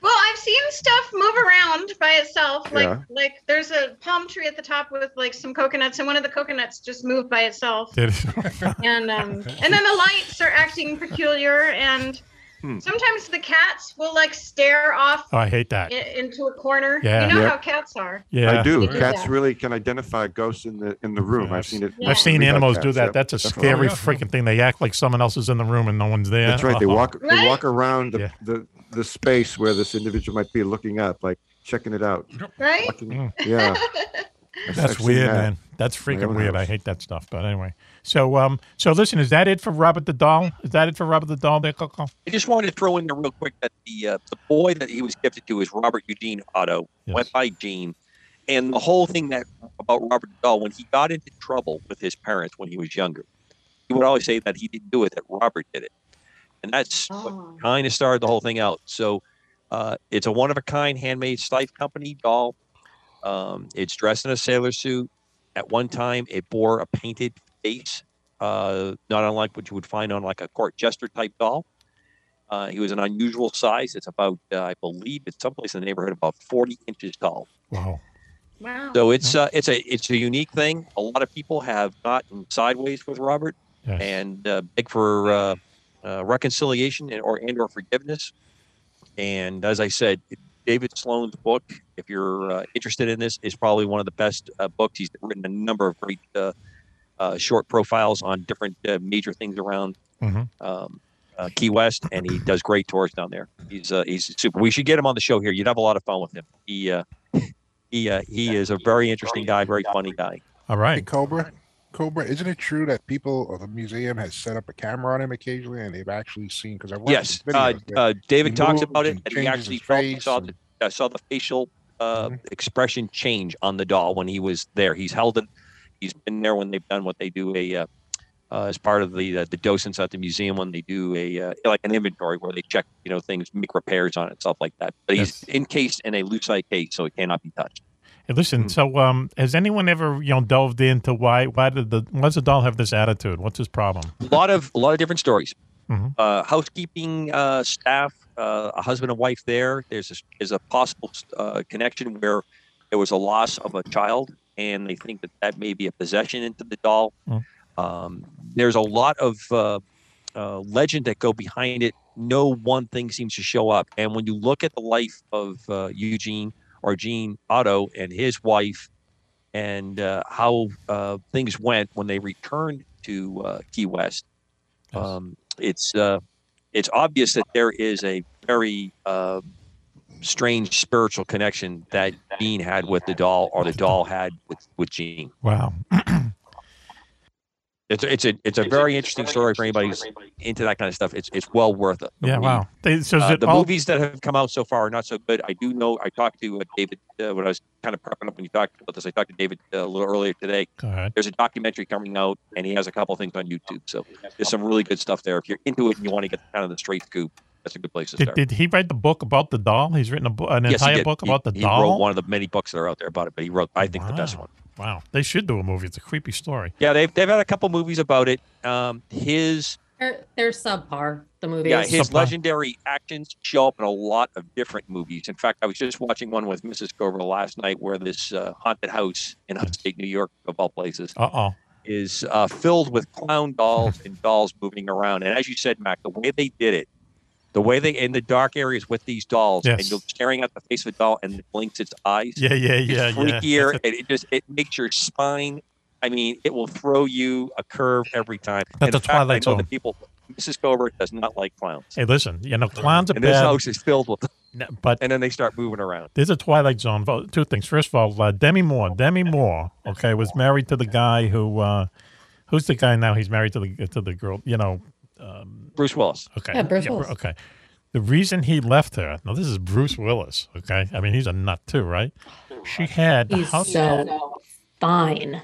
[SPEAKER 10] Well, I've seen stuff move around by itself. Like
[SPEAKER 5] Yeah.
[SPEAKER 10] like there's a palm tree at the top with like some coconuts, and one of the coconuts just moved by itself.
[SPEAKER 4] Did
[SPEAKER 10] And um and then the lights are acting peculiar, and
[SPEAKER 4] Hmm.
[SPEAKER 10] sometimes the cats will like stare off
[SPEAKER 4] Oh, I hate that.
[SPEAKER 10] i- into a corner.
[SPEAKER 5] Yeah.
[SPEAKER 10] You know
[SPEAKER 5] Yep.
[SPEAKER 10] how cats are.
[SPEAKER 5] I do.
[SPEAKER 10] They
[SPEAKER 5] Cats
[SPEAKER 10] that.
[SPEAKER 5] really can identify ghosts in the in the room. I've seen it.
[SPEAKER 4] I've seen
[SPEAKER 5] Read about
[SPEAKER 4] animals do
[SPEAKER 5] cats,
[SPEAKER 4] that.
[SPEAKER 5] yeah,
[SPEAKER 4] That's a
[SPEAKER 5] definitely.
[SPEAKER 4] scary freaking thing. They act like someone else is in the room and no one's there.
[SPEAKER 5] That's right. They
[SPEAKER 4] Uh-huh.
[SPEAKER 5] walk they
[SPEAKER 10] Right?
[SPEAKER 5] walk around the, the the space where this individual might be looking up, like checking it out.
[SPEAKER 10] Right?
[SPEAKER 5] Walking- yeah. I've- I've
[SPEAKER 4] Mm. That's
[SPEAKER 5] seen
[SPEAKER 4] weird,
[SPEAKER 5] that.
[SPEAKER 4] man. That's
[SPEAKER 5] My
[SPEAKER 4] freaking
[SPEAKER 5] own
[SPEAKER 4] weird. I
[SPEAKER 5] house.
[SPEAKER 4] hate that stuff. But anyway, so um, so listen, is that it for Robert the doll? Is that it for Robert the doll? There, Coco.
[SPEAKER 7] I just wanted to throw in there real quick that the uh, the boy that he was gifted to is Robert Eugene Otto, went by Gene, and the whole thing that about Robert Dahl when he got into trouble with his parents when he was younger, he would always say that he didn't do it, that Robert did it, and that's what kind of started the whole thing out. So uh, it's a one of a kind handmade stife company doll. Um, it's dressed in a sailor suit. At one time, it bore a painted face, uh, not unlike what you would find on like a court jester type doll. Uh, he was an unusual size. It's about, uh, I believe, it's someplace in the neighborhood about 40 inches tall.
[SPEAKER 4] Wow.
[SPEAKER 10] Wow.
[SPEAKER 7] So it's uh, it's a it's a unique thing. A lot of people have gotten sideways with Robert
[SPEAKER 4] Yes.
[SPEAKER 7] and uh, beg for uh, uh, reconciliation and or and or forgiveness. And as I said, David Sloan's book, if you're uh, interested in this, is probably one of the best uh, books. He's written a number of great uh, uh, short profiles on different uh, major things around
[SPEAKER 4] Mhm.
[SPEAKER 5] Mm-hmm.
[SPEAKER 7] um, uh, Key West, and he does great tours down there. He's uh, he's super. We should get him on the show here. You'd have a lot of fun with him. He uh, he uh, he is a very interesting guy, very funny guy.
[SPEAKER 4] All right.
[SPEAKER 9] Cobra. Cobra, isn't it true that people or the museum has set up a camera on him occasionally and they've actually seen? Because I watched
[SPEAKER 7] Yes,
[SPEAKER 9] his
[SPEAKER 7] uh,
[SPEAKER 9] videos that
[SPEAKER 7] uh, David
[SPEAKER 9] he
[SPEAKER 7] talks
[SPEAKER 9] moves
[SPEAKER 7] about it,
[SPEAKER 9] and
[SPEAKER 7] and he
[SPEAKER 9] changes
[SPEAKER 7] actually
[SPEAKER 9] his
[SPEAKER 7] felt-
[SPEAKER 9] face Mm-hmm.
[SPEAKER 7] saw the uh, saw the facial uh, expression change on the doll when he was there. He's held it. He's been there when they've done what they do a uh, uh, as part of the uh, the docents at the museum when they do a uh, like an inventory where they check you know things, make repairs on it, stuff like that. But he's encased in a lucite case, so it cannot be touched.
[SPEAKER 4] Hey,
[SPEAKER 5] Hmm.
[SPEAKER 4] listen. So, um, has anyone ever you know delved into why why did the why does the doll have this attitude? What's his problem?
[SPEAKER 7] A lot of a lot of different stories.
[SPEAKER 4] Mhm.
[SPEAKER 7] Uh, housekeeping uh, staff, uh, a husband and wife there. There's a, there's a possible uh, connection where there was a loss of a child, and they think that that may be a possession into the doll.
[SPEAKER 5] Mm-hmm.
[SPEAKER 4] Mm.
[SPEAKER 7] Um, there's a lot of uh, uh, legend that go behind it. No one thing seems to show up. And when you look at the life of uh, Eugene or Gene Otto and his wife, and uh, how uh, things went when they returned to uh, Key West, um, it's uh, it's obvious that there is a very uh, strange spiritual connection that Gene had with the doll, or the doll had with with Gene.
[SPEAKER 4] Wow.
[SPEAKER 7] It's a, it's a it's a very interesting story for anybody who's into that kind of stuff. It's it's well worth it.
[SPEAKER 4] Yeah. Wow. They, so is
[SPEAKER 7] Uh,
[SPEAKER 4] it
[SPEAKER 7] the
[SPEAKER 4] all-
[SPEAKER 7] movies that have come out so far are not so good. I do know. I talked to uh, David uh, when I was kind of prepping up when you talked about this. I talked to David uh, a little earlier today.
[SPEAKER 4] Go ahead.
[SPEAKER 7] There's a documentary coming out, and he has a couple things on YouTube. So there's some really good stuff there. If you're into it and you want to get kind of the straight scoop, that's a good place to
[SPEAKER 4] Did,
[SPEAKER 7] start.
[SPEAKER 4] did he write the book about the doll? He's written a bo- an
[SPEAKER 7] Yes, he
[SPEAKER 4] entire
[SPEAKER 7] did.
[SPEAKER 4] book
[SPEAKER 7] He-
[SPEAKER 4] about the
[SPEAKER 7] he
[SPEAKER 4] doll.
[SPEAKER 7] wrote one of the many books that are out there about it, but he wrote, I think, the best one.
[SPEAKER 4] Wow. They should do a movie. It's a creepy story.
[SPEAKER 7] Yeah, they've, they've had a couple movies about it. Um, his
[SPEAKER 16] They're, they're subpar. The movie.
[SPEAKER 7] yeah,
[SPEAKER 16] is.
[SPEAKER 7] his legendary actions show up in a lot of different movies. In fact, I was just watching one with Mrs. Gover last night where this uh, haunted house in upstate New York, of all places,
[SPEAKER 4] Uh oh.
[SPEAKER 7] is uh, filled with clown dolls and dolls moving around. And as you said, Mac, the way they did it, the way they in the dark areas with these dolls, and
[SPEAKER 4] Yes.
[SPEAKER 7] you're staring at the face of a doll and it blinks its eyes.
[SPEAKER 4] Yeah, yeah, yeah, yeah.
[SPEAKER 7] It's freakier. and it just it makes your spine. I mean, it will throw you a curve every time.
[SPEAKER 4] That's
[SPEAKER 7] And
[SPEAKER 4] the
[SPEAKER 7] in fact,
[SPEAKER 4] Twilight
[SPEAKER 7] I know
[SPEAKER 4] Zone.
[SPEAKER 7] that people. Mrs. Cobra does not like clowns.
[SPEAKER 4] Hey, listen. You know, clowns are
[SPEAKER 7] and this
[SPEAKER 4] bad.
[SPEAKER 7] house is filled with
[SPEAKER 4] them. But
[SPEAKER 7] and then they start moving around.
[SPEAKER 4] There's a Twilight Zone. vo- Two things. First of all, uh, Demi Moore. Demi Moore. Okay, was married to the guy who. Uh, who's the guy now? He's married to the to the girl. You know, um,
[SPEAKER 7] Bruce Willis.
[SPEAKER 4] Okay.
[SPEAKER 7] Yeah, Bruce
[SPEAKER 4] Bru-
[SPEAKER 7] Willis.
[SPEAKER 4] Okay. The reason he left her. Now this is Bruce Willis. Okay. I mean, he's a nut too, right? She had the
[SPEAKER 16] He's
[SPEAKER 4] house-
[SPEAKER 16] so fine.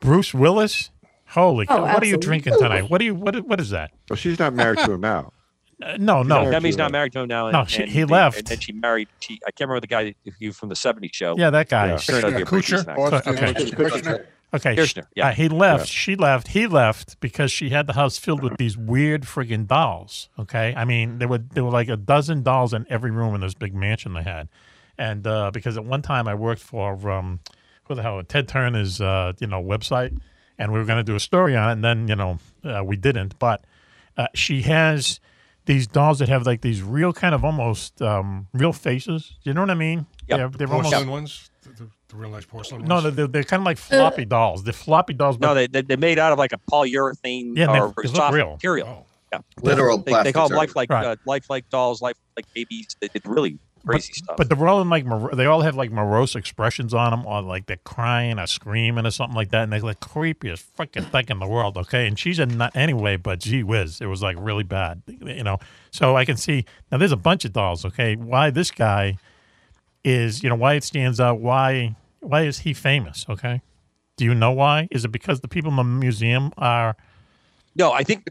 [SPEAKER 4] Bruce Willis. Holy
[SPEAKER 16] Oh,
[SPEAKER 4] cow! What are you drinking
[SPEAKER 16] absolutely.
[SPEAKER 4] tonight? What are you? What? What is that?
[SPEAKER 5] Well, she's not married to him now.
[SPEAKER 4] Uh, no,
[SPEAKER 5] She's
[SPEAKER 4] no.
[SPEAKER 5] married
[SPEAKER 7] Demi's
[SPEAKER 5] to
[SPEAKER 7] not
[SPEAKER 5] him.
[SPEAKER 7] married to him now. And,
[SPEAKER 4] No, she-
[SPEAKER 7] and
[SPEAKER 4] he
[SPEAKER 7] they-
[SPEAKER 4] left.
[SPEAKER 7] And then she married. She, I can't remember the guy that- he from the '70s show.
[SPEAKER 4] Yeah, that guy.
[SPEAKER 7] Yeah.
[SPEAKER 4] Sure.
[SPEAKER 7] Turned out to be a pretty
[SPEAKER 4] Kushner?
[SPEAKER 7] snack.
[SPEAKER 4] Austin Okay. Kushner? Okay, sh-
[SPEAKER 7] Kirshner, yeah.
[SPEAKER 4] uh, he left. She left. He left because she had the house filled with these weird friggin' dolls. Okay, I mean there were there were like a dozen dolls in every room in this big mansion they had, and uh, because at one time I worked for um, who the hell Ted Turner's uh, you know website, and we were going to do a story on it, and then you know uh, we didn't. But uh, she has these dolls that have like these real kind of almost um, real faces. You know what I mean? They're, they're almost
[SPEAKER 14] porcelain ones, the, the, the real life porcelain
[SPEAKER 4] no,
[SPEAKER 14] ones.
[SPEAKER 4] they're, they're kind of like floppy dolls. They're floppy dolls.
[SPEAKER 7] No, they, they they're made out of like a polyurethane
[SPEAKER 4] Yeah, and they-
[SPEAKER 7] or
[SPEAKER 4] they look
[SPEAKER 7] soft
[SPEAKER 4] real.
[SPEAKER 7] material. Yeah,
[SPEAKER 4] Literal
[SPEAKER 7] They, they call
[SPEAKER 4] plastic
[SPEAKER 7] them lifelike,
[SPEAKER 4] surgery.
[SPEAKER 7] uh, lifelike dolls, lifelike babies. It- It's really crazy stuff.
[SPEAKER 4] But they're all in like mor- they all have like morose expressions on them, or like they're crying or screaming or something like that, and they're like creepiest freaking thing in the world. Okay, and she's a nut anyway, but gee whiz, it was like really bad, you know. So I can see now. There's a bunch of dolls. Okay, why this guy is you know why it stands out? Why why is he famous? Okay, do you know why? Is it because the people in the museum are
[SPEAKER 7] No, I think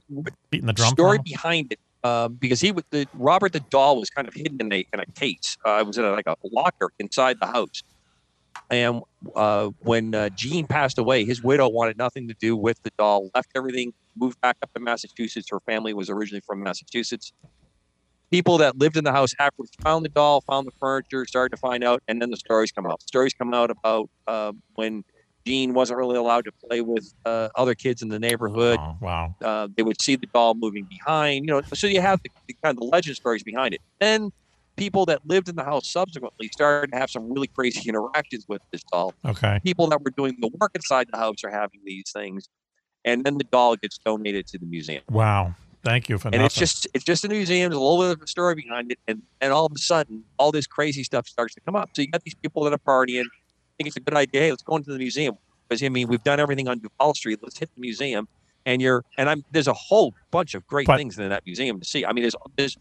[SPEAKER 4] beating the drum.
[SPEAKER 7] story
[SPEAKER 4] Paul?
[SPEAKER 7] behind it uh, because he was the Robert the doll was kind of hidden in a in a case. Uh, it was in a, like a locker inside the house. And uh, when uh, Gene passed away, his widow wanted nothing to do with the doll. Left everything, moved back up to Massachusetts. Her family was originally from Massachusetts. People that lived in the house afterwards found the doll, found the furniture, started to find out, and then the stories come out. Stories come out about uh, when Gene wasn't really allowed to play with uh, other kids in the neighborhood.
[SPEAKER 4] Oh, wow.
[SPEAKER 7] Uh, they would see the doll moving behind, you know. So you have the, the kind of the legend stories behind it. Then people that lived in the house subsequently started to have some really crazy interactions with this doll.
[SPEAKER 4] Okay.
[SPEAKER 7] People that were doing the work inside the house are having these things, and then the doll gets donated to the museum.
[SPEAKER 4] Wow. Thank you for
[SPEAKER 7] and
[SPEAKER 4] nothing.
[SPEAKER 7] it's just it's just a museum. There's a little bit of a story behind it, and and all of a sudden, all this crazy stuff starts to come up. So you got these people that are partying. I think it's a good idea. Hey, let's go into the museum because I mean we've done everything on Duval Street. Let's hit the museum, and you're and I'm there's a whole bunch of great
[SPEAKER 4] But-
[SPEAKER 7] things in that museum to see. I mean, there's there's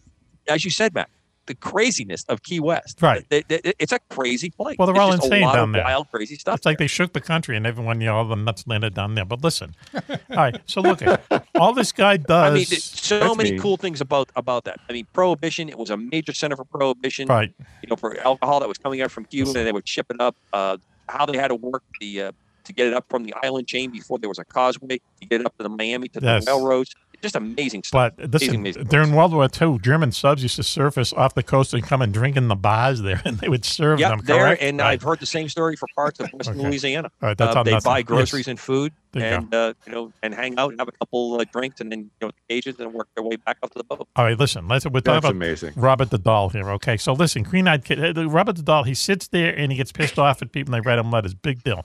[SPEAKER 7] as you said, Matt, the craziness of Key West.
[SPEAKER 4] Right.
[SPEAKER 7] Th- th- th- It's a crazy place.
[SPEAKER 4] Well, they're
[SPEAKER 7] It's
[SPEAKER 4] all
[SPEAKER 7] just a
[SPEAKER 4] insane
[SPEAKER 7] lot
[SPEAKER 4] down
[SPEAKER 7] of
[SPEAKER 4] there.
[SPEAKER 7] Wild, crazy stuff.
[SPEAKER 4] It's like they shook the country and everyone, you know, all the nuts landed down there. But listen, all right. So look, at all this guy does.
[SPEAKER 7] I mean, th- so many cool things about about that. I mean, prohibition. It was a major center for prohibition.
[SPEAKER 4] Right.
[SPEAKER 7] You know, for alcohol that was coming out from Cuba, and they would ship it up. Uh, how they had to work the uh, to get it up from the island chain before there was a causeway to get it up to the Miami to
[SPEAKER 4] Yes.
[SPEAKER 7] the railroads. Just amazing stuff.
[SPEAKER 4] But this
[SPEAKER 7] amazing, amazing.
[SPEAKER 4] during World War II, German subs used to surface off the coast and come and drink in the bars there, and they would serve
[SPEAKER 7] Yep,
[SPEAKER 4] them.
[SPEAKER 7] there,
[SPEAKER 4] Correct?
[SPEAKER 7] and
[SPEAKER 4] Right.
[SPEAKER 7] I've heard the same story for parts of Western
[SPEAKER 4] Okay.
[SPEAKER 7] Louisiana.
[SPEAKER 4] All right, that's
[SPEAKER 7] uh,
[SPEAKER 4] on
[SPEAKER 7] they
[SPEAKER 4] nothing.
[SPEAKER 7] buy
[SPEAKER 4] Yes.
[SPEAKER 7] groceries and food,
[SPEAKER 4] There you go.
[SPEAKER 7] and uh, you know, and hang out and have a couple uh, drinks, and then you know, agents and work their way back up to the boat.
[SPEAKER 4] All right, listen. Let's we're talking
[SPEAKER 7] That's
[SPEAKER 4] about
[SPEAKER 7] amazing.
[SPEAKER 4] Robert the Doll here. Okay, so listen, Green Eyed Kid. uh, Robert the Doll. He sits there and he gets pissed off at people. and They write him letters. Big deal.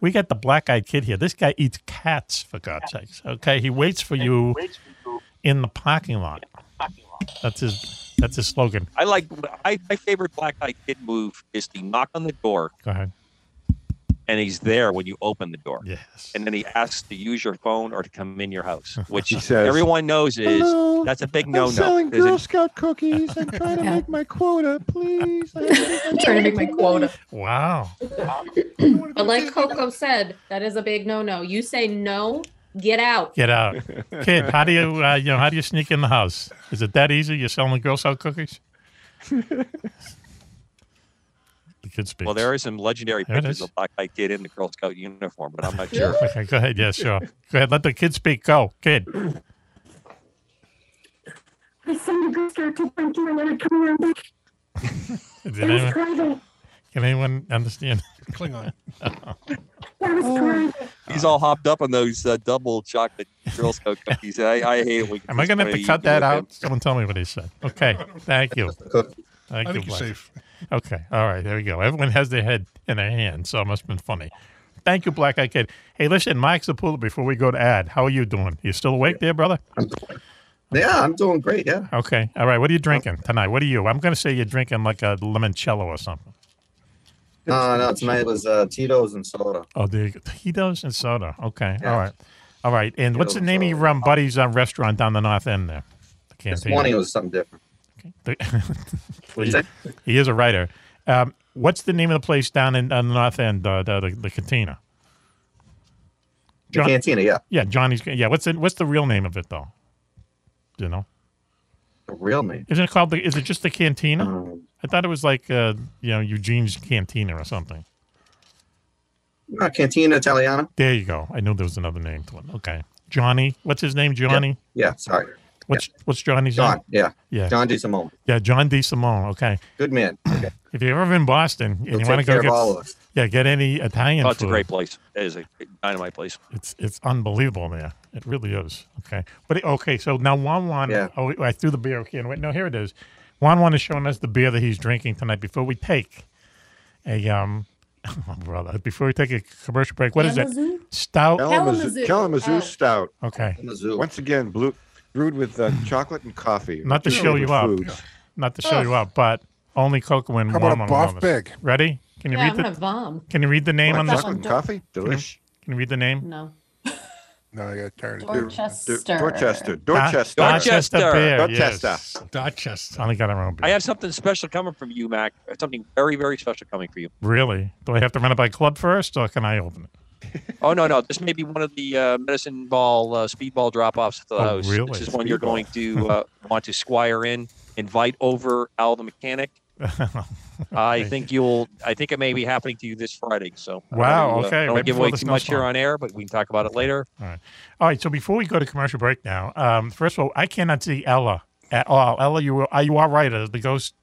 [SPEAKER 4] We got the black eyed kid here. This guy eats cats for God's sakes. Okay, he waits for you in the parking lot. That's his. That's his slogan.
[SPEAKER 7] I like I, my favorite black eyed kid move is to knock on the door
[SPEAKER 4] Go ahead.
[SPEAKER 7] and he's there when you open the door.
[SPEAKER 4] Yes.
[SPEAKER 7] And then he asks to use your phone or to come in your house, which
[SPEAKER 5] He says,
[SPEAKER 7] everyone knows is
[SPEAKER 5] "Hello,
[SPEAKER 7] that's a big
[SPEAKER 5] I'm
[SPEAKER 7] no no.
[SPEAKER 5] selling Girl Scout cookies. I'm trying to make my quota, please. I'm
[SPEAKER 16] trying to make my quota.
[SPEAKER 4] Wow.
[SPEAKER 16] But like Coco said, that is a big no-no. You say no, get out.
[SPEAKER 4] Get out, kid. How do you, uh, you know, how do you sneak in the house? Is it that easy? You're selling Girl Scout cookies? The kid speaks.
[SPEAKER 7] Well, there are some legendary
[SPEAKER 4] There it
[SPEAKER 7] pictures
[SPEAKER 4] is.
[SPEAKER 7] of black eyed kid in the Girl Scout uniform, but I'm not sure.
[SPEAKER 4] Okay, go ahead. Yeah, sure. Go ahead. Let the kid speak. Go, kid.
[SPEAKER 12] I sent a ghost out to bring you another come around back.
[SPEAKER 4] Did
[SPEAKER 12] That was
[SPEAKER 4] anyone,
[SPEAKER 12] private.
[SPEAKER 4] can anyone understand?
[SPEAKER 14] Klingon.
[SPEAKER 12] That
[SPEAKER 5] Oh.
[SPEAKER 12] was private.
[SPEAKER 7] He's all hopped up on those uh, double chocolate Girl Scout cookies. I, I hate it. when
[SPEAKER 4] Am I
[SPEAKER 7] kids
[SPEAKER 4] going
[SPEAKER 7] try
[SPEAKER 4] to have to
[SPEAKER 7] eat
[SPEAKER 4] cut that
[SPEAKER 7] them.
[SPEAKER 4] out? Someone tell me what he said. Okay. Thank you. Thank
[SPEAKER 14] I think you're
[SPEAKER 4] Black.
[SPEAKER 14] safe.
[SPEAKER 4] Okay. All right. There we go. Everyone has their head in their hand, so it must have been funny. Thank you, Black Eyed Kid. Hey, listen, Mike Zapula, before we go to ad, how are you doing? You still awake there, brother?
[SPEAKER 11] Yeah, I'm doing great. Yeah.
[SPEAKER 4] Okay. All right. What are you drinking tonight? What are you? I'm going to say you're drinking like a limoncello or something.
[SPEAKER 11] No, no. Tonight was uh, Tito's and soda.
[SPEAKER 4] Oh, there you go. Tito's and soda. Okay.
[SPEAKER 11] Yeah.
[SPEAKER 4] All right. All right. And what's the
[SPEAKER 11] Tito's
[SPEAKER 4] name of your um, buddy's uh, restaurant down the north end there? The
[SPEAKER 11] This
[SPEAKER 4] canteen.
[SPEAKER 11] morning was something different.
[SPEAKER 4] The-
[SPEAKER 11] What'd you say?
[SPEAKER 4] he is a writer. Um, what's the name of the place down in on the north end, uh, the, the the cantina?
[SPEAKER 11] The Cantina, yeah.
[SPEAKER 4] Yeah, Johnny's. Yeah, what's the, what's the real name of it though? Do you know?
[SPEAKER 11] The real name. Um,
[SPEAKER 4] Isn't it called? The, is it just the cantina? I thought it was like uh, you know Eugene's Cantina or something.
[SPEAKER 11] Uh, Cantina Italiana.
[SPEAKER 4] There you go. I knew there was another name to it. Okay, Johnny. What's his name? Johnny.
[SPEAKER 11] Yeah. Sorry.
[SPEAKER 4] What's what's Johnny's
[SPEAKER 11] John.
[SPEAKER 4] name?
[SPEAKER 11] Yeah.
[SPEAKER 4] Yeah.
[SPEAKER 11] John D. Simone.
[SPEAKER 4] Yeah, John D. Simone. Okay.
[SPEAKER 11] Good man. Okay.
[SPEAKER 4] If you're ever in Boston and
[SPEAKER 11] He'll
[SPEAKER 4] you want
[SPEAKER 11] take
[SPEAKER 4] to go
[SPEAKER 11] care of
[SPEAKER 4] get
[SPEAKER 11] all of us.
[SPEAKER 4] yeah, get any Italian
[SPEAKER 7] Oh, it's
[SPEAKER 4] food.
[SPEAKER 7] a great place. It is a dynamite place.
[SPEAKER 4] It's it's unbelievable there. It really is. Okay, but okay. So now Juan Juan,
[SPEAKER 7] Yeah.
[SPEAKER 4] oh, I threw the beer can. Wait, no, here it is. Juan Juan is showing us the beer that he's drinking tonight. Before we take a um, oh, brother, before we take a commercial break, what is it?
[SPEAKER 5] Kalamazoo?
[SPEAKER 4] Stout.
[SPEAKER 5] Kalamazoo, Kalamazoo Stout.
[SPEAKER 4] Okay.
[SPEAKER 5] Once again, blue, brewed with uh, chocolate and coffee.
[SPEAKER 4] Not to
[SPEAKER 5] Just
[SPEAKER 4] show
[SPEAKER 5] with
[SPEAKER 4] you up.
[SPEAKER 5] foods.
[SPEAKER 4] Not to show you up, but only cocoa and
[SPEAKER 5] How
[SPEAKER 4] Juan
[SPEAKER 5] about a
[SPEAKER 4] Juan
[SPEAKER 5] Boff
[SPEAKER 4] Wellness.
[SPEAKER 5] Pig?
[SPEAKER 4] Ready? Can you
[SPEAKER 16] Yeah,
[SPEAKER 4] read
[SPEAKER 16] I'm
[SPEAKER 4] the
[SPEAKER 16] gonna vom.
[SPEAKER 4] Can you read the name
[SPEAKER 16] What,
[SPEAKER 4] on this?
[SPEAKER 16] chocolate and
[SPEAKER 5] coffee?
[SPEAKER 4] Can you-
[SPEAKER 5] Delish.
[SPEAKER 4] Can you read the name?
[SPEAKER 16] No.
[SPEAKER 9] No, I got tired
[SPEAKER 4] Dor-
[SPEAKER 9] of
[SPEAKER 4] Dorchester.
[SPEAKER 5] Dorchester.
[SPEAKER 4] Do- Dorchester. Dorchester beer, Dorchester. yes.
[SPEAKER 14] Dorchester.
[SPEAKER 4] Finally got our own beer.
[SPEAKER 7] I have something special coming from you, Mac. Something very, very special coming for you.
[SPEAKER 4] Really? Do I have to run it by club first, or can I open it?
[SPEAKER 7] oh no, no, this may be one of the uh, medicine ball uh, speedball drop-offs at the
[SPEAKER 4] Oh,
[SPEAKER 7] house.
[SPEAKER 4] really?
[SPEAKER 7] This is one you're
[SPEAKER 4] Speedball.
[SPEAKER 7] going to uh, want to squire in, invite over Al the mechanic. I think you'll. I think it may be happening to you this Friday. So I don't
[SPEAKER 4] Wow,
[SPEAKER 7] wanna,
[SPEAKER 4] okay,
[SPEAKER 7] I don't
[SPEAKER 4] right
[SPEAKER 7] wanna give
[SPEAKER 4] before
[SPEAKER 7] away
[SPEAKER 4] the
[SPEAKER 7] too much here
[SPEAKER 4] snowstorm.
[SPEAKER 7] on air, but we can talk about it later.
[SPEAKER 4] All right. All right. So before we go to commercial break now, um, first of all, I cannot see Ella at all. Ella, you were- are you all right? Uh, The ghost?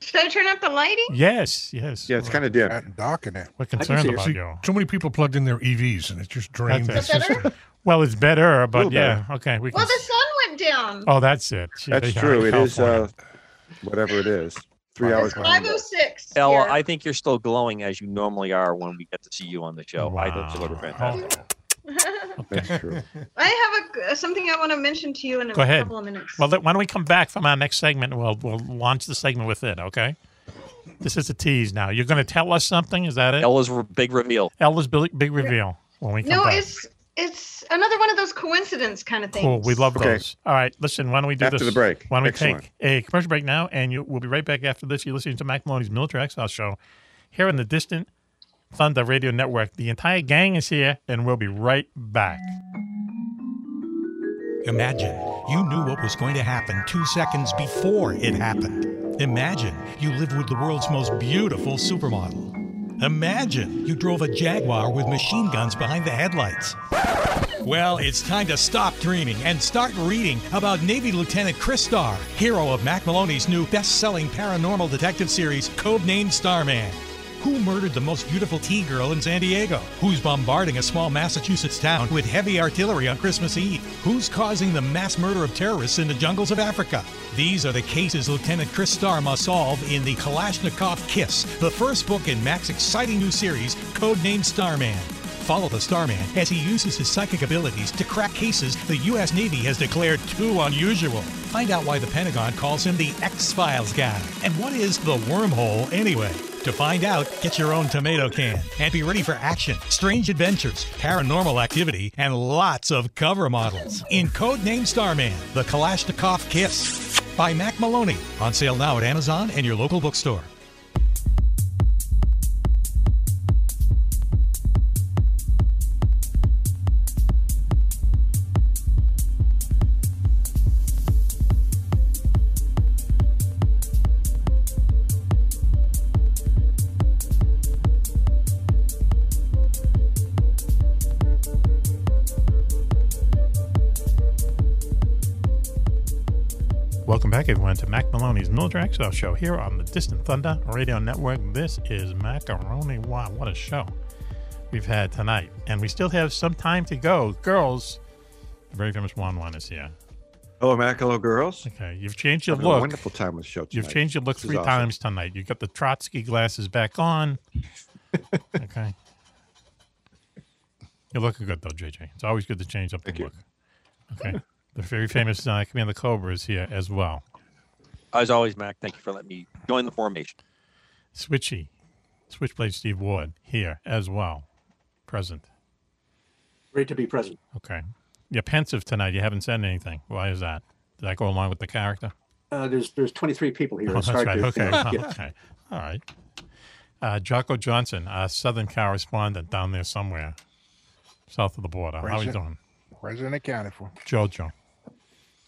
[SPEAKER 10] Should I turn up the lighting?
[SPEAKER 4] Yes. Yes.
[SPEAKER 5] Yeah, it's kind of dim.
[SPEAKER 9] Dark in it.
[SPEAKER 4] We're concerned about
[SPEAKER 14] See,
[SPEAKER 4] you.
[SPEAKER 14] Too many people plugged in their EVs and it just drained the
[SPEAKER 4] That's
[SPEAKER 14] system.
[SPEAKER 4] it. Well, it's better, but
[SPEAKER 14] Little
[SPEAKER 4] yeah. Okay. We can.
[SPEAKER 10] Well, the sun went down.
[SPEAKER 4] oh, that's it.
[SPEAKER 5] That's true. It is uh, whatever it is. Three hours.
[SPEAKER 10] It's 506.
[SPEAKER 7] Ella,
[SPEAKER 10] here.
[SPEAKER 7] I think you're still glowing as you normally are when we get to see you on the show. I think you look fantastic.
[SPEAKER 4] Oh,
[SPEAKER 5] That's true.
[SPEAKER 10] oh I have a, something I want to mention to you in a
[SPEAKER 4] Go ahead.
[SPEAKER 10] couple of minutes.
[SPEAKER 4] Well, th- why don't we come back from our next segment? and We'll we'll launch the segment with it. Okay. This is a tease. Now you're going to tell us something. Is that it?
[SPEAKER 7] Ella's big reveal.
[SPEAKER 4] Ella's big, big reveal. When we come
[SPEAKER 10] no,
[SPEAKER 4] back.
[SPEAKER 10] it's it's another one of those coincidence kind of things.
[SPEAKER 4] Cool. We love
[SPEAKER 5] Okay.
[SPEAKER 4] those. All right. Listen, why don't we do
[SPEAKER 5] After
[SPEAKER 4] this?
[SPEAKER 5] the break.
[SPEAKER 4] Why don't we
[SPEAKER 5] Excellent.
[SPEAKER 4] take a commercial break now? And you, we'll be right back after this. You're listening to Mac Maloney's Military Exile Show here in the distant Thunder Radio Network. The entire gang is here, and we'll be right back.
[SPEAKER 3] Imagine you knew what was going to happen two seconds before it happened. Imagine you live with the world's most beautiful supermodel. Imagine you drove a Jaguar with machine guns behind the headlights. Well, it's time to stop dreaming and start reading about Navy Lieutenant Chris Starr, hero of Mac Maloney's new best selling paranormal detective series, codenamed Starman. Who murdered the most beautiful tea girl in San Diego? Who's bombarding a small Massachusetts town with heavy artillery on Christmas Eve? Who's causing the mass murder of terrorists in the jungles of Africa? These are the cases Lieutenant Chris Starr must solve in the Kalashnikov Kiss, the first book in Mac's exciting new series, codenamed Starman. Follow the Starman as he uses his psychic abilities to crack cases the U.S. Navy has declared too unusual. Find out why the Pentagon calls him the X Files guy. And what is the wormhole, anyway? To find out, get your own tomato can and be ready for action, strange adventures, paranormal activity, and lots of cover models. In Codename Starman, The Kalashnikov Kiss by Mac Maloney. On sale now at Amazon and your local bookstore.
[SPEAKER 4] Welcome back, everyone, to Mac Maloney's Military Exile Show here on the Distant Thunder Radio Network. This is Macaroni. Wow, what a show we've had tonight. And we still have some time to go. Girls, the very famous Juan Juan is here.
[SPEAKER 5] Hello, Mac. Hello, girls.
[SPEAKER 4] Okay, you've changed your
[SPEAKER 5] Having a
[SPEAKER 4] look.
[SPEAKER 5] wonderful time with the show
[SPEAKER 4] You've
[SPEAKER 5] tonight.
[SPEAKER 4] changed your look
[SPEAKER 5] This is
[SPEAKER 4] three
[SPEAKER 5] awesome.
[SPEAKER 4] times tonight. You got the Trotsky glasses back on. okay. You're looking good though, JJ. It's always good to change up the look. Okay. the very famous uh, Commander Cobra is here as well.
[SPEAKER 7] As always, Mac, thank you for letting me join the formation.
[SPEAKER 4] Switchy, Switchblade Steve Ward here as well, present.
[SPEAKER 6] Great to be present.
[SPEAKER 4] Okay. You're pensive tonight. You haven't said anything. Why is that? Did that go along with the character?
[SPEAKER 6] Uh, there's there's 23 people here.
[SPEAKER 4] Oh,
[SPEAKER 6] It's
[SPEAKER 4] that's
[SPEAKER 6] hard
[SPEAKER 4] right.
[SPEAKER 6] to-
[SPEAKER 4] okay.
[SPEAKER 6] yeah.
[SPEAKER 4] okay. All right. Uh, Jocko Johnson, our Southern correspondent down there somewhere, south of the border. How are you
[SPEAKER 9] President-
[SPEAKER 4] doing?
[SPEAKER 9] President accounted for.
[SPEAKER 4] Jojo.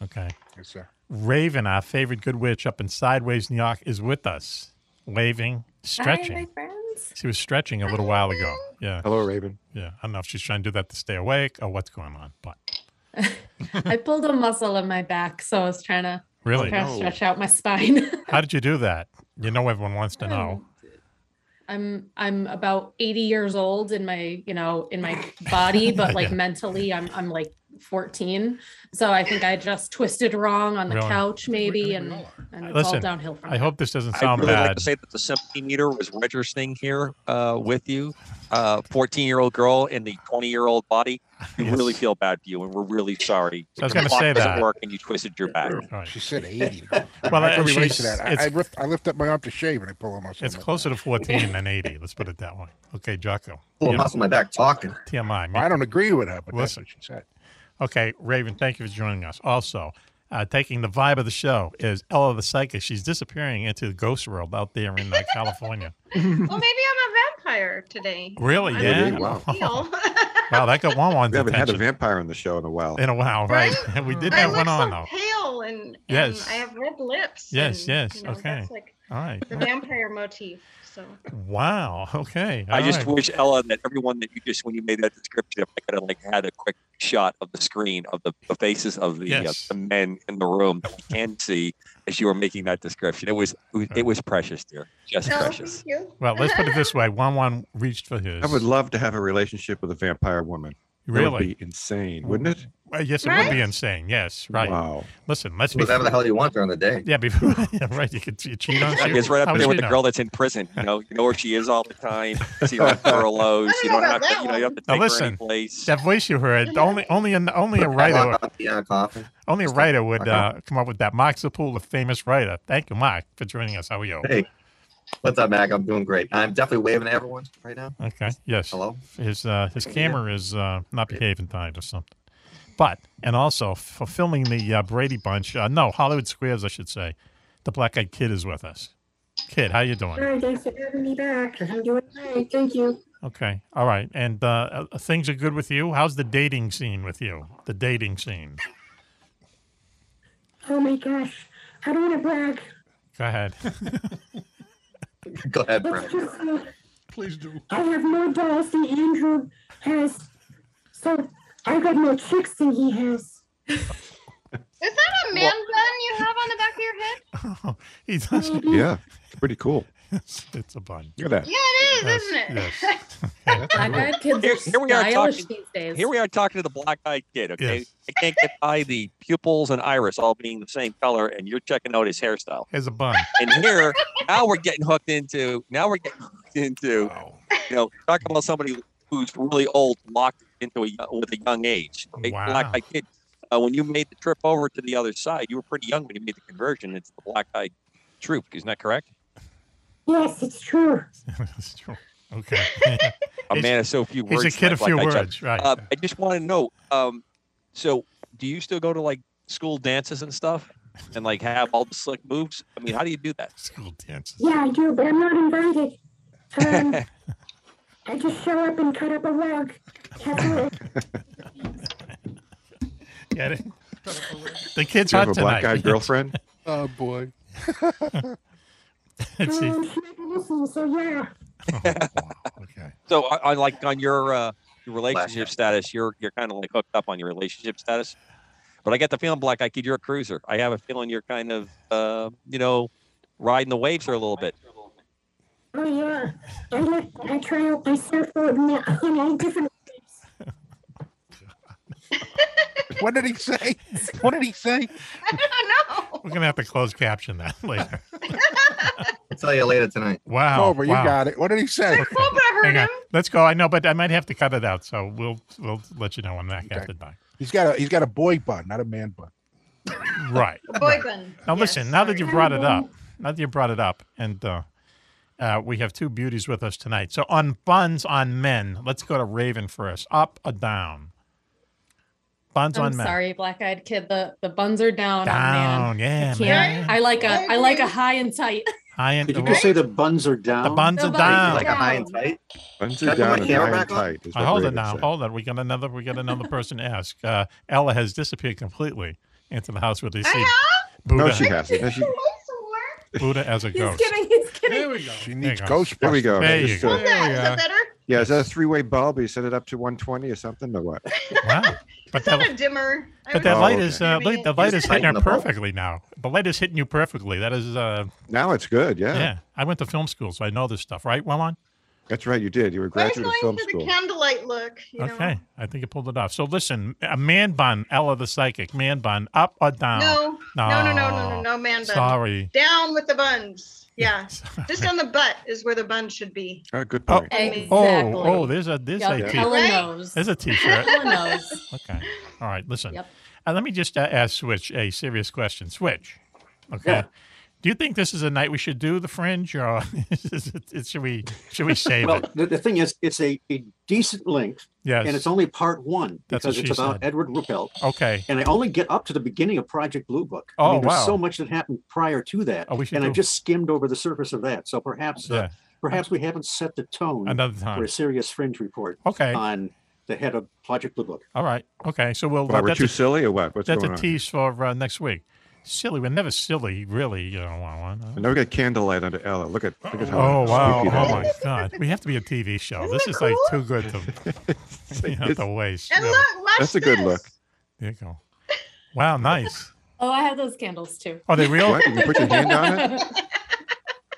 [SPEAKER 4] Okay.
[SPEAKER 9] Yes, sir.
[SPEAKER 4] Raven, our favorite good witch up in Sideways, New York, is with us, waving, stretching.
[SPEAKER 17] my friends.
[SPEAKER 4] She was stretching a little while ago. Yeah.
[SPEAKER 5] Hello, Raven.
[SPEAKER 4] Yeah. I don't know if she's trying to do that to stay awake or what's going on, but
[SPEAKER 16] I pulled a muscle in my back, so I was trying to
[SPEAKER 4] Really?
[SPEAKER 16] trying to
[SPEAKER 4] No.
[SPEAKER 16] stretch out my spine.
[SPEAKER 4] how did you do that? You know, everyone wants
[SPEAKER 16] Hmm.
[SPEAKER 4] to know.
[SPEAKER 16] I'm I'm about 80 years old in my you know in my body, but like
[SPEAKER 4] Yeah.
[SPEAKER 16] mentally I'm I'm like 14. So I think I just twisted wrong on the
[SPEAKER 4] Really?
[SPEAKER 16] couch maybe, and and it's all
[SPEAKER 4] Listen,
[SPEAKER 16] downhill from
[SPEAKER 4] I hope this doesn't
[SPEAKER 7] I
[SPEAKER 4] sound
[SPEAKER 7] really
[SPEAKER 4] bad.
[SPEAKER 7] like to say that the sympathy meter was registering here uh, with you. Uh, 14-year-old girl in the 20-year-old body. We really feel bad for you, and we're really sorry.
[SPEAKER 4] So I was
[SPEAKER 7] Your
[SPEAKER 4] gonna
[SPEAKER 7] clock
[SPEAKER 4] say
[SPEAKER 7] doesn't
[SPEAKER 4] that.
[SPEAKER 7] work, and you twisted your back.
[SPEAKER 9] She said 80.
[SPEAKER 4] Well,
[SPEAKER 9] well, I can
[SPEAKER 4] uh,
[SPEAKER 9] relate to
[SPEAKER 4] she's-
[SPEAKER 9] that. I, I,
[SPEAKER 4] it's-
[SPEAKER 9] lift, I lift up my arm to shave and I pull a muscle.
[SPEAKER 4] It's closer to 14 than 80. Let's put it that way. Okay, Jocko.
[SPEAKER 9] Pull a
[SPEAKER 4] You-
[SPEAKER 9] muscle in my back talking.
[SPEAKER 4] TMI.
[SPEAKER 9] I don't agree with her, but that's
[SPEAKER 4] Listen.
[SPEAKER 9] what she said.
[SPEAKER 4] Okay, Raven, thank you for joining us. Also, uh, taking the vibe of the show is Ella the Psychic. She's disappearing into the ghost world out there in uh, California.
[SPEAKER 10] well, maybe I'm a vampire today.
[SPEAKER 4] Really?
[SPEAKER 10] I'm
[SPEAKER 4] Yeah?
[SPEAKER 10] on
[SPEAKER 4] Wow.
[SPEAKER 10] appeal.
[SPEAKER 4] Wow, that got one on.
[SPEAKER 5] We haven't had a vampire on the show in a while.
[SPEAKER 4] In a while, right? we did
[SPEAKER 10] I
[SPEAKER 4] have
[SPEAKER 10] look
[SPEAKER 4] one on
[SPEAKER 10] so
[SPEAKER 4] though.
[SPEAKER 10] pale and, and
[SPEAKER 4] Yes.
[SPEAKER 10] I have red lips.
[SPEAKER 4] Yes,
[SPEAKER 10] and,
[SPEAKER 4] yes,
[SPEAKER 10] you know,
[SPEAKER 4] okay.
[SPEAKER 10] That's like
[SPEAKER 4] All right.
[SPEAKER 10] the vampire motif. So
[SPEAKER 4] Wow. Okay.
[SPEAKER 7] I
[SPEAKER 4] all
[SPEAKER 7] just
[SPEAKER 4] right.
[SPEAKER 7] wish Ella that everyone that you just when you made that description, if I could have like had a quick shot of the screen of the, the faces of the,
[SPEAKER 4] Yes.
[SPEAKER 7] uh, the men in the room that we can see as you were making that description. It was it was precious, dear, just
[SPEAKER 10] Oh,
[SPEAKER 7] precious.
[SPEAKER 4] Well, let's put it this way: one one reached for his.
[SPEAKER 5] I would love to have a relationship with a vampire woman. That would
[SPEAKER 4] Really?
[SPEAKER 5] be insane, wouldn't it?
[SPEAKER 4] Well, yes, it would be insane. Yes, right.
[SPEAKER 5] Wow.
[SPEAKER 4] Listen, let's.
[SPEAKER 5] Well,
[SPEAKER 4] be-
[SPEAKER 5] whatever the hell you want during the day.
[SPEAKER 4] Yeah, before, yeah, right. You could you cheat on.
[SPEAKER 7] Like,
[SPEAKER 4] you.
[SPEAKER 7] it's right up
[SPEAKER 4] How would
[SPEAKER 7] there with
[SPEAKER 4] you
[SPEAKER 7] the
[SPEAKER 4] know?
[SPEAKER 7] girl that's in prison. You know, you know where she is all the time. You See her on furloughs. You don't have to. You know, you don't have to
[SPEAKER 4] Now
[SPEAKER 7] take her
[SPEAKER 4] listen,
[SPEAKER 7] anyplace.
[SPEAKER 4] that voice you heard only only an, only a writer only a writer would uh,
[SPEAKER 7] Uh-huh.
[SPEAKER 4] come up with that. Mark Zapool, the famous writer. Thank you, Mark, for joining us. How are you?
[SPEAKER 11] Hey, what's up, Mac? I'm doing great. I'm definitely waving at everyone right now.
[SPEAKER 4] Okay. Yes.
[SPEAKER 11] Hello?
[SPEAKER 4] His uh, his
[SPEAKER 11] Yeah.
[SPEAKER 4] camera is uh, not behaving tonight or something. But and also for filming the uh, Brady Bunch. Uh, no, Hollywood Squares, I should say. The Black Eyed Kid is with us. Kid, how you doing?
[SPEAKER 12] Hi, thanks for having me back. I'm doing great. Thank you.
[SPEAKER 4] Okay. All right. And uh, uh, things are good with you. How's the dating scene with you? The dating scene.
[SPEAKER 12] Oh my gosh. I don't want to brag.
[SPEAKER 4] Go ahead.
[SPEAKER 11] Go ahead,
[SPEAKER 12] Let's just say
[SPEAKER 14] Please do.
[SPEAKER 12] I have more balls than Andrew has. So I got more chicks than he has.
[SPEAKER 10] is that a man gun you have on the back of your head?
[SPEAKER 4] He does.
[SPEAKER 5] Yeah, it's pretty cool.
[SPEAKER 4] it's, it's a bun.
[SPEAKER 5] Look at that.
[SPEAKER 10] Yeah, it is,
[SPEAKER 4] Yes,
[SPEAKER 10] isn't it?
[SPEAKER 16] Black eyed kids
[SPEAKER 7] Here-
[SPEAKER 16] are
[SPEAKER 7] here we are
[SPEAKER 16] stylish
[SPEAKER 7] talking-
[SPEAKER 16] these days.
[SPEAKER 7] Here we are talking to the black eyed kid. Okay,
[SPEAKER 4] Yes.
[SPEAKER 7] I can't get by the pupils and iris all being the same color, and you're checking out his hairstyle.
[SPEAKER 4] As a bun.
[SPEAKER 7] And here, now we're getting hooked into. Now we're getting hooked into. You know, talk about somebody who's really old, locked into a with a young age. Okay?
[SPEAKER 4] Wow.
[SPEAKER 7] Black eyed kid. Uh, when you made the trip over to the other side, you were pretty young when you made the conversion into the black eyed troop. Isn't that correct?
[SPEAKER 12] Yes, it's true.
[SPEAKER 4] That's true. Okay.
[SPEAKER 7] a man of so few
[SPEAKER 4] he's a
[SPEAKER 7] words.
[SPEAKER 4] kid
[SPEAKER 7] like-
[SPEAKER 4] of few
[SPEAKER 7] like I said.
[SPEAKER 4] words, right.
[SPEAKER 7] Uh, I just want to know. Um, so, do you still go to like school dances and stuff, and like have all the slick moves? I mean, how do you do that?
[SPEAKER 4] School dances.
[SPEAKER 12] Yeah, I do, but I'm not invited. Um, I just show up and cut up a rug. That's all.
[SPEAKER 4] Get it? The kid's
[SPEAKER 5] Do you have
[SPEAKER 4] hot
[SPEAKER 5] a
[SPEAKER 4] tonight.
[SPEAKER 5] black-eyed girlfriend?
[SPEAKER 9] Oh boy.
[SPEAKER 4] Let's see.
[SPEAKER 12] Um, she never listens, so yeah.
[SPEAKER 7] So, on- on like on your uh, your relationship status, you're you're kind of like hooked up on your relationship status. But I get the feeling, Black Eyed Kid, you're a cruiser. I have a feeling you're kind of, uh, you know, riding the waves here a little bit.
[SPEAKER 12] Oh yeah. I look, I try out my surfboard now on all different.
[SPEAKER 9] What did he say? What did he say?
[SPEAKER 4] We're gonna have to close caption that later.
[SPEAKER 11] I'll tell you later tonight.
[SPEAKER 4] Wow.
[SPEAKER 11] Cobra, you
[SPEAKER 4] wow.
[SPEAKER 11] got it. What did he say?
[SPEAKER 4] Okay.
[SPEAKER 11] Cobra heard
[SPEAKER 4] Hang on.
[SPEAKER 11] him.
[SPEAKER 4] Let's go. I know, but I might have to cut it out, so we'll we'll let you know when that after time.
[SPEAKER 9] He's got a he's got a boy bun, not a man bun.
[SPEAKER 4] Right.
[SPEAKER 10] A boy gun.
[SPEAKER 4] Now listen, now that you brought it up, now that you brought it up, and uh, uh, we have two beauties with us tonight. So on buns on men, let's go to Raven first. Up or down? Buns
[SPEAKER 16] I'm
[SPEAKER 4] on Ah, men.
[SPEAKER 16] sorry, black eyed kid. The the buns are down.
[SPEAKER 4] Down,
[SPEAKER 16] on man.
[SPEAKER 4] yeah,
[SPEAKER 16] I can't.
[SPEAKER 4] man.
[SPEAKER 16] I like a I like a high and tight.
[SPEAKER 4] High and
[SPEAKER 6] Did you just say the buns are down?
[SPEAKER 4] The buns
[SPEAKER 16] The
[SPEAKER 4] are
[SPEAKER 16] buns
[SPEAKER 4] down.
[SPEAKER 16] are Like a high and down.
[SPEAKER 11] tight.
[SPEAKER 5] Buns
[SPEAKER 11] Can I
[SPEAKER 5] are
[SPEAKER 11] put my
[SPEAKER 5] down and high
[SPEAKER 11] camera
[SPEAKER 5] and
[SPEAKER 11] back on?
[SPEAKER 5] tight. is
[SPEAKER 4] Uh,
[SPEAKER 5] what
[SPEAKER 4] hold it
[SPEAKER 5] Raven
[SPEAKER 4] now.
[SPEAKER 5] said.
[SPEAKER 4] Hold on. We got another. We got another person to ask. Uh, Ella has disappeared completely into the house where they see Buddha.
[SPEAKER 5] No, she hasn't. No, she-
[SPEAKER 4] Buddha as a ghost.
[SPEAKER 16] He's kidding.
[SPEAKER 14] There we go.
[SPEAKER 9] She
[SPEAKER 4] There
[SPEAKER 9] needs
[SPEAKER 4] you go.
[SPEAKER 9] Ghostbusters.
[SPEAKER 5] There we go.
[SPEAKER 4] There you
[SPEAKER 5] Just,
[SPEAKER 4] go.
[SPEAKER 5] uh,
[SPEAKER 4] There we
[SPEAKER 10] Is
[SPEAKER 4] go.
[SPEAKER 10] that better?
[SPEAKER 5] yeah, is that a three-way bulb? You set it up to 120 or something, or what?
[SPEAKER 4] Wow. But
[SPEAKER 10] Is that
[SPEAKER 4] that,
[SPEAKER 10] a dimmer? I
[SPEAKER 4] but
[SPEAKER 10] was
[SPEAKER 4] that
[SPEAKER 5] Oh,
[SPEAKER 4] light
[SPEAKER 5] okay.
[SPEAKER 4] is uh, the, the light is hitting her perfectly now. The light is hitting you perfectly. That is uh,
[SPEAKER 5] Now it's good. Yeah.
[SPEAKER 4] yeah. I went to film school, so I know this stuff, right, Wawan?
[SPEAKER 5] that's right. You did. You were a
[SPEAKER 10] I was
[SPEAKER 5] graduate of
[SPEAKER 10] going
[SPEAKER 5] film
[SPEAKER 10] for the
[SPEAKER 5] school.
[SPEAKER 10] candlelight look. You
[SPEAKER 4] Okay, I think you pulled it off. So listen, a man bun, Ella the psychic, man bun, up or down?
[SPEAKER 10] know? No, no, no, no, no, no, no, man bun.
[SPEAKER 4] Sorry.
[SPEAKER 10] Down with the buns. Yeah, just on the butt is where the bun should be.
[SPEAKER 5] Oh, good
[SPEAKER 4] Oh,
[SPEAKER 5] point.
[SPEAKER 10] Exactly.
[SPEAKER 4] oh, oh, there's a there's
[SPEAKER 16] Yep,
[SPEAKER 4] a t-
[SPEAKER 16] Ella knows.
[SPEAKER 4] there's a t-shirt.
[SPEAKER 16] Ella knows.
[SPEAKER 4] Okay. All right. Listen.
[SPEAKER 16] Yep.
[SPEAKER 4] Uh, let me just uh, ask Switch a serious question. Switch. Okay.
[SPEAKER 16] Yeah.
[SPEAKER 4] Do you think this is a night we should do the fringe, or is it, it- should we should we save
[SPEAKER 6] well,
[SPEAKER 4] it?
[SPEAKER 6] The, the thing is, it's a, a decent length.
[SPEAKER 4] Yes.
[SPEAKER 6] And it's only part one
[SPEAKER 4] That's what
[SPEAKER 6] because it's
[SPEAKER 4] she
[SPEAKER 6] about
[SPEAKER 4] said.
[SPEAKER 6] Edward Ruppelt.
[SPEAKER 4] Okay.
[SPEAKER 6] And I only get up to the beginning of Project Blue Book.
[SPEAKER 4] Oh,
[SPEAKER 6] I mean, there's
[SPEAKER 4] wow.
[SPEAKER 6] so much that happened prior to that.
[SPEAKER 4] Oh, we should
[SPEAKER 6] and I
[SPEAKER 4] do-
[SPEAKER 6] just skimmed over the surface of that. So perhaps uh,
[SPEAKER 4] Yeah.
[SPEAKER 6] Perhaps we haven't set the tone
[SPEAKER 4] Another time.
[SPEAKER 6] for a serious fringe report
[SPEAKER 4] Okay.
[SPEAKER 6] on the head of Project Blue Book.
[SPEAKER 4] All right. Okay. So we'll.
[SPEAKER 5] Why, we're
[SPEAKER 4] that's
[SPEAKER 5] too
[SPEAKER 4] a-
[SPEAKER 5] silly or what? What's
[SPEAKER 4] that's
[SPEAKER 5] going
[SPEAKER 4] a
[SPEAKER 5] on?
[SPEAKER 4] tease for uh, next week. Silly. We're never silly, really. You know. wah, wah,
[SPEAKER 5] And now we got candlelight under Ella. Look at look at how
[SPEAKER 4] Oh wow!
[SPEAKER 5] spooky that
[SPEAKER 4] Oh my
[SPEAKER 5] is.
[SPEAKER 4] God! We have to be a TV show.
[SPEAKER 5] Isn't
[SPEAKER 4] this
[SPEAKER 5] it
[SPEAKER 4] is like
[SPEAKER 5] cool?
[SPEAKER 4] too good to, you know, to waste.
[SPEAKER 16] And
[SPEAKER 4] really.
[SPEAKER 16] look, watch That's a good this. look.
[SPEAKER 4] There you go. Wow! Nice.
[SPEAKER 16] Oh, I have those candles too.
[SPEAKER 4] Are they real?
[SPEAKER 5] What? You can put your hand on it?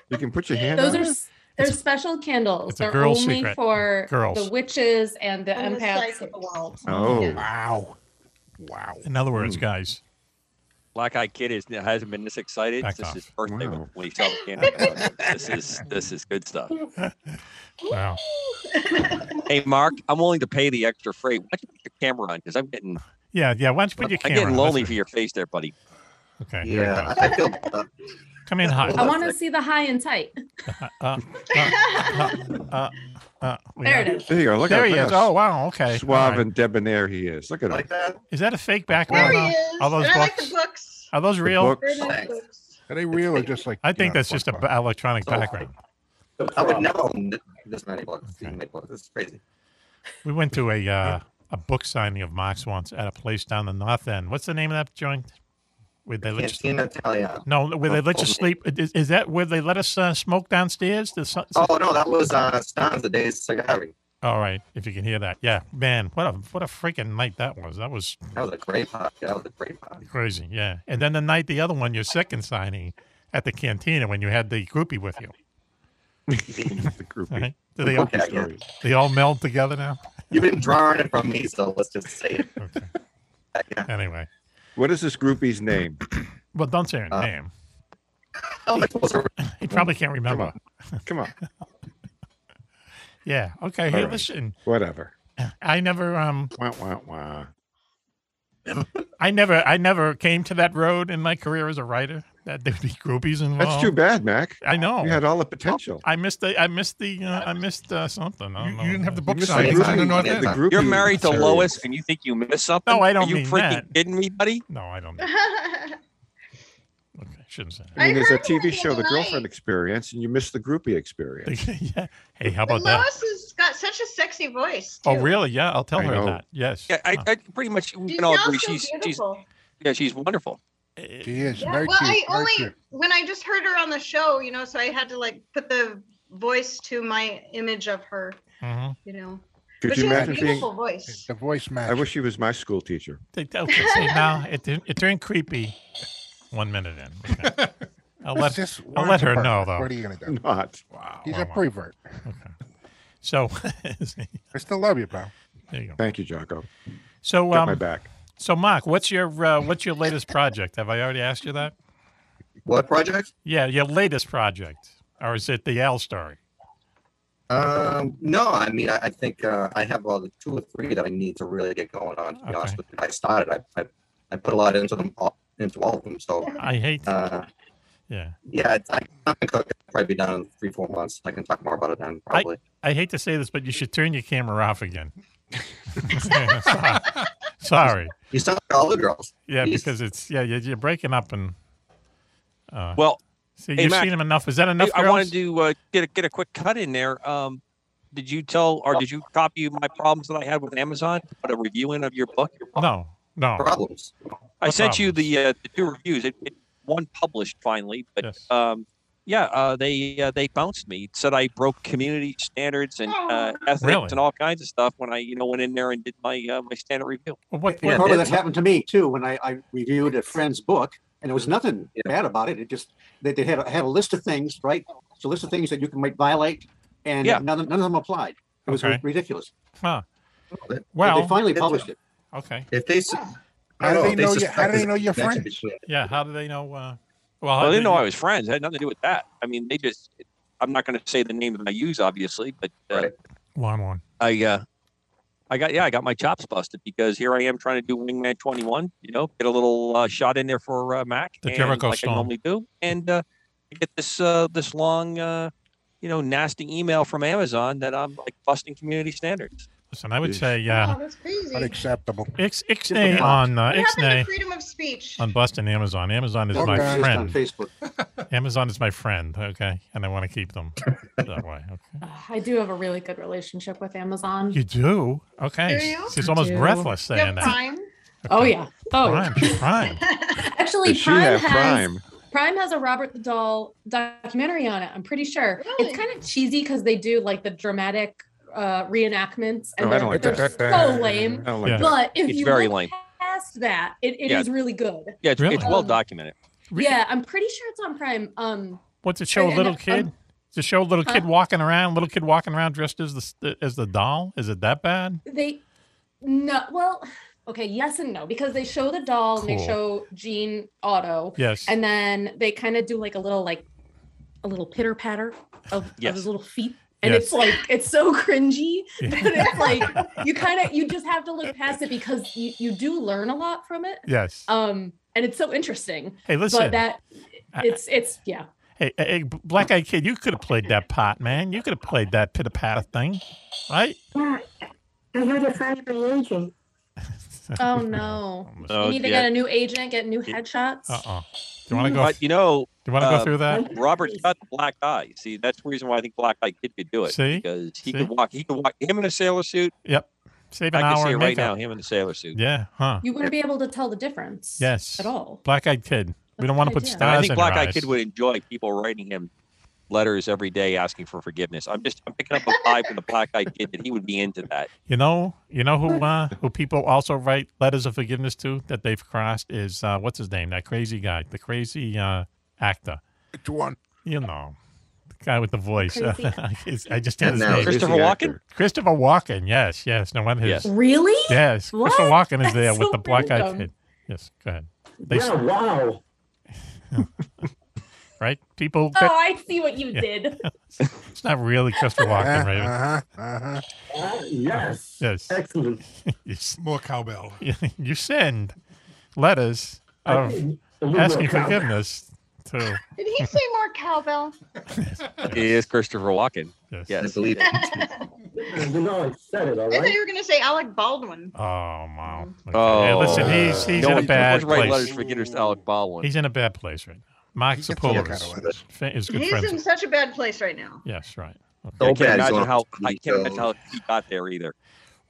[SPEAKER 5] You can put your hand
[SPEAKER 16] those
[SPEAKER 5] on
[SPEAKER 16] are
[SPEAKER 5] it.
[SPEAKER 16] s- they're special candles.
[SPEAKER 5] it's a
[SPEAKER 16] They're
[SPEAKER 5] girl's
[SPEAKER 16] only
[SPEAKER 5] secret.
[SPEAKER 16] for
[SPEAKER 5] Girls.
[SPEAKER 16] the witches and the
[SPEAKER 10] And the
[SPEAKER 16] empaths.
[SPEAKER 5] Oh. Hmm.
[SPEAKER 4] Wow. Wow. In other words, guys.
[SPEAKER 7] Black Eyed Kid is, hasn't been this excited.
[SPEAKER 4] Back
[SPEAKER 7] this
[SPEAKER 4] off.
[SPEAKER 7] is his birthday when- when he saw the candle. this is this is good stuff.
[SPEAKER 4] Wow.
[SPEAKER 7] Hey Mark, I'm willing to pay the extra freight. Why don't you put your camera on? Because I'm getting
[SPEAKER 4] Yeah. Yeah. Why don't you put
[SPEAKER 7] I'm,
[SPEAKER 4] your
[SPEAKER 7] I'm
[SPEAKER 4] camera?
[SPEAKER 7] getting
[SPEAKER 4] on?
[SPEAKER 7] lonely
[SPEAKER 4] Let's-
[SPEAKER 7] for your face there, buddy.
[SPEAKER 4] Okay. here it
[SPEAKER 11] Yeah,
[SPEAKER 4] goes.
[SPEAKER 11] I feel uh,
[SPEAKER 4] Come in hot.
[SPEAKER 16] I want to see the high and tight.
[SPEAKER 4] Uh, uh, uh, uh, we
[SPEAKER 16] There
[SPEAKER 4] have-
[SPEAKER 16] it is.
[SPEAKER 5] There you go. Look
[SPEAKER 4] there
[SPEAKER 5] at
[SPEAKER 4] he
[SPEAKER 5] look
[SPEAKER 4] is.
[SPEAKER 5] how
[SPEAKER 4] Oh wow. Okay.
[SPEAKER 5] Suave
[SPEAKER 4] All right.
[SPEAKER 5] and debonair he is. Look at him.
[SPEAKER 4] Is that a fake background?
[SPEAKER 10] There he
[SPEAKER 4] now?
[SPEAKER 10] is.
[SPEAKER 4] Are those
[SPEAKER 10] and I like
[SPEAKER 4] books?
[SPEAKER 10] the books.
[SPEAKER 4] Are those real?
[SPEAKER 10] Very nice books.
[SPEAKER 9] Are they real or just like?
[SPEAKER 4] I
[SPEAKER 9] you
[SPEAKER 4] think
[SPEAKER 9] know,
[SPEAKER 4] that's just an electronic background.
[SPEAKER 11] I would never own this many books. these many books. This is crazy.
[SPEAKER 4] We went to a uh, a book signing of Marx once at a place down the north end. What's the name of that joint? Where they let you
[SPEAKER 11] Cantina Italia.
[SPEAKER 4] No, where they let you
[SPEAKER 11] Oh.
[SPEAKER 4] sleep. Is, is that where they let us uh, smoke downstairs? The sun-
[SPEAKER 11] Oh no, that was uh, Stanza Days Cigari.
[SPEAKER 4] All right, if you can hear that. Yeah, man, what a what a freaking night that was. That was
[SPEAKER 11] That was a great podcast. That was a great podcast.
[SPEAKER 4] crazy. Yeah, and then the night the other one, your second signing at the cantina when you had the groupie with you.
[SPEAKER 5] the groupie.
[SPEAKER 4] Right? Do they all,
[SPEAKER 11] Okay, yeah.
[SPEAKER 4] they all meld together now?
[SPEAKER 11] You've been drawing it from me, so let's just say it.
[SPEAKER 4] Anyway,
[SPEAKER 5] What is this groupie's name?
[SPEAKER 4] well, don't say her
[SPEAKER 5] Uh,
[SPEAKER 4] name.
[SPEAKER 11] oh,
[SPEAKER 4] He probably can't remember.
[SPEAKER 5] Come on.
[SPEAKER 4] Yeah. Okay.
[SPEAKER 5] All
[SPEAKER 4] Hey,
[SPEAKER 5] right.
[SPEAKER 4] listen.
[SPEAKER 5] Whatever.
[SPEAKER 4] I never um
[SPEAKER 5] Wah, wah, wah.
[SPEAKER 4] I never I never came to that road in my career as a writer. That there'd be groupies involved.
[SPEAKER 5] That's too bad, Mac.
[SPEAKER 4] I know.
[SPEAKER 5] You had all the potential.
[SPEAKER 4] I missed the I missed the uh, I missed uh, something. I don't know. You didn't have the
[SPEAKER 5] book signing on the north end. The
[SPEAKER 7] You're
[SPEAKER 5] groupie
[SPEAKER 7] married to
[SPEAKER 5] material.
[SPEAKER 7] Lois and you think you missed something?
[SPEAKER 4] No, I don't
[SPEAKER 7] Are you
[SPEAKER 4] mean
[SPEAKER 7] freaking
[SPEAKER 4] that.
[SPEAKER 7] kidding me, buddy?
[SPEAKER 4] No, I don't. I shouldn't say.
[SPEAKER 5] I mean, there's a
[SPEAKER 10] heard
[SPEAKER 5] TV
[SPEAKER 10] one
[SPEAKER 5] show, The
[SPEAKER 10] tonight.
[SPEAKER 5] Girlfriend Experience, and you missed the groupie experience.
[SPEAKER 4] yeah. Hey, how
[SPEAKER 10] But Lois has got such a sexy voice. Too.
[SPEAKER 4] Oh, really? Yeah, I'll tell
[SPEAKER 5] I
[SPEAKER 4] her
[SPEAKER 5] know.
[SPEAKER 4] that. Yes.
[SPEAKER 7] Yeah, I, I pretty much we
[SPEAKER 10] She
[SPEAKER 7] can all
[SPEAKER 10] sounds
[SPEAKER 7] agree
[SPEAKER 10] so
[SPEAKER 7] she's she's
[SPEAKER 10] beautiful.
[SPEAKER 7] yeah, she's wonderful.
[SPEAKER 4] Eh,
[SPEAKER 9] She is
[SPEAKER 10] Yeah,
[SPEAKER 9] very
[SPEAKER 10] well,
[SPEAKER 9] cute.
[SPEAKER 10] I
[SPEAKER 9] very
[SPEAKER 10] only
[SPEAKER 9] cute.
[SPEAKER 10] when I just heard her on the show, you know, so I had to like put the voice to my image of her,
[SPEAKER 4] Mm-hmm.
[SPEAKER 10] you know.
[SPEAKER 5] Could
[SPEAKER 10] but
[SPEAKER 5] you
[SPEAKER 10] she has a
[SPEAKER 5] imagine being-
[SPEAKER 10] beautiful voice.
[SPEAKER 9] The voice match.
[SPEAKER 5] I wish he was my school teacher.
[SPEAKER 4] They tell see, now it didn't- it turned creepy. One minute in. Okay. I'll
[SPEAKER 9] What's
[SPEAKER 4] let
[SPEAKER 9] this?
[SPEAKER 4] I'll
[SPEAKER 9] Warren's
[SPEAKER 4] let her
[SPEAKER 9] apartment.
[SPEAKER 4] know though.
[SPEAKER 9] What are you gonna do?
[SPEAKER 5] Not.
[SPEAKER 9] He's
[SPEAKER 4] wow,
[SPEAKER 9] a
[SPEAKER 4] wow.
[SPEAKER 9] prevert.
[SPEAKER 4] So
[SPEAKER 9] I still love you, pal.
[SPEAKER 4] there you go.
[SPEAKER 5] Thank you, Jocko.
[SPEAKER 4] So
[SPEAKER 5] Get
[SPEAKER 4] um,
[SPEAKER 5] my back.
[SPEAKER 4] So, Mark, what's your uh, what's your latest project? Have I already asked you that?
[SPEAKER 11] What project?
[SPEAKER 4] Yeah, your latest project, or is it the Al story?
[SPEAKER 11] Um, no, I mean, I, I think uh, I have uh, two or three that I need to really get going on. To be honest with you, I started. I, I, I put a lot into them, all, into all of them. So
[SPEAKER 4] I hate.
[SPEAKER 11] Uh,
[SPEAKER 4] Yeah,
[SPEAKER 11] yeah, it's, I, I'm gonna cook. It'll probably be done in three, four months. I can talk more about it then.
[SPEAKER 4] I,
[SPEAKER 11] Probably.
[SPEAKER 4] I hate to say this, but you should turn your camera off again. sorry. sorry.
[SPEAKER 11] You sound like all the girls.
[SPEAKER 4] Yeah,
[SPEAKER 11] Jeez.
[SPEAKER 4] because it's yeah you're, you're breaking up and. Uh,
[SPEAKER 7] Well,
[SPEAKER 4] see,
[SPEAKER 7] hey,
[SPEAKER 4] you've
[SPEAKER 7] Mac,
[SPEAKER 4] seen him enough. Is that
[SPEAKER 7] I-
[SPEAKER 4] enough?
[SPEAKER 7] I,
[SPEAKER 4] girls?
[SPEAKER 7] wanted to uh, get a, get a quick cut in there. Um, did you tell or did you copy my problems that I had with Amazon? to Put a review in of your book.
[SPEAKER 4] No, no.
[SPEAKER 11] Problems.
[SPEAKER 7] I
[SPEAKER 4] What
[SPEAKER 7] sent you the uh, the two reviews. It, it one published finally, but um, yeah, uh, they uh, they bounced me. It said I broke community standards and uh, ethics
[SPEAKER 6] Really?
[SPEAKER 7] and all kinds of stuff when I you know went in there and did my uh, my standard review.
[SPEAKER 4] Well, what,
[SPEAKER 6] Well, probably that happened to me too when I, I reviewed a friend's book, and there was nothing bad about it. It just they, they had a, had a list of things, right? It's a list of things that you can might violate, and
[SPEAKER 4] Yeah.
[SPEAKER 6] none, of- none of them applied. It was
[SPEAKER 4] Okay.
[SPEAKER 6] ridiculous.
[SPEAKER 4] Huh.
[SPEAKER 6] But
[SPEAKER 4] Well,
[SPEAKER 6] they finally published it.
[SPEAKER 4] Okay.
[SPEAKER 11] If they,
[SPEAKER 9] How do they know? You, how
[SPEAKER 7] suspect
[SPEAKER 9] do they
[SPEAKER 7] it's
[SPEAKER 9] know your
[SPEAKER 7] connection
[SPEAKER 9] friend?
[SPEAKER 4] Yeah. How do they know? Uh, well,
[SPEAKER 7] Well,
[SPEAKER 4] how
[SPEAKER 7] they
[SPEAKER 4] do
[SPEAKER 7] didn't know
[SPEAKER 4] you-
[SPEAKER 7] I was friends. It had nothing to do with that. I mean, they just. I'm not going to say the name that I use, obviously, but uh,
[SPEAKER 4] One one.
[SPEAKER 7] I uh, I got yeah, I got my chops busted because here I am trying to do Wingman 21. You know, get a little uh, shot in there for uh, Mac.
[SPEAKER 4] The
[SPEAKER 7] and
[SPEAKER 4] Jericho
[SPEAKER 7] like
[SPEAKER 4] Storm.
[SPEAKER 7] I normally do, and uh, I get this uh, this long, uh, you know, nasty email from Amazon that I'm like busting community standards.
[SPEAKER 4] Listen, I would say yeah.
[SPEAKER 10] that's crazy.
[SPEAKER 9] Unacceptable.
[SPEAKER 4] Ix,
[SPEAKER 10] What
[SPEAKER 4] ixnay on uh,
[SPEAKER 10] happened
[SPEAKER 4] ixnay
[SPEAKER 10] to freedom of speech?
[SPEAKER 4] on Boston Amazon. Amazon is
[SPEAKER 6] Nothing
[SPEAKER 4] my
[SPEAKER 6] exists
[SPEAKER 4] friend.
[SPEAKER 6] on Facebook.
[SPEAKER 4] Amazon is my friend. Okay, and I want to keep them that way. Okay.
[SPEAKER 8] I do have a really good relationship with Amazon.
[SPEAKER 4] You do? Okay.
[SPEAKER 8] Do you?
[SPEAKER 4] She's almost
[SPEAKER 8] I do.
[SPEAKER 4] breathless
[SPEAKER 8] You
[SPEAKER 4] saying
[SPEAKER 8] have
[SPEAKER 4] that.
[SPEAKER 8] Prime? Oh yeah. Oh,
[SPEAKER 4] Prime. She's prime.
[SPEAKER 8] actually, Prime has Prime? has a Robert the Doll documentary on it. I'm pretty sure it's kind of cheesy because they do like the dramatic uh, reenactments, and
[SPEAKER 7] Oh, I
[SPEAKER 8] they're,
[SPEAKER 7] don't like
[SPEAKER 8] they're
[SPEAKER 7] that.
[SPEAKER 8] so lame.
[SPEAKER 7] I don't like that.
[SPEAKER 8] But if
[SPEAKER 7] It's
[SPEAKER 8] you
[SPEAKER 7] very
[SPEAKER 8] look
[SPEAKER 7] lame.
[SPEAKER 8] past that, it, it is
[SPEAKER 7] Yeah.
[SPEAKER 8] really good.
[SPEAKER 7] Yeah, it's, it's well
[SPEAKER 8] Um,
[SPEAKER 7] documented.
[SPEAKER 8] Yeah, I'm pretty sure it's on Prime. Um,
[SPEAKER 4] What's it show?
[SPEAKER 8] and- and
[SPEAKER 4] little
[SPEAKER 8] I'm-
[SPEAKER 4] kid. It's a show. Little kid
[SPEAKER 8] Huh?
[SPEAKER 4] walking around. Little kid walking around dressed as the as the doll. Is it that bad?
[SPEAKER 8] They no well okay yes and no because they show the doll and they
[SPEAKER 4] Cool.
[SPEAKER 8] show Jean Otto
[SPEAKER 4] Yes.
[SPEAKER 8] and then they kind of do like a little like a little pitter patter of,
[SPEAKER 4] Yes.
[SPEAKER 8] of his little feet and
[SPEAKER 4] Yes.
[SPEAKER 8] it's like it's so cringy
[SPEAKER 4] Yeah.
[SPEAKER 8] that it's like you kind of you just have to look past it because you, you do learn a lot from it
[SPEAKER 4] Yes.
[SPEAKER 8] um and it's so interesting
[SPEAKER 4] Hey, listen.
[SPEAKER 8] but that it's it's yeah
[SPEAKER 4] Hey, hey, hey, black eyed kid, you could have played that pot, man. You could have played that pitter patter thing, right?
[SPEAKER 18] Yeah, I heard you're fired by your agent.
[SPEAKER 8] oh no
[SPEAKER 7] Oh,
[SPEAKER 8] you need to
[SPEAKER 7] yeah.
[SPEAKER 8] get a new agent get new headshots
[SPEAKER 4] uh Do you want to go?
[SPEAKER 7] But you know,
[SPEAKER 4] do you wanna go through that?
[SPEAKER 7] Robert got the black eye. See, that's the reason why I think black eye kid could do it.
[SPEAKER 4] See?
[SPEAKER 7] because he
[SPEAKER 4] See?
[SPEAKER 7] could walk. He could walk. Him in a sailor suit.
[SPEAKER 4] Yep. Save an
[SPEAKER 7] I can
[SPEAKER 4] hour
[SPEAKER 7] see it
[SPEAKER 4] and
[SPEAKER 7] right
[SPEAKER 4] make
[SPEAKER 7] now.
[SPEAKER 4] up.
[SPEAKER 7] Him in a sailor suit.
[SPEAKER 4] Yeah, huh?
[SPEAKER 8] you wouldn't be able to tell the difference
[SPEAKER 4] Yes.
[SPEAKER 8] at all
[SPEAKER 4] Black eyed kid. We don't want to
[SPEAKER 8] That's
[SPEAKER 4] put
[SPEAKER 8] a good idea.
[SPEAKER 7] And I
[SPEAKER 4] stars
[SPEAKER 7] think
[SPEAKER 4] in
[SPEAKER 7] Black
[SPEAKER 4] her
[SPEAKER 7] Eye
[SPEAKER 4] eyes.
[SPEAKER 7] Kid would enjoy people writing him letters every day asking for forgiveness. I'm just I'm picking up a vibe from the Black Eye Kid that he would be into that.
[SPEAKER 4] You know, you know who uh, who people also write letters of forgiveness to that they've crossed is uh, what's his name? That crazy guy, the crazy uh, actor.
[SPEAKER 9] Which one?
[SPEAKER 4] You know, the guy with the voice.
[SPEAKER 9] Crazy
[SPEAKER 4] I I just had his
[SPEAKER 9] No,
[SPEAKER 4] name.
[SPEAKER 9] Christopher Crazy actor. Walken?
[SPEAKER 4] Christopher Walken. Yes, yes. No one his.
[SPEAKER 9] Yes. Really?
[SPEAKER 4] Yes.
[SPEAKER 9] What?
[SPEAKER 4] Christopher Walken is there
[SPEAKER 9] That's
[SPEAKER 4] with
[SPEAKER 9] so
[SPEAKER 4] the black eyed
[SPEAKER 9] random.
[SPEAKER 4] kid. Yes. Go ahead.
[SPEAKER 12] Yeah, wow.
[SPEAKER 4] Right? People.
[SPEAKER 8] Oh, I see what you
[SPEAKER 4] Yeah.
[SPEAKER 8] did.
[SPEAKER 4] It's not really Christopher Walken, right?
[SPEAKER 9] Uh-huh.
[SPEAKER 10] Ah,
[SPEAKER 12] yes.
[SPEAKER 4] Yes.
[SPEAKER 12] Excellent.
[SPEAKER 4] yes.
[SPEAKER 19] More cowbell.
[SPEAKER 4] you send letters
[SPEAKER 19] I
[SPEAKER 4] of
[SPEAKER 19] did.
[SPEAKER 12] A little
[SPEAKER 4] asking
[SPEAKER 12] bit of
[SPEAKER 4] forgiveness to
[SPEAKER 10] Did he say more cowbell?
[SPEAKER 7] He is Christopher Walken.
[SPEAKER 4] Yes.
[SPEAKER 7] yes.
[SPEAKER 12] You know, I said it, all
[SPEAKER 10] I thought
[SPEAKER 12] right?
[SPEAKER 10] you were going to say Alec Baldwin.
[SPEAKER 4] Oh, wow.
[SPEAKER 10] Mm-hmm.
[SPEAKER 4] Okay.
[SPEAKER 7] Oh,
[SPEAKER 4] Hey, listen, he's, he's
[SPEAKER 7] no,
[SPEAKER 4] in a
[SPEAKER 7] he-
[SPEAKER 4] bad
[SPEAKER 7] let's write
[SPEAKER 4] place.
[SPEAKER 7] letters for forgiveness to Alec Baldwin.
[SPEAKER 4] He's in a bad place right now. Mark Sapoulos is, fa- is good
[SPEAKER 10] He's
[SPEAKER 4] friends.
[SPEAKER 10] in such a bad place right now.
[SPEAKER 4] yes, right. Okay.
[SPEAKER 7] I can't imagine how I can't imagine how he got there either.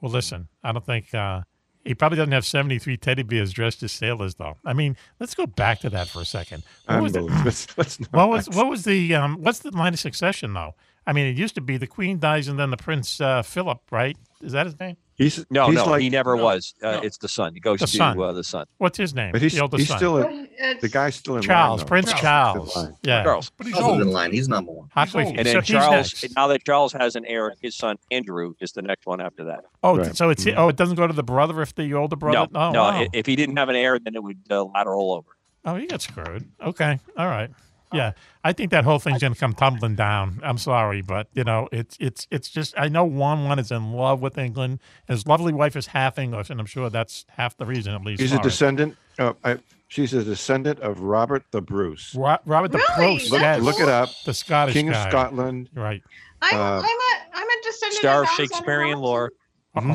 [SPEAKER 4] Well, listen, I don't think uh, he probably doesn't have 73 teddy bears dressed as sailors, though. I mean, let's go back to that for a second. What was, the,
[SPEAKER 5] Unbelievable. Let's- let's not-
[SPEAKER 4] what was, what was the um, what's the line of succession though? I mean, it used to be the queen dies and then the prince uh, Philip, right? Is that his name?
[SPEAKER 5] He's
[SPEAKER 7] No,
[SPEAKER 5] he's
[SPEAKER 7] no,
[SPEAKER 5] like,
[SPEAKER 7] he never was. Uh,
[SPEAKER 4] no.
[SPEAKER 7] It's the son. He goes
[SPEAKER 4] The
[SPEAKER 7] to
[SPEAKER 4] son.
[SPEAKER 7] Uh, the son.
[SPEAKER 4] What's his name?
[SPEAKER 5] But he's,
[SPEAKER 4] the oldest
[SPEAKER 5] he's
[SPEAKER 4] son.
[SPEAKER 5] still
[SPEAKER 10] Well,
[SPEAKER 5] in,
[SPEAKER 10] it's-
[SPEAKER 5] the guy's still in
[SPEAKER 4] Charles,
[SPEAKER 5] line, though.
[SPEAKER 4] Prince Charles.
[SPEAKER 5] Still in line.
[SPEAKER 4] Yeah.
[SPEAKER 7] Charles.
[SPEAKER 19] But he's
[SPEAKER 11] Charles is in
[SPEAKER 19] old.
[SPEAKER 11] line. He's number one.
[SPEAKER 4] How
[SPEAKER 19] He's
[SPEAKER 4] quick-
[SPEAKER 19] old.
[SPEAKER 7] And
[SPEAKER 4] so
[SPEAKER 7] then
[SPEAKER 4] he's
[SPEAKER 7] Charles.
[SPEAKER 4] next.
[SPEAKER 7] Now that Charles has an heir, his son Andrew is the next one after that.
[SPEAKER 4] Oh,
[SPEAKER 5] Right.
[SPEAKER 4] so it's oh, it doesn't go to the brother if the older brother.
[SPEAKER 7] Mm-hmm. no,
[SPEAKER 4] oh,
[SPEAKER 7] no.
[SPEAKER 4] wow.
[SPEAKER 7] i- If he didn't have an heir, then it would uh, lateral over.
[SPEAKER 4] oh, he got screwed. Okay, all right, yeah. I think that whole thing's gonna come tumbling down. I'm sorry, but you know, it's it's it's just. I know one one is in love with England. His lovely wife is half English, and I'm sure that's half the reason at least.
[SPEAKER 5] He's
[SPEAKER 4] for
[SPEAKER 5] a
[SPEAKER 4] it.
[SPEAKER 5] descendant. Uh, I, she's a descendant of Robert the Bruce.
[SPEAKER 4] Ro- Robert the
[SPEAKER 10] Really?
[SPEAKER 4] Bruce.
[SPEAKER 5] Look,
[SPEAKER 4] yes.
[SPEAKER 5] look it up.
[SPEAKER 4] The Scottish
[SPEAKER 5] King
[SPEAKER 4] guy.
[SPEAKER 5] of Scotland.
[SPEAKER 4] Right.
[SPEAKER 10] I'm,
[SPEAKER 5] Uh,
[SPEAKER 10] I'm a I'm a descendant
[SPEAKER 7] Star
[SPEAKER 10] of
[SPEAKER 7] of
[SPEAKER 10] Alexander
[SPEAKER 7] Shakespearean
[SPEAKER 10] Hamilton.
[SPEAKER 7] lore.
[SPEAKER 5] Mhm.
[SPEAKER 4] Uh,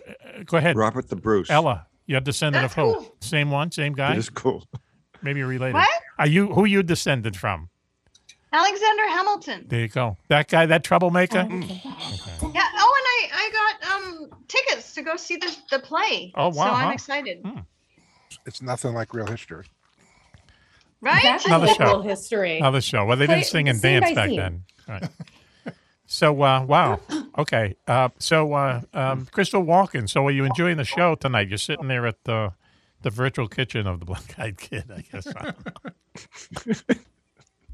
[SPEAKER 4] Uh-huh. Go ahead,
[SPEAKER 5] Robert the Bruce.
[SPEAKER 4] Ella. You're a descendant
[SPEAKER 10] That's
[SPEAKER 4] of who?
[SPEAKER 10] cool.
[SPEAKER 4] Same one, same guy.
[SPEAKER 5] It is cool.
[SPEAKER 4] Maybe related.
[SPEAKER 10] What?
[SPEAKER 4] Are you who you descended from?
[SPEAKER 10] Alexander Hamilton.
[SPEAKER 4] There you go. That guy, that troublemaker.
[SPEAKER 10] Oh, Yeah. Oh, and I I got um tickets to go see the the play.
[SPEAKER 4] Oh,
[SPEAKER 10] So
[SPEAKER 4] wow,
[SPEAKER 10] I'm
[SPEAKER 4] huh? Hmm.
[SPEAKER 10] excited.
[SPEAKER 9] It's nothing like real history.
[SPEAKER 10] Right?
[SPEAKER 8] That's
[SPEAKER 4] Another
[SPEAKER 8] local
[SPEAKER 4] show.
[SPEAKER 8] history.
[SPEAKER 4] Another show. Well, they
[SPEAKER 8] Play-
[SPEAKER 4] didn't sing and
[SPEAKER 8] scene
[SPEAKER 4] dance
[SPEAKER 8] by
[SPEAKER 4] back
[SPEAKER 8] scene.
[SPEAKER 4] then. All right. So uh, wow. Okay. Uh, so uh, um, Crystal Walken. So are you enjoying the show tonight? You're sitting there at the the virtual kitchen of the Black Eyed Kid, I guess.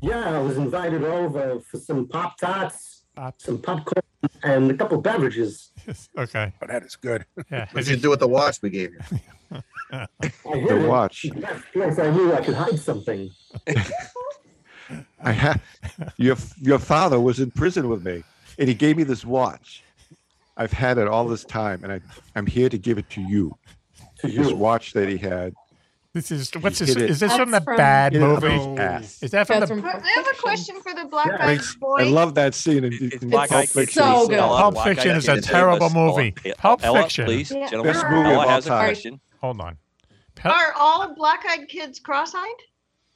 [SPEAKER 12] Yeah, I was invited over for some Pop Tarts,
[SPEAKER 4] Pop-
[SPEAKER 12] some popcorn, and a couple beverages.
[SPEAKER 4] okay.
[SPEAKER 9] Oh, that is good.
[SPEAKER 4] Yeah.
[SPEAKER 11] What did you do with the watch we gave you?
[SPEAKER 12] I
[SPEAKER 5] The
[SPEAKER 12] hid it.
[SPEAKER 5] watch.
[SPEAKER 12] That's the place I knew I could hide something.
[SPEAKER 5] I ha- your your father was in prison with me, and he gave me this watch. I've had it all this time, and I I'm here to give it to you. This watch that he had.
[SPEAKER 4] This is what's
[SPEAKER 5] You
[SPEAKER 4] this?
[SPEAKER 5] hit it.
[SPEAKER 4] Is this from the
[SPEAKER 8] That's from-
[SPEAKER 4] bad
[SPEAKER 5] Hit it up
[SPEAKER 4] movie?
[SPEAKER 5] his ass.
[SPEAKER 4] Is that from
[SPEAKER 8] That's
[SPEAKER 4] the
[SPEAKER 8] from
[SPEAKER 10] I have a question for the black eyed
[SPEAKER 5] Makes-
[SPEAKER 10] boy.
[SPEAKER 5] I love that scene. And you can
[SPEAKER 7] Black
[SPEAKER 5] Pulp
[SPEAKER 7] Eyed Kid
[SPEAKER 5] Fiction.
[SPEAKER 8] so
[SPEAKER 7] is-
[SPEAKER 8] good.
[SPEAKER 7] Ella,
[SPEAKER 4] Pulp
[SPEAKER 7] Black Eyed
[SPEAKER 4] Fiction is
[SPEAKER 7] Kid
[SPEAKER 4] a terrible
[SPEAKER 7] Ella-
[SPEAKER 4] movie.
[SPEAKER 7] Ella-
[SPEAKER 4] Pulp
[SPEAKER 7] Ella,
[SPEAKER 4] Fiction.
[SPEAKER 7] Please,
[SPEAKER 10] Yeah.
[SPEAKER 7] gentlemen.
[SPEAKER 5] Best movie of
[SPEAKER 7] Ella
[SPEAKER 5] all
[SPEAKER 7] has a
[SPEAKER 5] time.
[SPEAKER 7] question.
[SPEAKER 4] Hold on. Pe-
[SPEAKER 10] Are all black eyed kids cross eyed?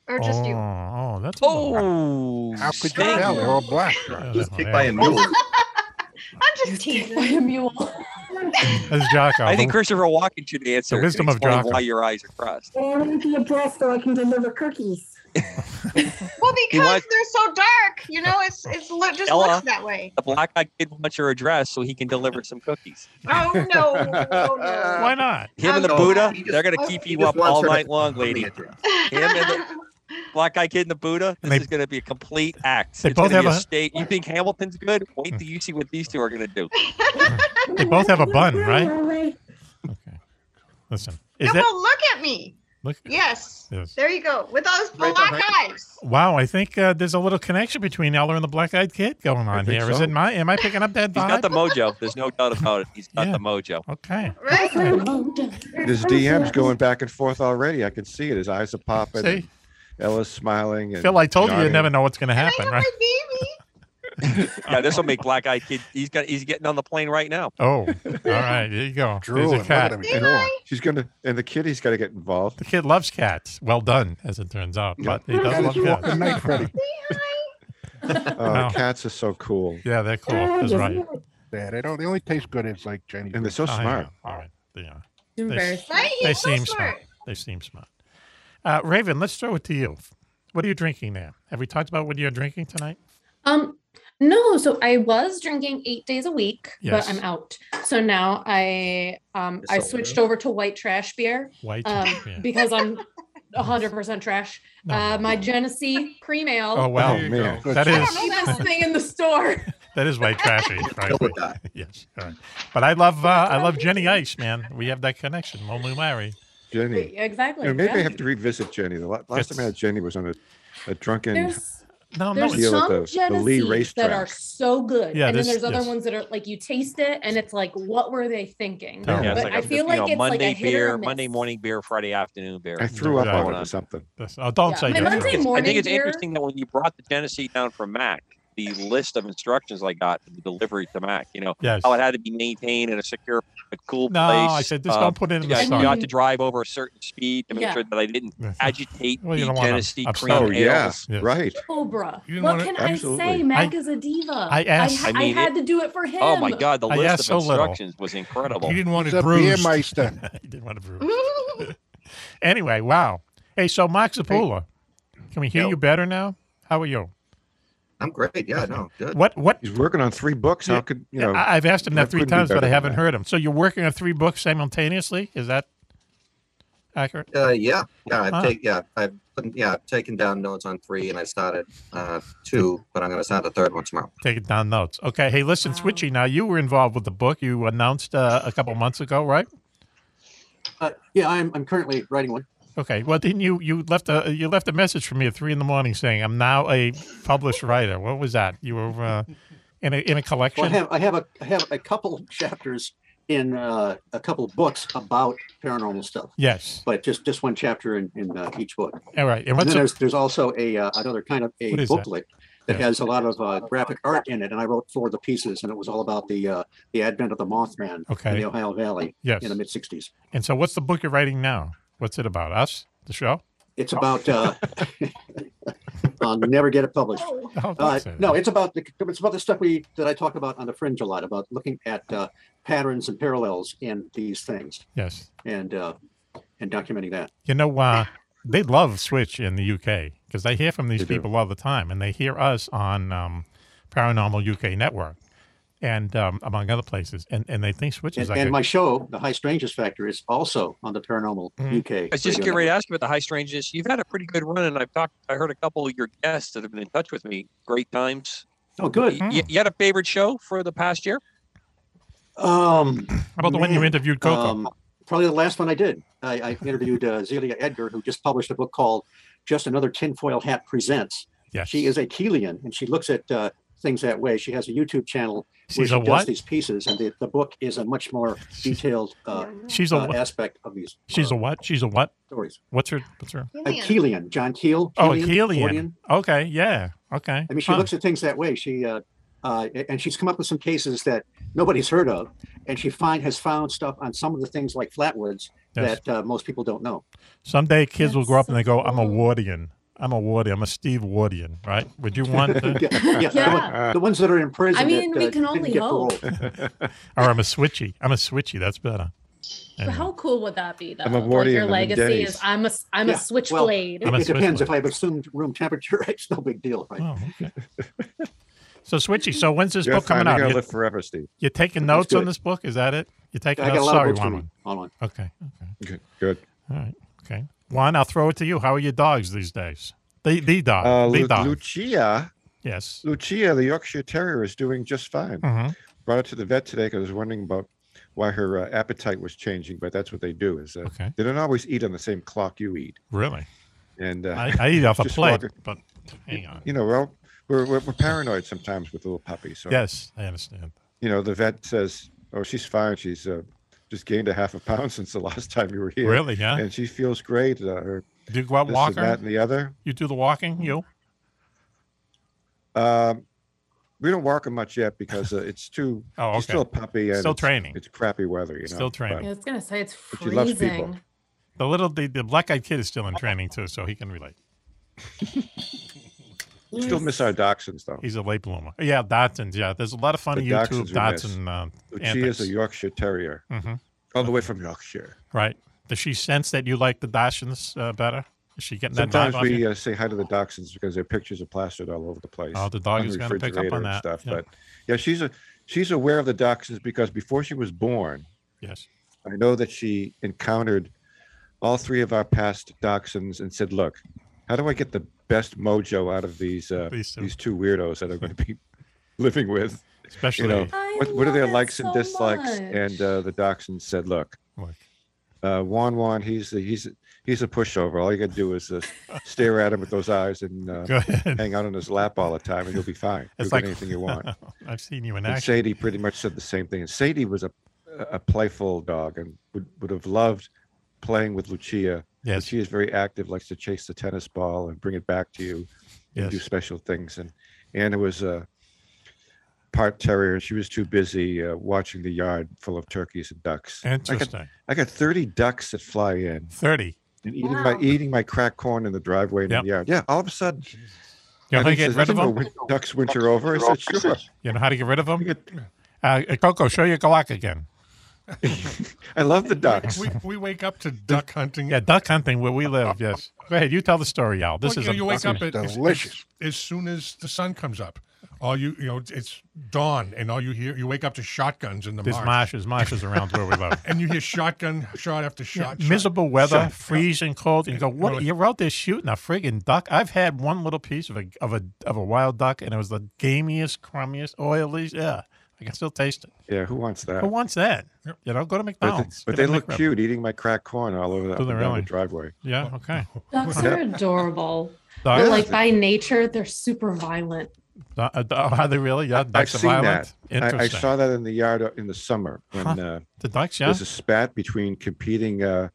[SPEAKER 10] or just
[SPEAKER 4] oh,
[SPEAKER 10] you?
[SPEAKER 4] Oh, that's
[SPEAKER 7] oh,
[SPEAKER 9] How could you tell? They're all black.
[SPEAKER 4] Just kicked by a mule.
[SPEAKER 10] I'm just teasing.
[SPEAKER 16] a mule.
[SPEAKER 4] That's Jocko.
[SPEAKER 7] I think Christopher Walken should answer.
[SPEAKER 4] The wisdom
[SPEAKER 7] and
[SPEAKER 4] of
[SPEAKER 7] explain
[SPEAKER 4] Jocko.
[SPEAKER 7] Why your eyes are crossed.
[SPEAKER 12] I need the address so I can deliver cookies.
[SPEAKER 4] Oh.
[SPEAKER 10] Well,
[SPEAKER 7] He
[SPEAKER 10] because
[SPEAKER 7] wants-
[SPEAKER 10] they're so dark, you know, it's it's lo- just
[SPEAKER 7] Ella.
[SPEAKER 10] looks that way.
[SPEAKER 7] The black eyed kid wants your address so he can deliver some cookies.
[SPEAKER 10] Oh no, no, no.
[SPEAKER 4] Why not?
[SPEAKER 7] Him and the
[SPEAKER 10] No,
[SPEAKER 7] Buddha,
[SPEAKER 10] he just-
[SPEAKER 7] they're gonna
[SPEAKER 10] oh,
[SPEAKER 7] keep
[SPEAKER 10] he
[SPEAKER 7] you
[SPEAKER 10] just
[SPEAKER 7] up
[SPEAKER 10] wants
[SPEAKER 7] all
[SPEAKER 10] her to
[SPEAKER 7] night long, lady. Him and the black eyed kid and the Buddha. This is gonna be a complete act.
[SPEAKER 4] They
[SPEAKER 7] it's
[SPEAKER 4] both
[SPEAKER 7] gonna be
[SPEAKER 4] have
[SPEAKER 7] a
[SPEAKER 4] a-
[SPEAKER 7] state. You think Hamilton's good? Wait till you see what these two are gonna do.
[SPEAKER 4] They both have a bun, right? Listen, is
[SPEAKER 10] no,
[SPEAKER 4] that
[SPEAKER 10] well, look at me.
[SPEAKER 4] look?
[SPEAKER 10] Yes.
[SPEAKER 4] Yes.
[SPEAKER 10] There you go. With those
[SPEAKER 4] Right
[SPEAKER 10] black
[SPEAKER 4] behind-
[SPEAKER 10] eyes.
[SPEAKER 4] Wow, I think uh, there's a little connection between Ella and the black-eyed kid going on
[SPEAKER 7] think
[SPEAKER 4] here. Is
[SPEAKER 7] so.
[SPEAKER 4] it my? Am I picking up that
[SPEAKER 7] He's
[SPEAKER 4] vibe?
[SPEAKER 7] got the mojo. There's no doubt about it. He's got the mojo.
[SPEAKER 4] Okay.
[SPEAKER 5] This DM's going back and forth already. I can see it. His eyes are popping.
[SPEAKER 4] See?
[SPEAKER 5] and Ella's smiling. And
[SPEAKER 4] Phil, I told you you
[SPEAKER 5] nodding.
[SPEAKER 4] never know what's going to happen, right?
[SPEAKER 7] Yeah, this will make black eyed kid. He's got. He's getting on the plane right now.
[SPEAKER 4] Oh, all right. There you go.
[SPEAKER 5] Drooling.
[SPEAKER 4] There's
[SPEAKER 5] Look
[SPEAKER 4] a
[SPEAKER 5] at
[SPEAKER 4] cat.
[SPEAKER 5] him drooling. She's gonna, and the kitty's got to get involved.
[SPEAKER 4] The kid loves cats. Well done, as it turns out. But he does
[SPEAKER 5] Gotta
[SPEAKER 4] love
[SPEAKER 5] keep
[SPEAKER 4] cats.
[SPEAKER 5] walking night, Freddy. Oh,
[SPEAKER 4] Wow.
[SPEAKER 5] cats are so cool.
[SPEAKER 4] Yeah, they're cool.
[SPEAKER 16] Ah,
[SPEAKER 14] Ah,
[SPEAKER 4] That's right.
[SPEAKER 9] Yeah, they don't. They only taste good. It's like Jenny.
[SPEAKER 5] And they're so
[SPEAKER 4] Oh, yeah.
[SPEAKER 5] smart.
[SPEAKER 4] All right. They are.
[SPEAKER 9] Too
[SPEAKER 4] They,
[SPEAKER 9] embarrassing. Right,
[SPEAKER 4] they
[SPEAKER 9] he's so
[SPEAKER 4] seem smart.
[SPEAKER 9] smart.
[SPEAKER 4] They seem smart. Uh, Raven, let's throw it to you. What are you drinking now? Have we talked about what you're drinking tonight?
[SPEAKER 16] Um, no, so I was drinking eight days a week,
[SPEAKER 4] Yes.
[SPEAKER 16] but I'm out. So now I um I
[SPEAKER 4] It's so
[SPEAKER 16] switched
[SPEAKER 4] weird.
[SPEAKER 16] over to white trash beer.
[SPEAKER 4] White
[SPEAKER 16] um,
[SPEAKER 4] trash beer.
[SPEAKER 16] because I'm hundred percent trash. Uh, my Genesee cream ale.
[SPEAKER 4] Oh, wow.
[SPEAKER 16] That is
[SPEAKER 4] man. That is.
[SPEAKER 16] the best thing in the store.
[SPEAKER 4] That is way trashy, frankly. yes. All right. But I love uh, I love Jenny Ice, man. We have that connection. When we marry.
[SPEAKER 5] Jenny.
[SPEAKER 16] Exactly.
[SPEAKER 5] You know, maybe I
[SPEAKER 16] yeah.
[SPEAKER 5] have to revisit Jenny. The la- last time I had Jenny was on a, a drunken.
[SPEAKER 16] There's-
[SPEAKER 4] no,
[SPEAKER 16] there's
[SPEAKER 5] deal
[SPEAKER 16] some
[SPEAKER 5] at the, the Lee
[SPEAKER 16] Genesies
[SPEAKER 5] racetrack.
[SPEAKER 16] that are so good,
[SPEAKER 5] Yeah,
[SPEAKER 16] and
[SPEAKER 5] this-
[SPEAKER 16] then there's other
[SPEAKER 5] yes.
[SPEAKER 16] ones that are like you taste it and it's like, what were they thinking?
[SPEAKER 5] Yeah, it's
[SPEAKER 16] but
[SPEAKER 5] like
[SPEAKER 16] I
[SPEAKER 5] a-
[SPEAKER 16] feel
[SPEAKER 7] you
[SPEAKER 16] like
[SPEAKER 7] know,
[SPEAKER 16] it's
[SPEAKER 7] Monday
[SPEAKER 16] like a hit
[SPEAKER 7] beer,
[SPEAKER 16] or a miss.
[SPEAKER 7] Monday morning beer, Friday afternoon beer.
[SPEAKER 5] I threw up
[SPEAKER 7] What's
[SPEAKER 5] on
[SPEAKER 7] going
[SPEAKER 5] it or something.
[SPEAKER 4] That's- oh, don't
[SPEAKER 16] Yeah.
[SPEAKER 4] say
[SPEAKER 16] My
[SPEAKER 4] that.
[SPEAKER 16] Monday
[SPEAKER 7] I think it's- I
[SPEAKER 16] morning
[SPEAKER 7] think it's
[SPEAKER 16] beer-
[SPEAKER 7] interesting that when you brought the Genesee down from Mac, the list of instructions I got for the delivery to Mac, you know,
[SPEAKER 4] Yes.
[SPEAKER 7] how it had to be maintained in a secure, a cool
[SPEAKER 4] No,
[SPEAKER 7] place.
[SPEAKER 4] I said, just
[SPEAKER 7] um,
[SPEAKER 4] don't put it in the
[SPEAKER 7] yeah,
[SPEAKER 4] sun.
[SPEAKER 7] You got to drive over a certain speed to make
[SPEAKER 16] Yeah.
[SPEAKER 7] sure that I didn't agitate
[SPEAKER 4] Well, you
[SPEAKER 7] the
[SPEAKER 4] don't wanna
[SPEAKER 7] Genesee
[SPEAKER 4] upset
[SPEAKER 7] cream
[SPEAKER 4] it. Oh,
[SPEAKER 7] ale.
[SPEAKER 4] yes,
[SPEAKER 5] right.
[SPEAKER 16] Cobra.
[SPEAKER 4] You didn't
[SPEAKER 16] What
[SPEAKER 4] want it-
[SPEAKER 16] can
[SPEAKER 4] Absolutely.
[SPEAKER 16] I say? Mac
[SPEAKER 4] I-
[SPEAKER 16] is a diva.
[SPEAKER 4] I asked-
[SPEAKER 16] I,
[SPEAKER 4] I mean,
[SPEAKER 16] had
[SPEAKER 4] it-
[SPEAKER 16] to do it for him.
[SPEAKER 7] Oh my God, the
[SPEAKER 4] I
[SPEAKER 7] list
[SPEAKER 4] asked
[SPEAKER 7] of
[SPEAKER 4] so little.
[SPEAKER 7] instructions was incredible.
[SPEAKER 4] You didn't want
[SPEAKER 9] He's
[SPEAKER 4] it
[SPEAKER 9] a beer
[SPEAKER 4] bruised.
[SPEAKER 9] meister.
[SPEAKER 4] I didn't want to bruise. anyway, wow. Hey, so Mark Zapula, can we hear
[SPEAKER 11] Yo.
[SPEAKER 4] you better now? How are you?
[SPEAKER 11] I'm great. Yeah, no, good.
[SPEAKER 4] What? What?
[SPEAKER 5] He's working on three books. How could you know?
[SPEAKER 4] I- I've asked him
[SPEAKER 5] how
[SPEAKER 4] that three
[SPEAKER 5] could it be
[SPEAKER 4] times, but
[SPEAKER 5] better
[SPEAKER 4] I
[SPEAKER 5] than
[SPEAKER 4] haven't
[SPEAKER 5] that?
[SPEAKER 4] heard him. So you're working on three books simultaneously? Is that accurate?
[SPEAKER 11] Uh, yeah, yeah, I've
[SPEAKER 4] Huh.
[SPEAKER 11] taken yeah, I've put- yeah, I've taken down notes on three, and I started uh, two, but I'm going to start the third one tomorrow.
[SPEAKER 4] Taking down notes. Okay. Hey, listen, Switchy. Now you were involved with the book you announced uh, a couple months ago, right?
[SPEAKER 6] Uh, yeah, I'm, I'm currently writing one.
[SPEAKER 4] Okay. Well, didn't you you left a you left a message for me at three in the morning saying I'm now a published writer. What was that? You were uh, in a in a collection.
[SPEAKER 6] Well, I have uh, I have a I have a couple chapters in uh, a couple books about paranormal stuff.
[SPEAKER 4] Yes.
[SPEAKER 6] but just just one chapter in, in uh, each book.
[SPEAKER 4] All right. And what's
[SPEAKER 6] then
[SPEAKER 4] a-
[SPEAKER 6] there's there's also a uh, another kind of a
[SPEAKER 4] What is that?
[SPEAKER 6] booklet that, has a lot of uh, graphic art in it, and I wrote four of the pieces, and it was all about the uh, the advent of the Mothman in
[SPEAKER 4] Okay.
[SPEAKER 6] the Ohio Valley
[SPEAKER 4] Yes.
[SPEAKER 6] in the mid '60s.
[SPEAKER 4] And so, what's the book you're writing now? What's it about? Us? The show?
[SPEAKER 6] It's about. Uh, I'll Um, never get it published.
[SPEAKER 4] don't
[SPEAKER 6] Uh,
[SPEAKER 4] say that.
[SPEAKER 6] no, it's about the it's about the stuff we that I talk about on the fringe a lot about looking at uh, patterns and parallels in these things
[SPEAKER 4] Yes.
[SPEAKER 6] and uh, and documenting that.
[SPEAKER 4] You know, uh, they love Switch in the UK because they hear from these people all the time, and they hear us on um, Paranormal UK Network and um, among other places, and, and they think Switch
[SPEAKER 6] And,
[SPEAKER 4] is like
[SPEAKER 6] and
[SPEAKER 4] a-
[SPEAKER 6] my show, The High Strangers Factor, is also on the Paranormal
[SPEAKER 4] Mhm.
[SPEAKER 6] UK.
[SPEAKER 7] I was just
[SPEAKER 6] radio
[SPEAKER 7] getting ready to ask you about the high strangeness. You've had a pretty good run, and I've talked. I heard a couple of your guests that have been in touch with me. Great times.
[SPEAKER 6] Oh, good.
[SPEAKER 7] Y- You, had a favorite show for the past year?
[SPEAKER 6] Um, How
[SPEAKER 4] about the one you interviewed Coco?
[SPEAKER 6] probably the last one I did. I, I interviewed uh, Zelia Edgar, who just published a book called "Just Another Tinfoil Hat Presents."
[SPEAKER 4] Yes.
[SPEAKER 6] she is a Keelian, and she looks at uh, things that way. She has a YouTube channel where
[SPEAKER 4] She's
[SPEAKER 6] she
[SPEAKER 4] a
[SPEAKER 6] does
[SPEAKER 4] what?
[SPEAKER 6] these pieces, and the, the book is a much more detailed uh,
[SPEAKER 4] She's a
[SPEAKER 6] uh,
[SPEAKER 4] what?
[SPEAKER 6] aspect of these
[SPEAKER 4] she's a what? She's a what?
[SPEAKER 6] stories.
[SPEAKER 4] What's her? What's her?
[SPEAKER 6] A Keelian, John Keel.
[SPEAKER 4] Oh, a
[SPEAKER 6] Keelian.
[SPEAKER 4] Keelian. Okay, yeah. Okay.
[SPEAKER 6] I mean, she looks at things that way. She uh, uh, a- and she's come up with some cases that nobody's heard of, and she find has found stuff on some of the things like flatwoods
[SPEAKER 4] Yes.
[SPEAKER 6] that uh, most people don't know.
[SPEAKER 4] Someday kids will grow up and they go, "I'm a Wardian." I'm a Wardy. I'm a Steve Wardian, right? Would you want the,
[SPEAKER 6] Yeah, the one- Yeah. the ones that are in prison
[SPEAKER 16] I mean, that, we uh, can didn't only get hope.
[SPEAKER 4] or I'm a Switchy. I'm a Switchy. That's better.
[SPEAKER 16] But how cool would that be though?
[SPEAKER 4] I'm a
[SPEAKER 16] like
[SPEAKER 4] Wardian,
[SPEAKER 16] your
[SPEAKER 4] I'm a
[SPEAKER 16] legacy
[SPEAKER 4] Denny's.
[SPEAKER 16] is I'm a s- I'm
[SPEAKER 6] Yeah,
[SPEAKER 16] a switchblade.
[SPEAKER 6] Well, it depends. If I have assumed room temperature, it's no big deal,
[SPEAKER 4] Oh,
[SPEAKER 6] right?
[SPEAKER 4] So Switchy. So when's this
[SPEAKER 5] You're
[SPEAKER 4] book coming
[SPEAKER 5] fine. You're
[SPEAKER 4] out?
[SPEAKER 5] gonna
[SPEAKER 4] You-
[SPEAKER 5] live forever, Steve.
[SPEAKER 4] You're taking
[SPEAKER 5] That's
[SPEAKER 4] notes on
[SPEAKER 5] good.
[SPEAKER 4] this book? Is that it? You're taking
[SPEAKER 5] I got a
[SPEAKER 4] notes?
[SPEAKER 5] lot of
[SPEAKER 4] Sorry,
[SPEAKER 5] books
[SPEAKER 4] one,
[SPEAKER 5] coming.
[SPEAKER 4] one. Okay. Okay.
[SPEAKER 5] Good. Good.
[SPEAKER 4] All right. Okay. Juan, I'll throw it to you. How are your dogs these days? The the dog.
[SPEAKER 5] Uh,
[SPEAKER 4] the
[SPEAKER 5] Lu-
[SPEAKER 4] dog.
[SPEAKER 5] Lucia.
[SPEAKER 4] Yes.
[SPEAKER 5] Lucia, the Yorkshire Terrier, is doing just fine.
[SPEAKER 4] Mhm.
[SPEAKER 5] Brought her to the vet today because I was wondering about why her uh, appetite was changing. But that's what they do is uh, they don't always eat on the same clock you eat.
[SPEAKER 4] Really?
[SPEAKER 5] And uh,
[SPEAKER 4] I, I eat off a
[SPEAKER 5] just
[SPEAKER 4] plate,
[SPEAKER 5] walking-
[SPEAKER 4] but hang on.
[SPEAKER 5] You know, well, we're, we're, we're paranoid sometimes with little puppies. So
[SPEAKER 4] Yes, I understand.
[SPEAKER 5] you know, the vet says, "Oh, she's fine. She's uh, just gained a half a pound since the last time you were here.
[SPEAKER 4] Really, yeah?
[SPEAKER 5] And she feels great. Uh, her
[SPEAKER 4] Do you go out
[SPEAKER 5] this and
[SPEAKER 4] walking?
[SPEAKER 5] that, and the other.
[SPEAKER 4] You do the walking, you?
[SPEAKER 5] Um, we don't walk her much yet because uh, it's too.
[SPEAKER 4] Oh,
[SPEAKER 5] She's
[SPEAKER 4] okay.
[SPEAKER 5] still a puppy and
[SPEAKER 4] Still
[SPEAKER 5] it's-
[SPEAKER 4] training.
[SPEAKER 5] It's crappy weather. You know.
[SPEAKER 4] Still training.
[SPEAKER 16] I was gonna say it's
[SPEAKER 5] But she loves people.
[SPEAKER 16] freezing.
[SPEAKER 4] The little the, the black eyed kid is still in training too, so he can relate.
[SPEAKER 5] We still miss our dachshunds though.
[SPEAKER 4] He's a late bloomer. Yeah, Datsuns. Yeah, there's a lot of funny
[SPEAKER 5] The
[SPEAKER 4] YouTube
[SPEAKER 5] dachshunds we miss.
[SPEAKER 4] Datsun. Um,
[SPEAKER 5] But she is a Yorkshire Terrier,
[SPEAKER 4] Mhm.
[SPEAKER 5] all the way from Yorkshire.
[SPEAKER 4] Right. Does she sense that you like the Datsuns uh, better? Is she getting that
[SPEAKER 5] Sometimes
[SPEAKER 4] vibe off
[SPEAKER 5] we
[SPEAKER 4] you?
[SPEAKER 5] uh, say hi to the dachshunds because their pictures are plastered all over the place.
[SPEAKER 4] Oh, the dog
[SPEAKER 5] on
[SPEAKER 4] is gonna pick up
[SPEAKER 5] refrigerator
[SPEAKER 4] on
[SPEAKER 5] and
[SPEAKER 4] that,
[SPEAKER 5] Stuff,
[SPEAKER 4] yeah.
[SPEAKER 5] But yeah, she's a she's aware of the dachshunds because before she was born,
[SPEAKER 4] Yes.
[SPEAKER 5] I know that she encountered all three of our past dachshunds and said, "Look, how do I get the best mojo out of these uh,
[SPEAKER 4] These
[SPEAKER 5] these,
[SPEAKER 4] two.
[SPEAKER 5] two weirdos that I'm going to be living with?"
[SPEAKER 4] Especially-
[SPEAKER 5] you know,
[SPEAKER 4] I
[SPEAKER 5] what, what are their
[SPEAKER 4] love it
[SPEAKER 5] likes
[SPEAKER 4] so
[SPEAKER 5] and dislikes?
[SPEAKER 4] much.
[SPEAKER 5] And uh, the dachshund said, "Look,
[SPEAKER 4] Look.
[SPEAKER 5] uh, Juan Juan, he's the, he's he's a pushover. All you got to do is uh, stare at him with those eyes and
[SPEAKER 4] Go
[SPEAKER 5] uh,
[SPEAKER 4] ahead.
[SPEAKER 5] hang out on his lap all the time, and you'll be fine. You'll
[SPEAKER 4] It's like-
[SPEAKER 5] get
[SPEAKER 4] Oh,
[SPEAKER 5] anything you want."
[SPEAKER 4] I've seen you in
[SPEAKER 5] And
[SPEAKER 4] action.
[SPEAKER 5] Sadie pretty much said the same thing. And Sadie was a a playful dog and would, would have loved playing with Lucia.
[SPEAKER 4] Yes.
[SPEAKER 5] Lucia is very active, likes to chase the tennis ball and bring it back to you and
[SPEAKER 4] Yes.
[SPEAKER 5] do special things. And Anna was a part terrier. She was too busy uh, watching the yard full of turkeys and ducks. I got-
[SPEAKER 4] Interesting.
[SPEAKER 5] I got, 30 ducks that fly in.
[SPEAKER 4] 30.
[SPEAKER 5] And eating my eating my cracked corn in the driveway and in the yard. Yeah, all of a sudden.
[SPEAKER 4] You know how
[SPEAKER 5] Anna
[SPEAKER 4] to get
[SPEAKER 5] says,
[SPEAKER 4] rid
[SPEAKER 5] "I
[SPEAKER 4] of
[SPEAKER 5] didn't know
[SPEAKER 4] them?
[SPEAKER 5] win- Ducks winter over. I said, sure.
[SPEAKER 4] You know how to get rid of them? Uh, Coco, show your Galak again.
[SPEAKER 5] I love the ducks.
[SPEAKER 14] We, we wake up to duck hunting.
[SPEAKER 4] Yeah, duck hunting where we live. Yes. Go ahead. You tell the story, y'all. This
[SPEAKER 14] Well,
[SPEAKER 4] is
[SPEAKER 14] you,
[SPEAKER 4] a
[SPEAKER 14] you wake up at, as-
[SPEAKER 4] delicious.
[SPEAKER 14] As, as soon as the sun comes up, all you you know it's- it's dawn, and all you hear you wake up to shotguns in the
[SPEAKER 4] There's
[SPEAKER 14] marsh.
[SPEAKER 4] marshes, marshes around where we live.
[SPEAKER 14] and you hear shotgun shot after shot. shot.
[SPEAKER 4] miserable weather,
[SPEAKER 14] Shot.
[SPEAKER 4] freezing cold, and you go, "What? You're out there shooting a friggin' duck." I've had one little piece of a of a of a wild duck, and it was the gamiest, crummiest, oiliest. Yeah, I can still taste it.
[SPEAKER 5] Yeah, who wants that?
[SPEAKER 4] Who wants that? You know, go to
[SPEAKER 5] But, th-
[SPEAKER 4] McDonald's.
[SPEAKER 5] but
[SPEAKER 4] Get
[SPEAKER 5] they
[SPEAKER 4] a
[SPEAKER 5] look
[SPEAKER 4] McRib.
[SPEAKER 5] cute eating my cracked corn all over up
[SPEAKER 4] Do
[SPEAKER 5] and
[SPEAKER 4] they
[SPEAKER 5] down
[SPEAKER 4] really?
[SPEAKER 5] the driveway.
[SPEAKER 4] Yeah. Okay. Uh,
[SPEAKER 16] Ducks are adorable.
[SPEAKER 4] Ducks.
[SPEAKER 16] But like by nature, they're super violent.
[SPEAKER 4] Du- uh, du- Are they really? Yeah,
[SPEAKER 5] I've
[SPEAKER 4] ducks are
[SPEAKER 5] seen
[SPEAKER 4] violent.
[SPEAKER 5] that. I- I,
[SPEAKER 4] Interesting.
[SPEAKER 5] saw that in the yard uh, in the summer when
[SPEAKER 4] Huh.
[SPEAKER 5] uh,
[SPEAKER 4] The ducks, yeah?
[SPEAKER 5] there's a spat between competing uh,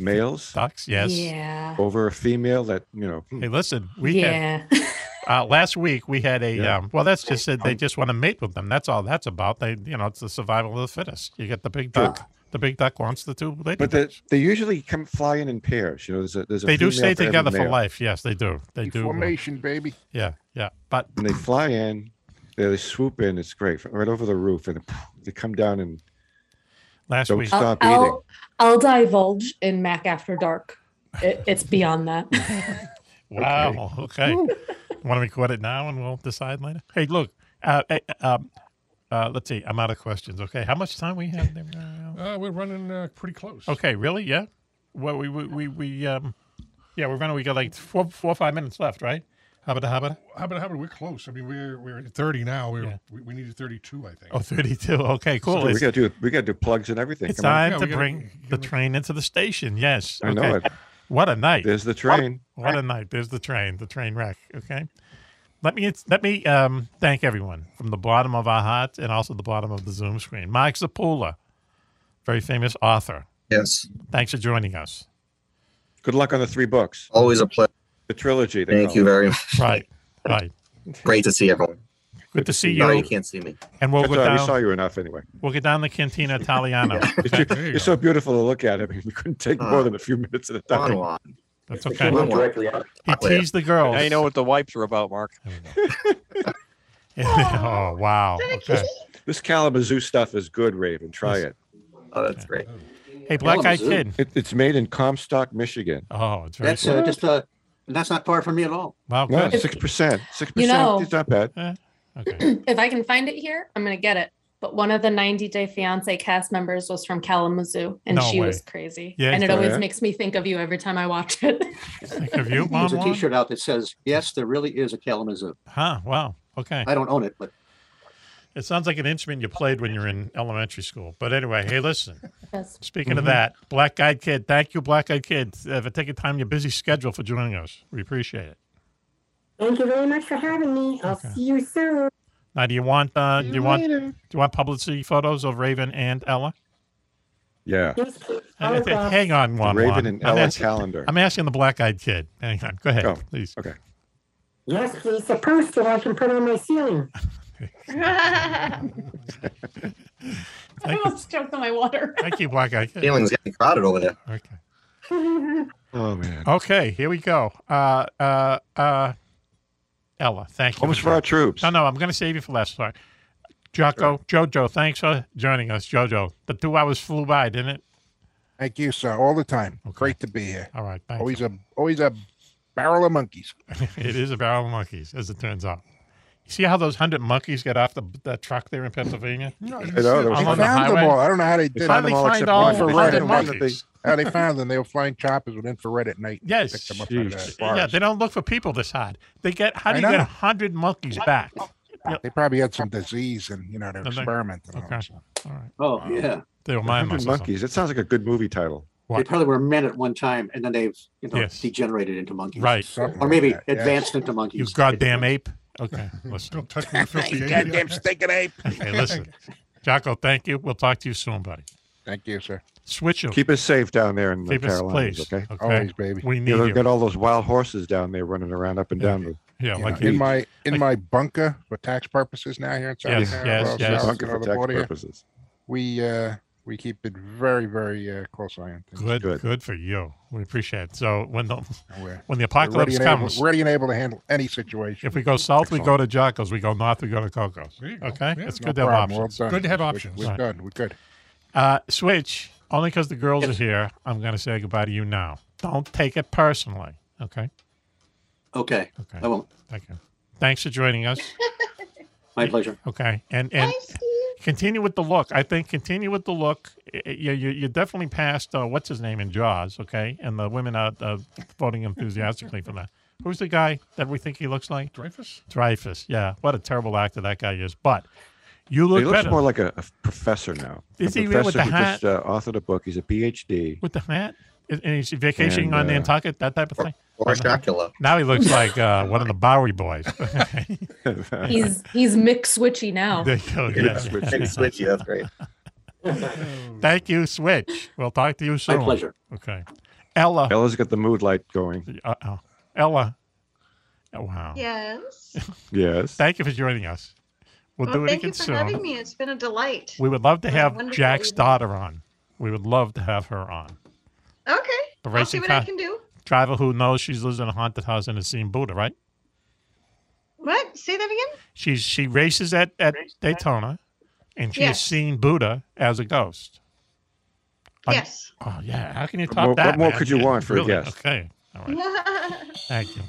[SPEAKER 5] males.
[SPEAKER 4] Ducks, yes.
[SPEAKER 16] Yeah.
[SPEAKER 5] Over a female that you know. hmm.
[SPEAKER 4] Hey, listen, we had uh, last week we had a
[SPEAKER 5] Yeah.
[SPEAKER 4] um, well. That's just it. They just want to mate with them. That's all. That's about. They you know it's the survival of the fittest. You get the big
[SPEAKER 5] True.
[SPEAKER 4] duck. The big duck wants the two lady
[SPEAKER 5] But they, they usually come fly in in pairs. You know, there's a there's a
[SPEAKER 4] They do
[SPEAKER 5] female
[SPEAKER 4] stay
[SPEAKER 5] for every
[SPEAKER 4] together for
[SPEAKER 5] male.
[SPEAKER 4] life. Yes, they do. They do. uh,
[SPEAKER 9] Formation, baby.
[SPEAKER 4] Yeah, yeah. But
[SPEAKER 5] And they fly in, they, they swoop in. It's great, right over the roof, and they come down and
[SPEAKER 4] last
[SPEAKER 5] don't
[SPEAKER 4] week-
[SPEAKER 16] I'll,
[SPEAKER 5] stop eating.
[SPEAKER 16] I'll, I'll divulge in Mac After Dark. It, it's beyond that.
[SPEAKER 4] Wow. Okay. Want to record it now, and we'll decide later. Hey, look. Uh, eh, um, uh, let's see. I'm out of questions. Okay. How much time we have? There?
[SPEAKER 14] Uh, we're running uh, pretty close.
[SPEAKER 4] Okay. Really? Yeah. Well, we we we, we um, yeah, we're running. We got like four four or five minutes left, right? How about how about?
[SPEAKER 14] How about how about we're close? I mean, we're we're at thirty now. We're, we we needed thirty two, I think.
[SPEAKER 4] Oh, 32. Okay, cool.
[SPEAKER 5] Dude, we got to do we got to do plugs and everything.
[SPEAKER 4] It's
[SPEAKER 5] Come on.
[SPEAKER 4] time to bring the train into the station. Yes.
[SPEAKER 5] I know
[SPEAKER 4] okay.
[SPEAKER 5] it.
[SPEAKER 4] What a night.
[SPEAKER 5] There's the train.
[SPEAKER 4] What a night. There's the train. The train wreck. Okay. Let me let me um, thank everyone from the bottom of our hearts and also the bottom of the Zoom screen. Mike Zapula, very famous author.
[SPEAKER 11] Yes.
[SPEAKER 4] Thanks for joining us.
[SPEAKER 5] Good luck on the three books.
[SPEAKER 11] Always a pleasure.
[SPEAKER 5] The trilogy. they
[SPEAKER 11] Thank
[SPEAKER 5] call
[SPEAKER 11] you
[SPEAKER 5] it.
[SPEAKER 11] very much.
[SPEAKER 4] Right. Right.
[SPEAKER 11] Great to see everyone.
[SPEAKER 4] Good to see
[SPEAKER 11] No,
[SPEAKER 4] you.
[SPEAKER 11] you can't see me.
[SPEAKER 4] And we'll
[SPEAKER 5] That's
[SPEAKER 4] go
[SPEAKER 5] all right,
[SPEAKER 4] down.
[SPEAKER 5] We saw you enough anyway.
[SPEAKER 4] We'll get down the Cantina Italiana.
[SPEAKER 5] It's ju- You're so beautiful to look at. I mean, we couldn't take more than a few minutes at a time.
[SPEAKER 4] That's
[SPEAKER 7] It's
[SPEAKER 4] okay.
[SPEAKER 7] a little directly out.
[SPEAKER 4] He teased the girls.
[SPEAKER 7] Now you know what the wipes are about, Mark.
[SPEAKER 4] oh wow! Okay.
[SPEAKER 5] This Kalamazoo stuff is good, Raven. Try it.
[SPEAKER 11] Oh, that's great.
[SPEAKER 4] Hey, Black Eyed Kid.
[SPEAKER 5] It, it's made in Comstock, Michigan.
[SPEAKER 4] Oh, it's
[SPEAKER 6] That's uh, just uh, that's not far from me at all.
[SPEAKER 4] Wow, Eh.
[SPEAKER 5] no,
[SPEAKER 6] good.
[SPEAKER 5] six percent. Six
[SPEAKER 16] You know-
[SPEAKER 5] percent is not bad.
[SPEAKER 16] if I can find it here, I'm gonna get it. But one of the 90 Day Fiance cast members was from Kalamazoo, and
[SPEAKER 4] No
[SPEAKER 16] she
[SPEAKER 4] way.
[SPEAKER 16] was crazy.
[SPEAKER 4] Yeah,
[SPEAKER 16] and it
[SPEAKER 4] oh,
[SPEAKER 16] always
[SPEAKER 4] yeah?
[SPEAKER 16] makes me think of you every time I watch it.
[SPEAKER 4] Have you, Mom?
[SPEAKER 6] There's a
[SPEAKER 4] Lon?
[SPEAKER 6] T-shirt out that says, "Yes, there really is a Kalamazoo."
[SPEAKER 4] Huh? Wow. Okay.
[SPEAKER 6] I don't own it, but
[SPEAKER 4] It sounds like an instrument you played when you were in elementary school. But anyway, hey, listen.
[SPEAKER 16] Yes.
[SPEAKER 4] Speaking of
[SPEAKER 17] Mhm.
[SPEAKER 4] that, Black Eyed Kid, thank you, Black Eyed Kid, uh, for taking time in your busy schedule for joining us. We appreciate it.
[SPEAKER 12] Thank you very much for having me. I'll see you soon.
[SPEAKER 4] Now, do you want uh, do you want
[SPEAKER 12] later.
[SPEAKER 4] do you want publicity photos of Raven and Ella?
[SPEAKER 5] Yeah.
[SPEAKER 4] Hey,
[SPEAKER 12] Oh,
[SPEAKER 4] hey, Hang on, one
[SPEAKER 5] Raven and Ella calendar.
[SPEAKER 4] I'm asking the Black Eyed Kid. Hang on. Go ahead, please.
[SPEAKER 5] Okay.
[SPEAKER 12] Yes, please. A poster I can put on my ceiling.
[SPEAKER 16] I almost choked on my water.
[SPEAKER 4] Thank you, Black Eyed Kid.
[SPEAKER 11] Feelings getting crowded over there.
[SPEAKER 4] Okay.
[SPEAKER 5] Oh man.
[SPEAKER 4] Okay, here we go. Uh, uh, uh, Ella, thank you.
[SPEAKER 5] Almost for our troops.
[SPEAKER 4] No, no, I'm going to save you for last. Sorry. Jocko, Jojo, thanks for joining us, Jojo. The two hours flew by, didn't it?
[SPEAKER 9] Thank you, sir, all the time. Great to be here.
[SPEAKER 4] All right, thanks.
[SPEAKER 9] Always a always a barrel of monkeys.
[SPEAKER 4] it is a barrel of monkeys, as it turns out. You see how those hundred monkeys got off the, the truck there in Pennsylvania? No,
[SPEAKER 9] I know, there was
[SPEAKER 4] on
[SPEAKER 9] found
[SPEAKER 4] the highway.
[SPEAKER 9] them all. I don't know how they
[SPEAKER 4] They
[SPEAKER 9] did it.
[SPEAKER 4] found them all How they except find one. all
[SPEAKER 9] Infrared
[SPEAKER 4] 100
[SPEAKER 9] at night.
[SPEAKER 4] monkeys?
[SPEAKER 9] How they found them? They were flying choppers with infrared at night.
[SPEAKER 4] Yes.
[SPEAKER 9] Picked them up out of the
[SPEAKER 4] Yeah,
[SPEAKER 9] forest.
[SPEAKER 4] they don't look for people this hard. They get how
[SPEAKER 9] I
[SPEAKER 4] do you get
[SPEAKER 9] know.
[SPEAKER 4] hundred monkeys back?
[SPEAKER 9] They probably had some disease and you know they're experimenting. on it, so.
[SPEAKER 6] oh yeah,
[SPEAKER 4] They were
[SPEAKER 5] Hundred monkeys. That sounds like a good movie title.
[SPEAKER 6] they probably were men at one time, and then they've you know
[SPEAKER 5] Yes.
[SPEAKER 6] degenerated into monkeys,
[SPEAKER 5] Right.
[SPEAKER 6] Or maybe
[SPEAKER 5] Something like that, yeah.
[SPEAKER 6] advanced into monkeys.
[SPEAKER 4] You goddamn ape. Okay, listen.
[SPEAKER 14] Don't touch me, you filthy ape.
[SPEAKER 4] Okay, listen. Jocko, thank you. We'll talk to you soon, buddy.
[SPEAKER 9] Thank you, sir.
[SPEAKER 4] Switch 'em.
[SPEAKER 5] Keep us safe down there in
[SPEAKER 4] Keep
[SPEAKER 5] the
[SPEAKER 4] us
[SPEAKER 5] Carolinas,
[SPEAKER 4] placed,
[SPEAKER 5] okay?
[SPEAKER 4] okay? Always, baby. We need
[SPEAKER 5] you.
[SPEAKER 4] you.
[SPEAKER 5] They've got all those wild horses down there running around up and down. the-
[SPEAKER 4] Yeah,
[SPEAKER 9] You
[SPEAKER 4] like
[SPEAKER 9] know, in
[SPEAKER 4] you-
[SPEAKER 9] my in
[SPEAKER 4] like-
[SPEAKER 9] my bunker for tax purposes now here in South
[SPEAKER 4] Yes,
[SPEAKER 9] Carolina,
[SPEAKER 4] yes,
[SPEAKER 9] well,
[SPEAKER 4] yes.
[SPEAKER 9] south
[SPEAKER 4] Bunker
[SPEAKER 9] of
[SPEAKER 4] for
[SPEAKER 9] uh, the
[SPEAKER 4] tax
[SPEAKER 9] border here,
[SPEAKER 4] purposes.
[SPEAKER 9] We uh we keep it very very uh, close eye on things.
[SPEAKER 4] Good, good, for you. We appreciate it. So when the
[SPEAKER 9] We're-
[SPEAKER 4] when the
[SPEAKER 9] we're ready
[SPEAKER 4] apocalypse
[SPEAKER 9] and able-
[SPEAKER 4] comes,
[SPEAKER 9] ready and able to handle any situation.
[SPEAKER 4] if we go south, we
[SPEAKER 9] Excellent.
[SPEAKER 4] go to Jocko's. We go north, we go to Coco's.
[SPEAKER 9] There you go.
[SPEAKER 4] Okay,
[SPEAKER 9] Yeah,
[SPEAKER 4] it's
[SPEAKER 9] no
[SPEAKER 4] good to have
[SPEAKER 9] problem. Well
[SPEAKER 4] options.
[SPEAKER 9] done. Good to have We're- options. we're
[SPEAKER 4] Right.
[SPEAKER 9] done. We're good.
[SPEAKER 4] Uh, Switch only because the girls are here. I'm going to say goodbye to you now. Don't take it personally. Okay.
[SPEAKER 6] Okay.
[SPEAKER 4] Okay.
[SPEAKER 6] I won't.
[SPEAKER 4] Thank you. Thanks for joining us.
[SPEAKER 6] My pleasure.
[SPEAKER 4] Okay, and and continue with the look. I think continue with the look. Y- y- You you, you definitely passed uh, what's his name in Jaws. Okay, and the women are uh, voting enthusiastically for that. Who's the guy that we think he looks like?
[SPEAKER 14] Dreyfus.
[SPEAKER 4] Dreyfus. Yeah, what a terrible actor that guy is. But you look
[SPEAKER 5] he looks
[SPEAKER 4] better
[SPEAKER 5] more like a, a professor now.
[SPEAKER 4] Is
[SPEAKER 5] a
[SPEAKER 4] he really
[SPEAKER 5] professor
[SPEAKER 4] with the
[SPEAKER 5] who just uh, authored a book. He's a PhD.
[SPEAKER 4] with the hat. And and he's vacationing
[SPEAKER 5] And,
[SPEAKER 4] on
[SPEAKER 5] uh,
[SPEAKER 4] Nantucket, that type of thing.
[SPEAKER 5] or
[SPEAKER 4] Now-
[SPEAKER 5] Dracula.
[SPEAKER 4] Now he looks like uh, one of the Bowery boys.
[SPEAKER 16] He's he's Mick Switchy now.
[SPEAKER 4] There you go.
[SPEAKER 16] Yeah,
[SPEAKER 4] yes.
[SPEAKER 16] switch- big
[SPEAKER 11] switchy, that's great.
[SPEAKER 4] Thank you, Switch. We'll talk to you soon.
[SPEAKER 5] pleasure.
[SPEAKER 4] Okay. Ella.
[SPEAKER 5] Ella's got the mood light going.
[SPEAKER 4] Uh, oh. Ella. Oh, wow.
[SPEAKER 10] Yes.
[SPEAKER 5] Yes.
[SPEAKER 4] Thank you for joining us. We'll,
[SPEAKER 10] Well,
[SPEAKER 4] do it
[SPEAKER 10] thank
[SPEAKER 4] again
[SPEAKER 10] you for
[SPEAKER 4] soon.
[SPEAKER 10] having me. It's been a delight.
[SPEAKER 4] We would love to
[SPEAKER 10] What a
[SPEAKER 4] have
[SPEAKER 10] wonderful
[SPEAKER 4] Jack's
[SPEAKER 10] evening.
[SPEAKER 4] daughter on. We would love to have her on.
[SPEAKER 10] Okay.
[SPEAKER 4] The
[SPEAKER 10] I'll see
[SPEAKER 4] racing
[SPEAKER 10] what
[SPEAKER 4] car
[SPEAKER 10] I can do.
[SPEAKER 4] driver who knows she's lives in a haunted house and has seen Buddha, right?
[SPEAKER 10] What? Say that again?
[SPEAKER 4] She's she races at, at Daytona, and she has
[SPEAKER 10] Yes.
[SPEAKER 4] seen Buddha as a ghost. I-
[SPEAKER 10] Yes.
[SPEAKER 4] Oh yeah, how can you
[SPEAKER 5] What
[SPEAKER 4] top
[SPEAKER 5] more-
[SPEAKER 4] that?
[SPEAKER 5] what more
[SPEAKER 4] man?
[SPEAKER 5] could you
[SPEAKER 4] Yeah,
[SPEAKER 5] want for a
[SPEAKER 4] really?
[SPEAKER 5] guest?
[SPEAKER 4] Okay, all right. Thank you,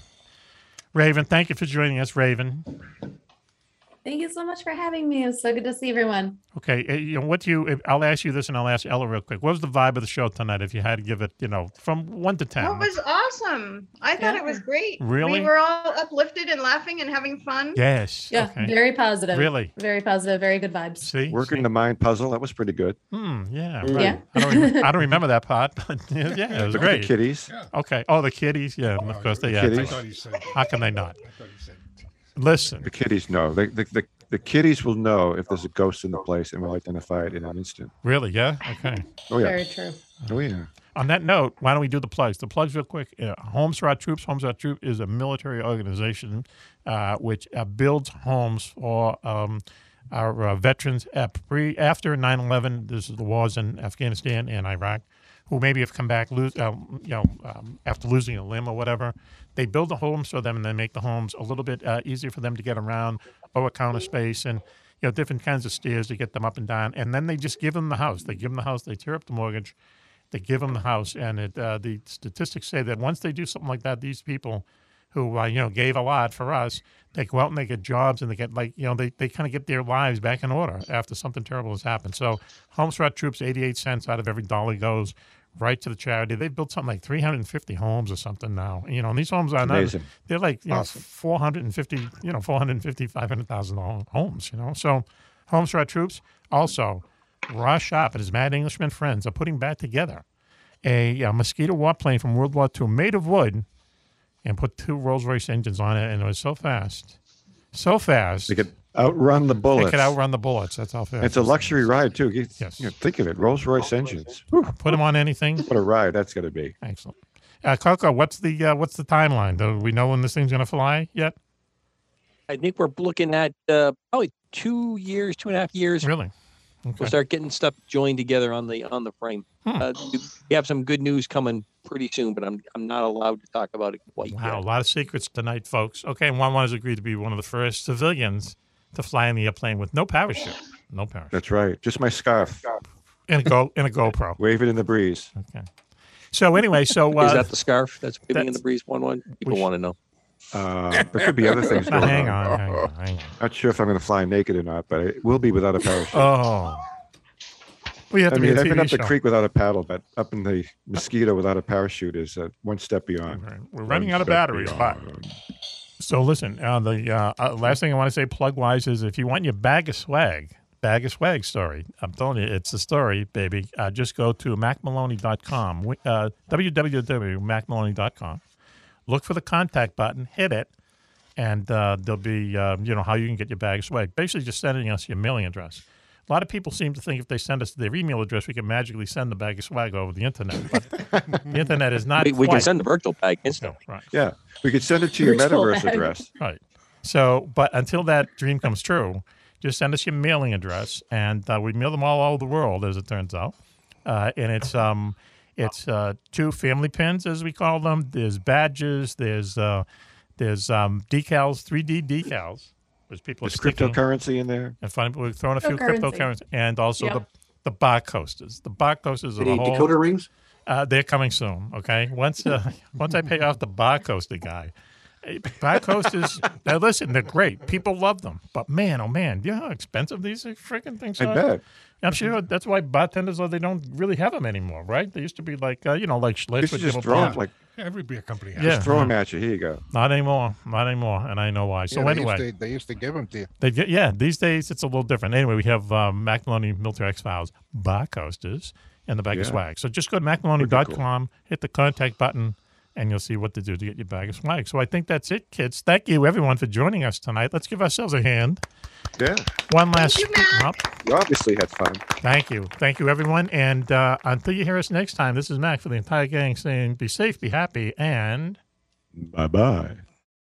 [SPEAKER 4] Raven. Thank you for joining us, Raven.
[SPEAKER 16] Thank you so much for having me. It was so good to see everyone.
[SPEAKER 4] Okay, eh, you know, what do you? eh, I'll ask you this, and I'll ask Ella real quick. What was the vibe of the show tonight? If you had to give it, you know, from one to ten.
[SPEAKER 10] Well, it was awesome. I thought it was great.
[SPEAKER 4] Really?
[SPEAKER 10] We were all uplifted and laughing and having fun.
[SPEAKER 4] Yes.
[SPEAKER 16] Yeah,
[SPEAKER 4] Okay.
[SPEAKER 16] very positive.
[SPEAKER 5] Really?
[SPEAKER 16] Very positive. Very good vibes.
[SPEAKER 4] See,
[SPEAKER 5] working the mind puzzle. That was pretty good.
[SPEAKER 4] Hmm. Yeah.
[SPEAKER 5] Mm.
[SPEAKER 4] right.
[SPEAKER 16] Yeah.
[SPEAKER 4] I don't, remember, I don't remember that part, but yeah, yeah, it was
[SPEAKER 5] Look at the
[SPEAKER 4] great.
[SPEAKER 5] kitties.
[SPEAKER 4] Okay. Oh, the kitties. Yeah. of course, they.
[SPEAKER 5] the
[SPEAKER 4] Yeah, it's
[SPEAKER 5] kitties.
[SPEAKER 4] like-
[SPEAKER 5] I thought
[SPEAKER 14] he said-
[SPEAKER 4] How can they not? Listen.
[SPEAKER 5] The kitties know. The, the, the, the kitties will know if there's a ghost in the place and will identify it in an instant.
[SPEAKER 4] Really? Yeah. Okay.
[SPEAKER 5] Oh, yeah.
[SPEAKER 16] Very true.
[SPEAKER 5] Oh, yeah.
[SPEAKER 4] On that note, why don't we do the plugs? The plugs, real quick. Uh, homes for Our Troops. Homes for Our Troops is a military organization uh, which uh, builds homes for um, our uh, veterans at pre, after 9 11. This is the wars in Afghanistan and Iraq who maybe have come back, lose, um, you know, um, after losing a limb or whatever. They build the homes for them and they make the homes a little bit uh, easier for them to get around, lower counter space, and you know different kinds of stairs to get them up and down. And then they just give them the house. They give them the house. They tear up the mortgage. They give them the house. And it, uh, the statistics say that once they do something like that, these people who uh, you know gave a lot for us, they go out and they get jobs and they get like you know they, they kind of get their lives back in order after something terrible has happened. So Homes for Our Troops, eighty eight cents out of every dollar goes right to the charity. They've built something like three hundred and fifty homes or something now. You know, and these homes are not
[SPEAKER 5] Amazing.
[SPEAKER 4] they're like you
[SPEAKER 5] Awesome.
[SPEAKER 4] know four hundred and fifty you know four hundred and fifty five hundred thousand dollars homes. You know, so Homes for Our Troops also. Ross Shop and his Mad Englishman friends are putting back together a, uh mosquito warplane from World War II made of wood and put two Rolls Royce engines on it, and it was so fast, so fast. They could
[SPEAKER 5] Outrun the bullets.
[SPEAKER 4] They could outrun the bullets. That's how fast.
[SPEAKER 5] It's a
[SPEAKER 4] this
[SPEAKER 5] luxury ride too. You- you know, think of it, Rolls Royce engines.
[SPEAKER 4] thing- Put them on anything.
[SPEAKER 5] What a ride that's going to be.
[SPEAKER 4] Excellent. Uh, Coco, what's the uh, what's the timeline? Do we know when this thing's going to fly yet?
[SPEAKER 7] I think we're looking at uh, probably two years, two and a half years.
[SPEAKER 4] Really? Okay. Hmm.
[SPEAKER 7] We'll start getting stuff joined together on the on the frame. Uh, we have some good news coming pretty soon, but I'm I'm not allowed to talk about it quite
[SPEAKER 4] Wow, a lot of secrets tonight, folks. Okay, and Juan Juan has agreed to be one of the first civilians to fly in the airplane with no parachute, no parachute,
[SPEAKER 5] That's right. Just my scarf.
[SPEAKER 4] and a go and a GoPro.
[SPEAKER 5] Wave it in the breeze.
[SPEAKER 4] Okay. So anyway, so uh,
[SPEAKER 7] Is that the scarf that's waving in
[SPEAKER 4] that's-
[SPEAKER 7] the breeze? One one. People
[SPEAKER 5] should-
[SPEAKER 7] want to know.
[SPEAKER 5] Uh, there could be other things
[SPEAKER 4] Now,
[SPEAKER 5] going
[SPEAKER 4] hang
[SPEAKER 5] on.
[SPEAKER 4] on, hang on, hang on.
[SPEAKER 5] Not sure if I'm going to fly naked or not, but I will be without a parachute.
[SPEAKER 4] Oh. We have
[SPEAKER 5] I
[SPEAKER 4] to be
[SPEAKER 5] mean,
[SPEAKER 4] a
[SPEAKER 5] I've been
[SPEAKER 4] TV
[SPEAKER 5] up the
[SPEAKER 4] show.
[SPEAKER 5] creek without a paddle, but up in the mosquito without a parachute is uh, one step beyond.
[SPEAKER 4] We're running out of batteries. But so listen, uh, the uh, uh, last thing I want to say, plug wise, is if you want your bag of swag, bag of swag story, I'm telling you, it's the story, baby. Uh, just go to macmaloney.com, wi- uh, www.macmaloney.com. Look for the contact button, hit it, and uh, there'll be uh, you know how you can get your bag of swag. Basically, just sending us your mailing address. A lot of people seem to think if they send us their email address, we can magically send the bag of swag over the internet. But the internet is not.
[SPEAKER 7] we, we can
[SPEAKER 4] quite-
[SPEAKER 7] send the virtual bag instantly.
[SPEAKER 4] Right.
[SPEAKER 5] Yeah, we could send it to your
[SPEAKER 7] Virtual
[SPEAKER 5] metaverse
[SPEAKER 7] bag.
[SPEAKER 5] address.
[SPEAKER 4] Right. So, but until that dream comes true, just send us your mailing address, and uh, we mail them all over the world, as it turns out. Uh, and it's um, it's uh, two family pins, as we call them. There's badges. There's uh, there's um, decals, 3D decals, which people are
[SPEAKER 5] There's
[SPEAKER 4] sticking-
[SPEAKER 5] cryptocurrency in there.
[SPEAKER 4] And fun, we're throwing a few
[SPEAKER 5] Cryptocurrency.
[SPEAKER 4] cryptocurrencies, and also
[SPEAKER 5] Yeah.
[SPEAKER 4] the the bar coasters. The bar coasters are
[SPEAKER 6] Any
[SPEAKER 4] the whole
[SPEAKER 6] decoder rings?
[SPEAKER 4] Uh, they're coming soon. Okay, once uh, once I pay off the bar coaster guy, Eh, bar coasters. now listen, they're great. People love them, but man, oh man, do you know how expensive these freaking things
[SPEAKER 5] I
[SPEAKER 4] are?
[SPEAKER 5] bet.
[SPEAKER 4] I'm sure that's why bartenders, oh, they don't really have them anymore, right? They used to be like, uh, you know, like Schlitz
[SPEAKER 5] This
[SPEAKER 4] would
[SPEAKER 5] is
[SPEAKER 4] give
[SPEAKER 5] just
[SPEAKER 4] a
[SPEAKER 5] throw 'em
[SPEAKER 4] bomb.
[SPEAKER 5] like
[SPEAKER 14] Every beer company has.
[SPEAKER 5] Just
[SPEAKER 4] Yeah,
[SPEAKER 5] throw
[SPEAKER 4] yeah.
[SPEAKER 5] them at you. Here you go.
[SPEAKER 4] Not anymore. Not anymore. And I know why. So
[SPEAKER 9] Yeah, they
[SPEAKER 4] anyway,
[SPEAKER 9] used to, they used to give them to you.
[SPEAKER 4] They get yeah. These days it's a little different. Anyway, we have uh, Mac Maloney Military X Files bar coasters and the bag of
[SPEAKER 5] Yeah.
[SPEAKER 4] swag. So just go to macmaloney.com, hit the contact button, and you'll see what to do to get your bag of swag. So I think that's it, kids. Thank you everyone for joining us tonight. Let's give ourselves a hand.
[SPEAKER 5] Yeah.
[SPEAKER 4] One last up.
[SPEAKER 5] You obviously had fun.
[SPEAKER 4] Thank you. Thank you everyone. And uh, until you hear us next time, this is Mac for the entire gang saying be safe, be happy, and
[SPEAKER 5] Bye bye.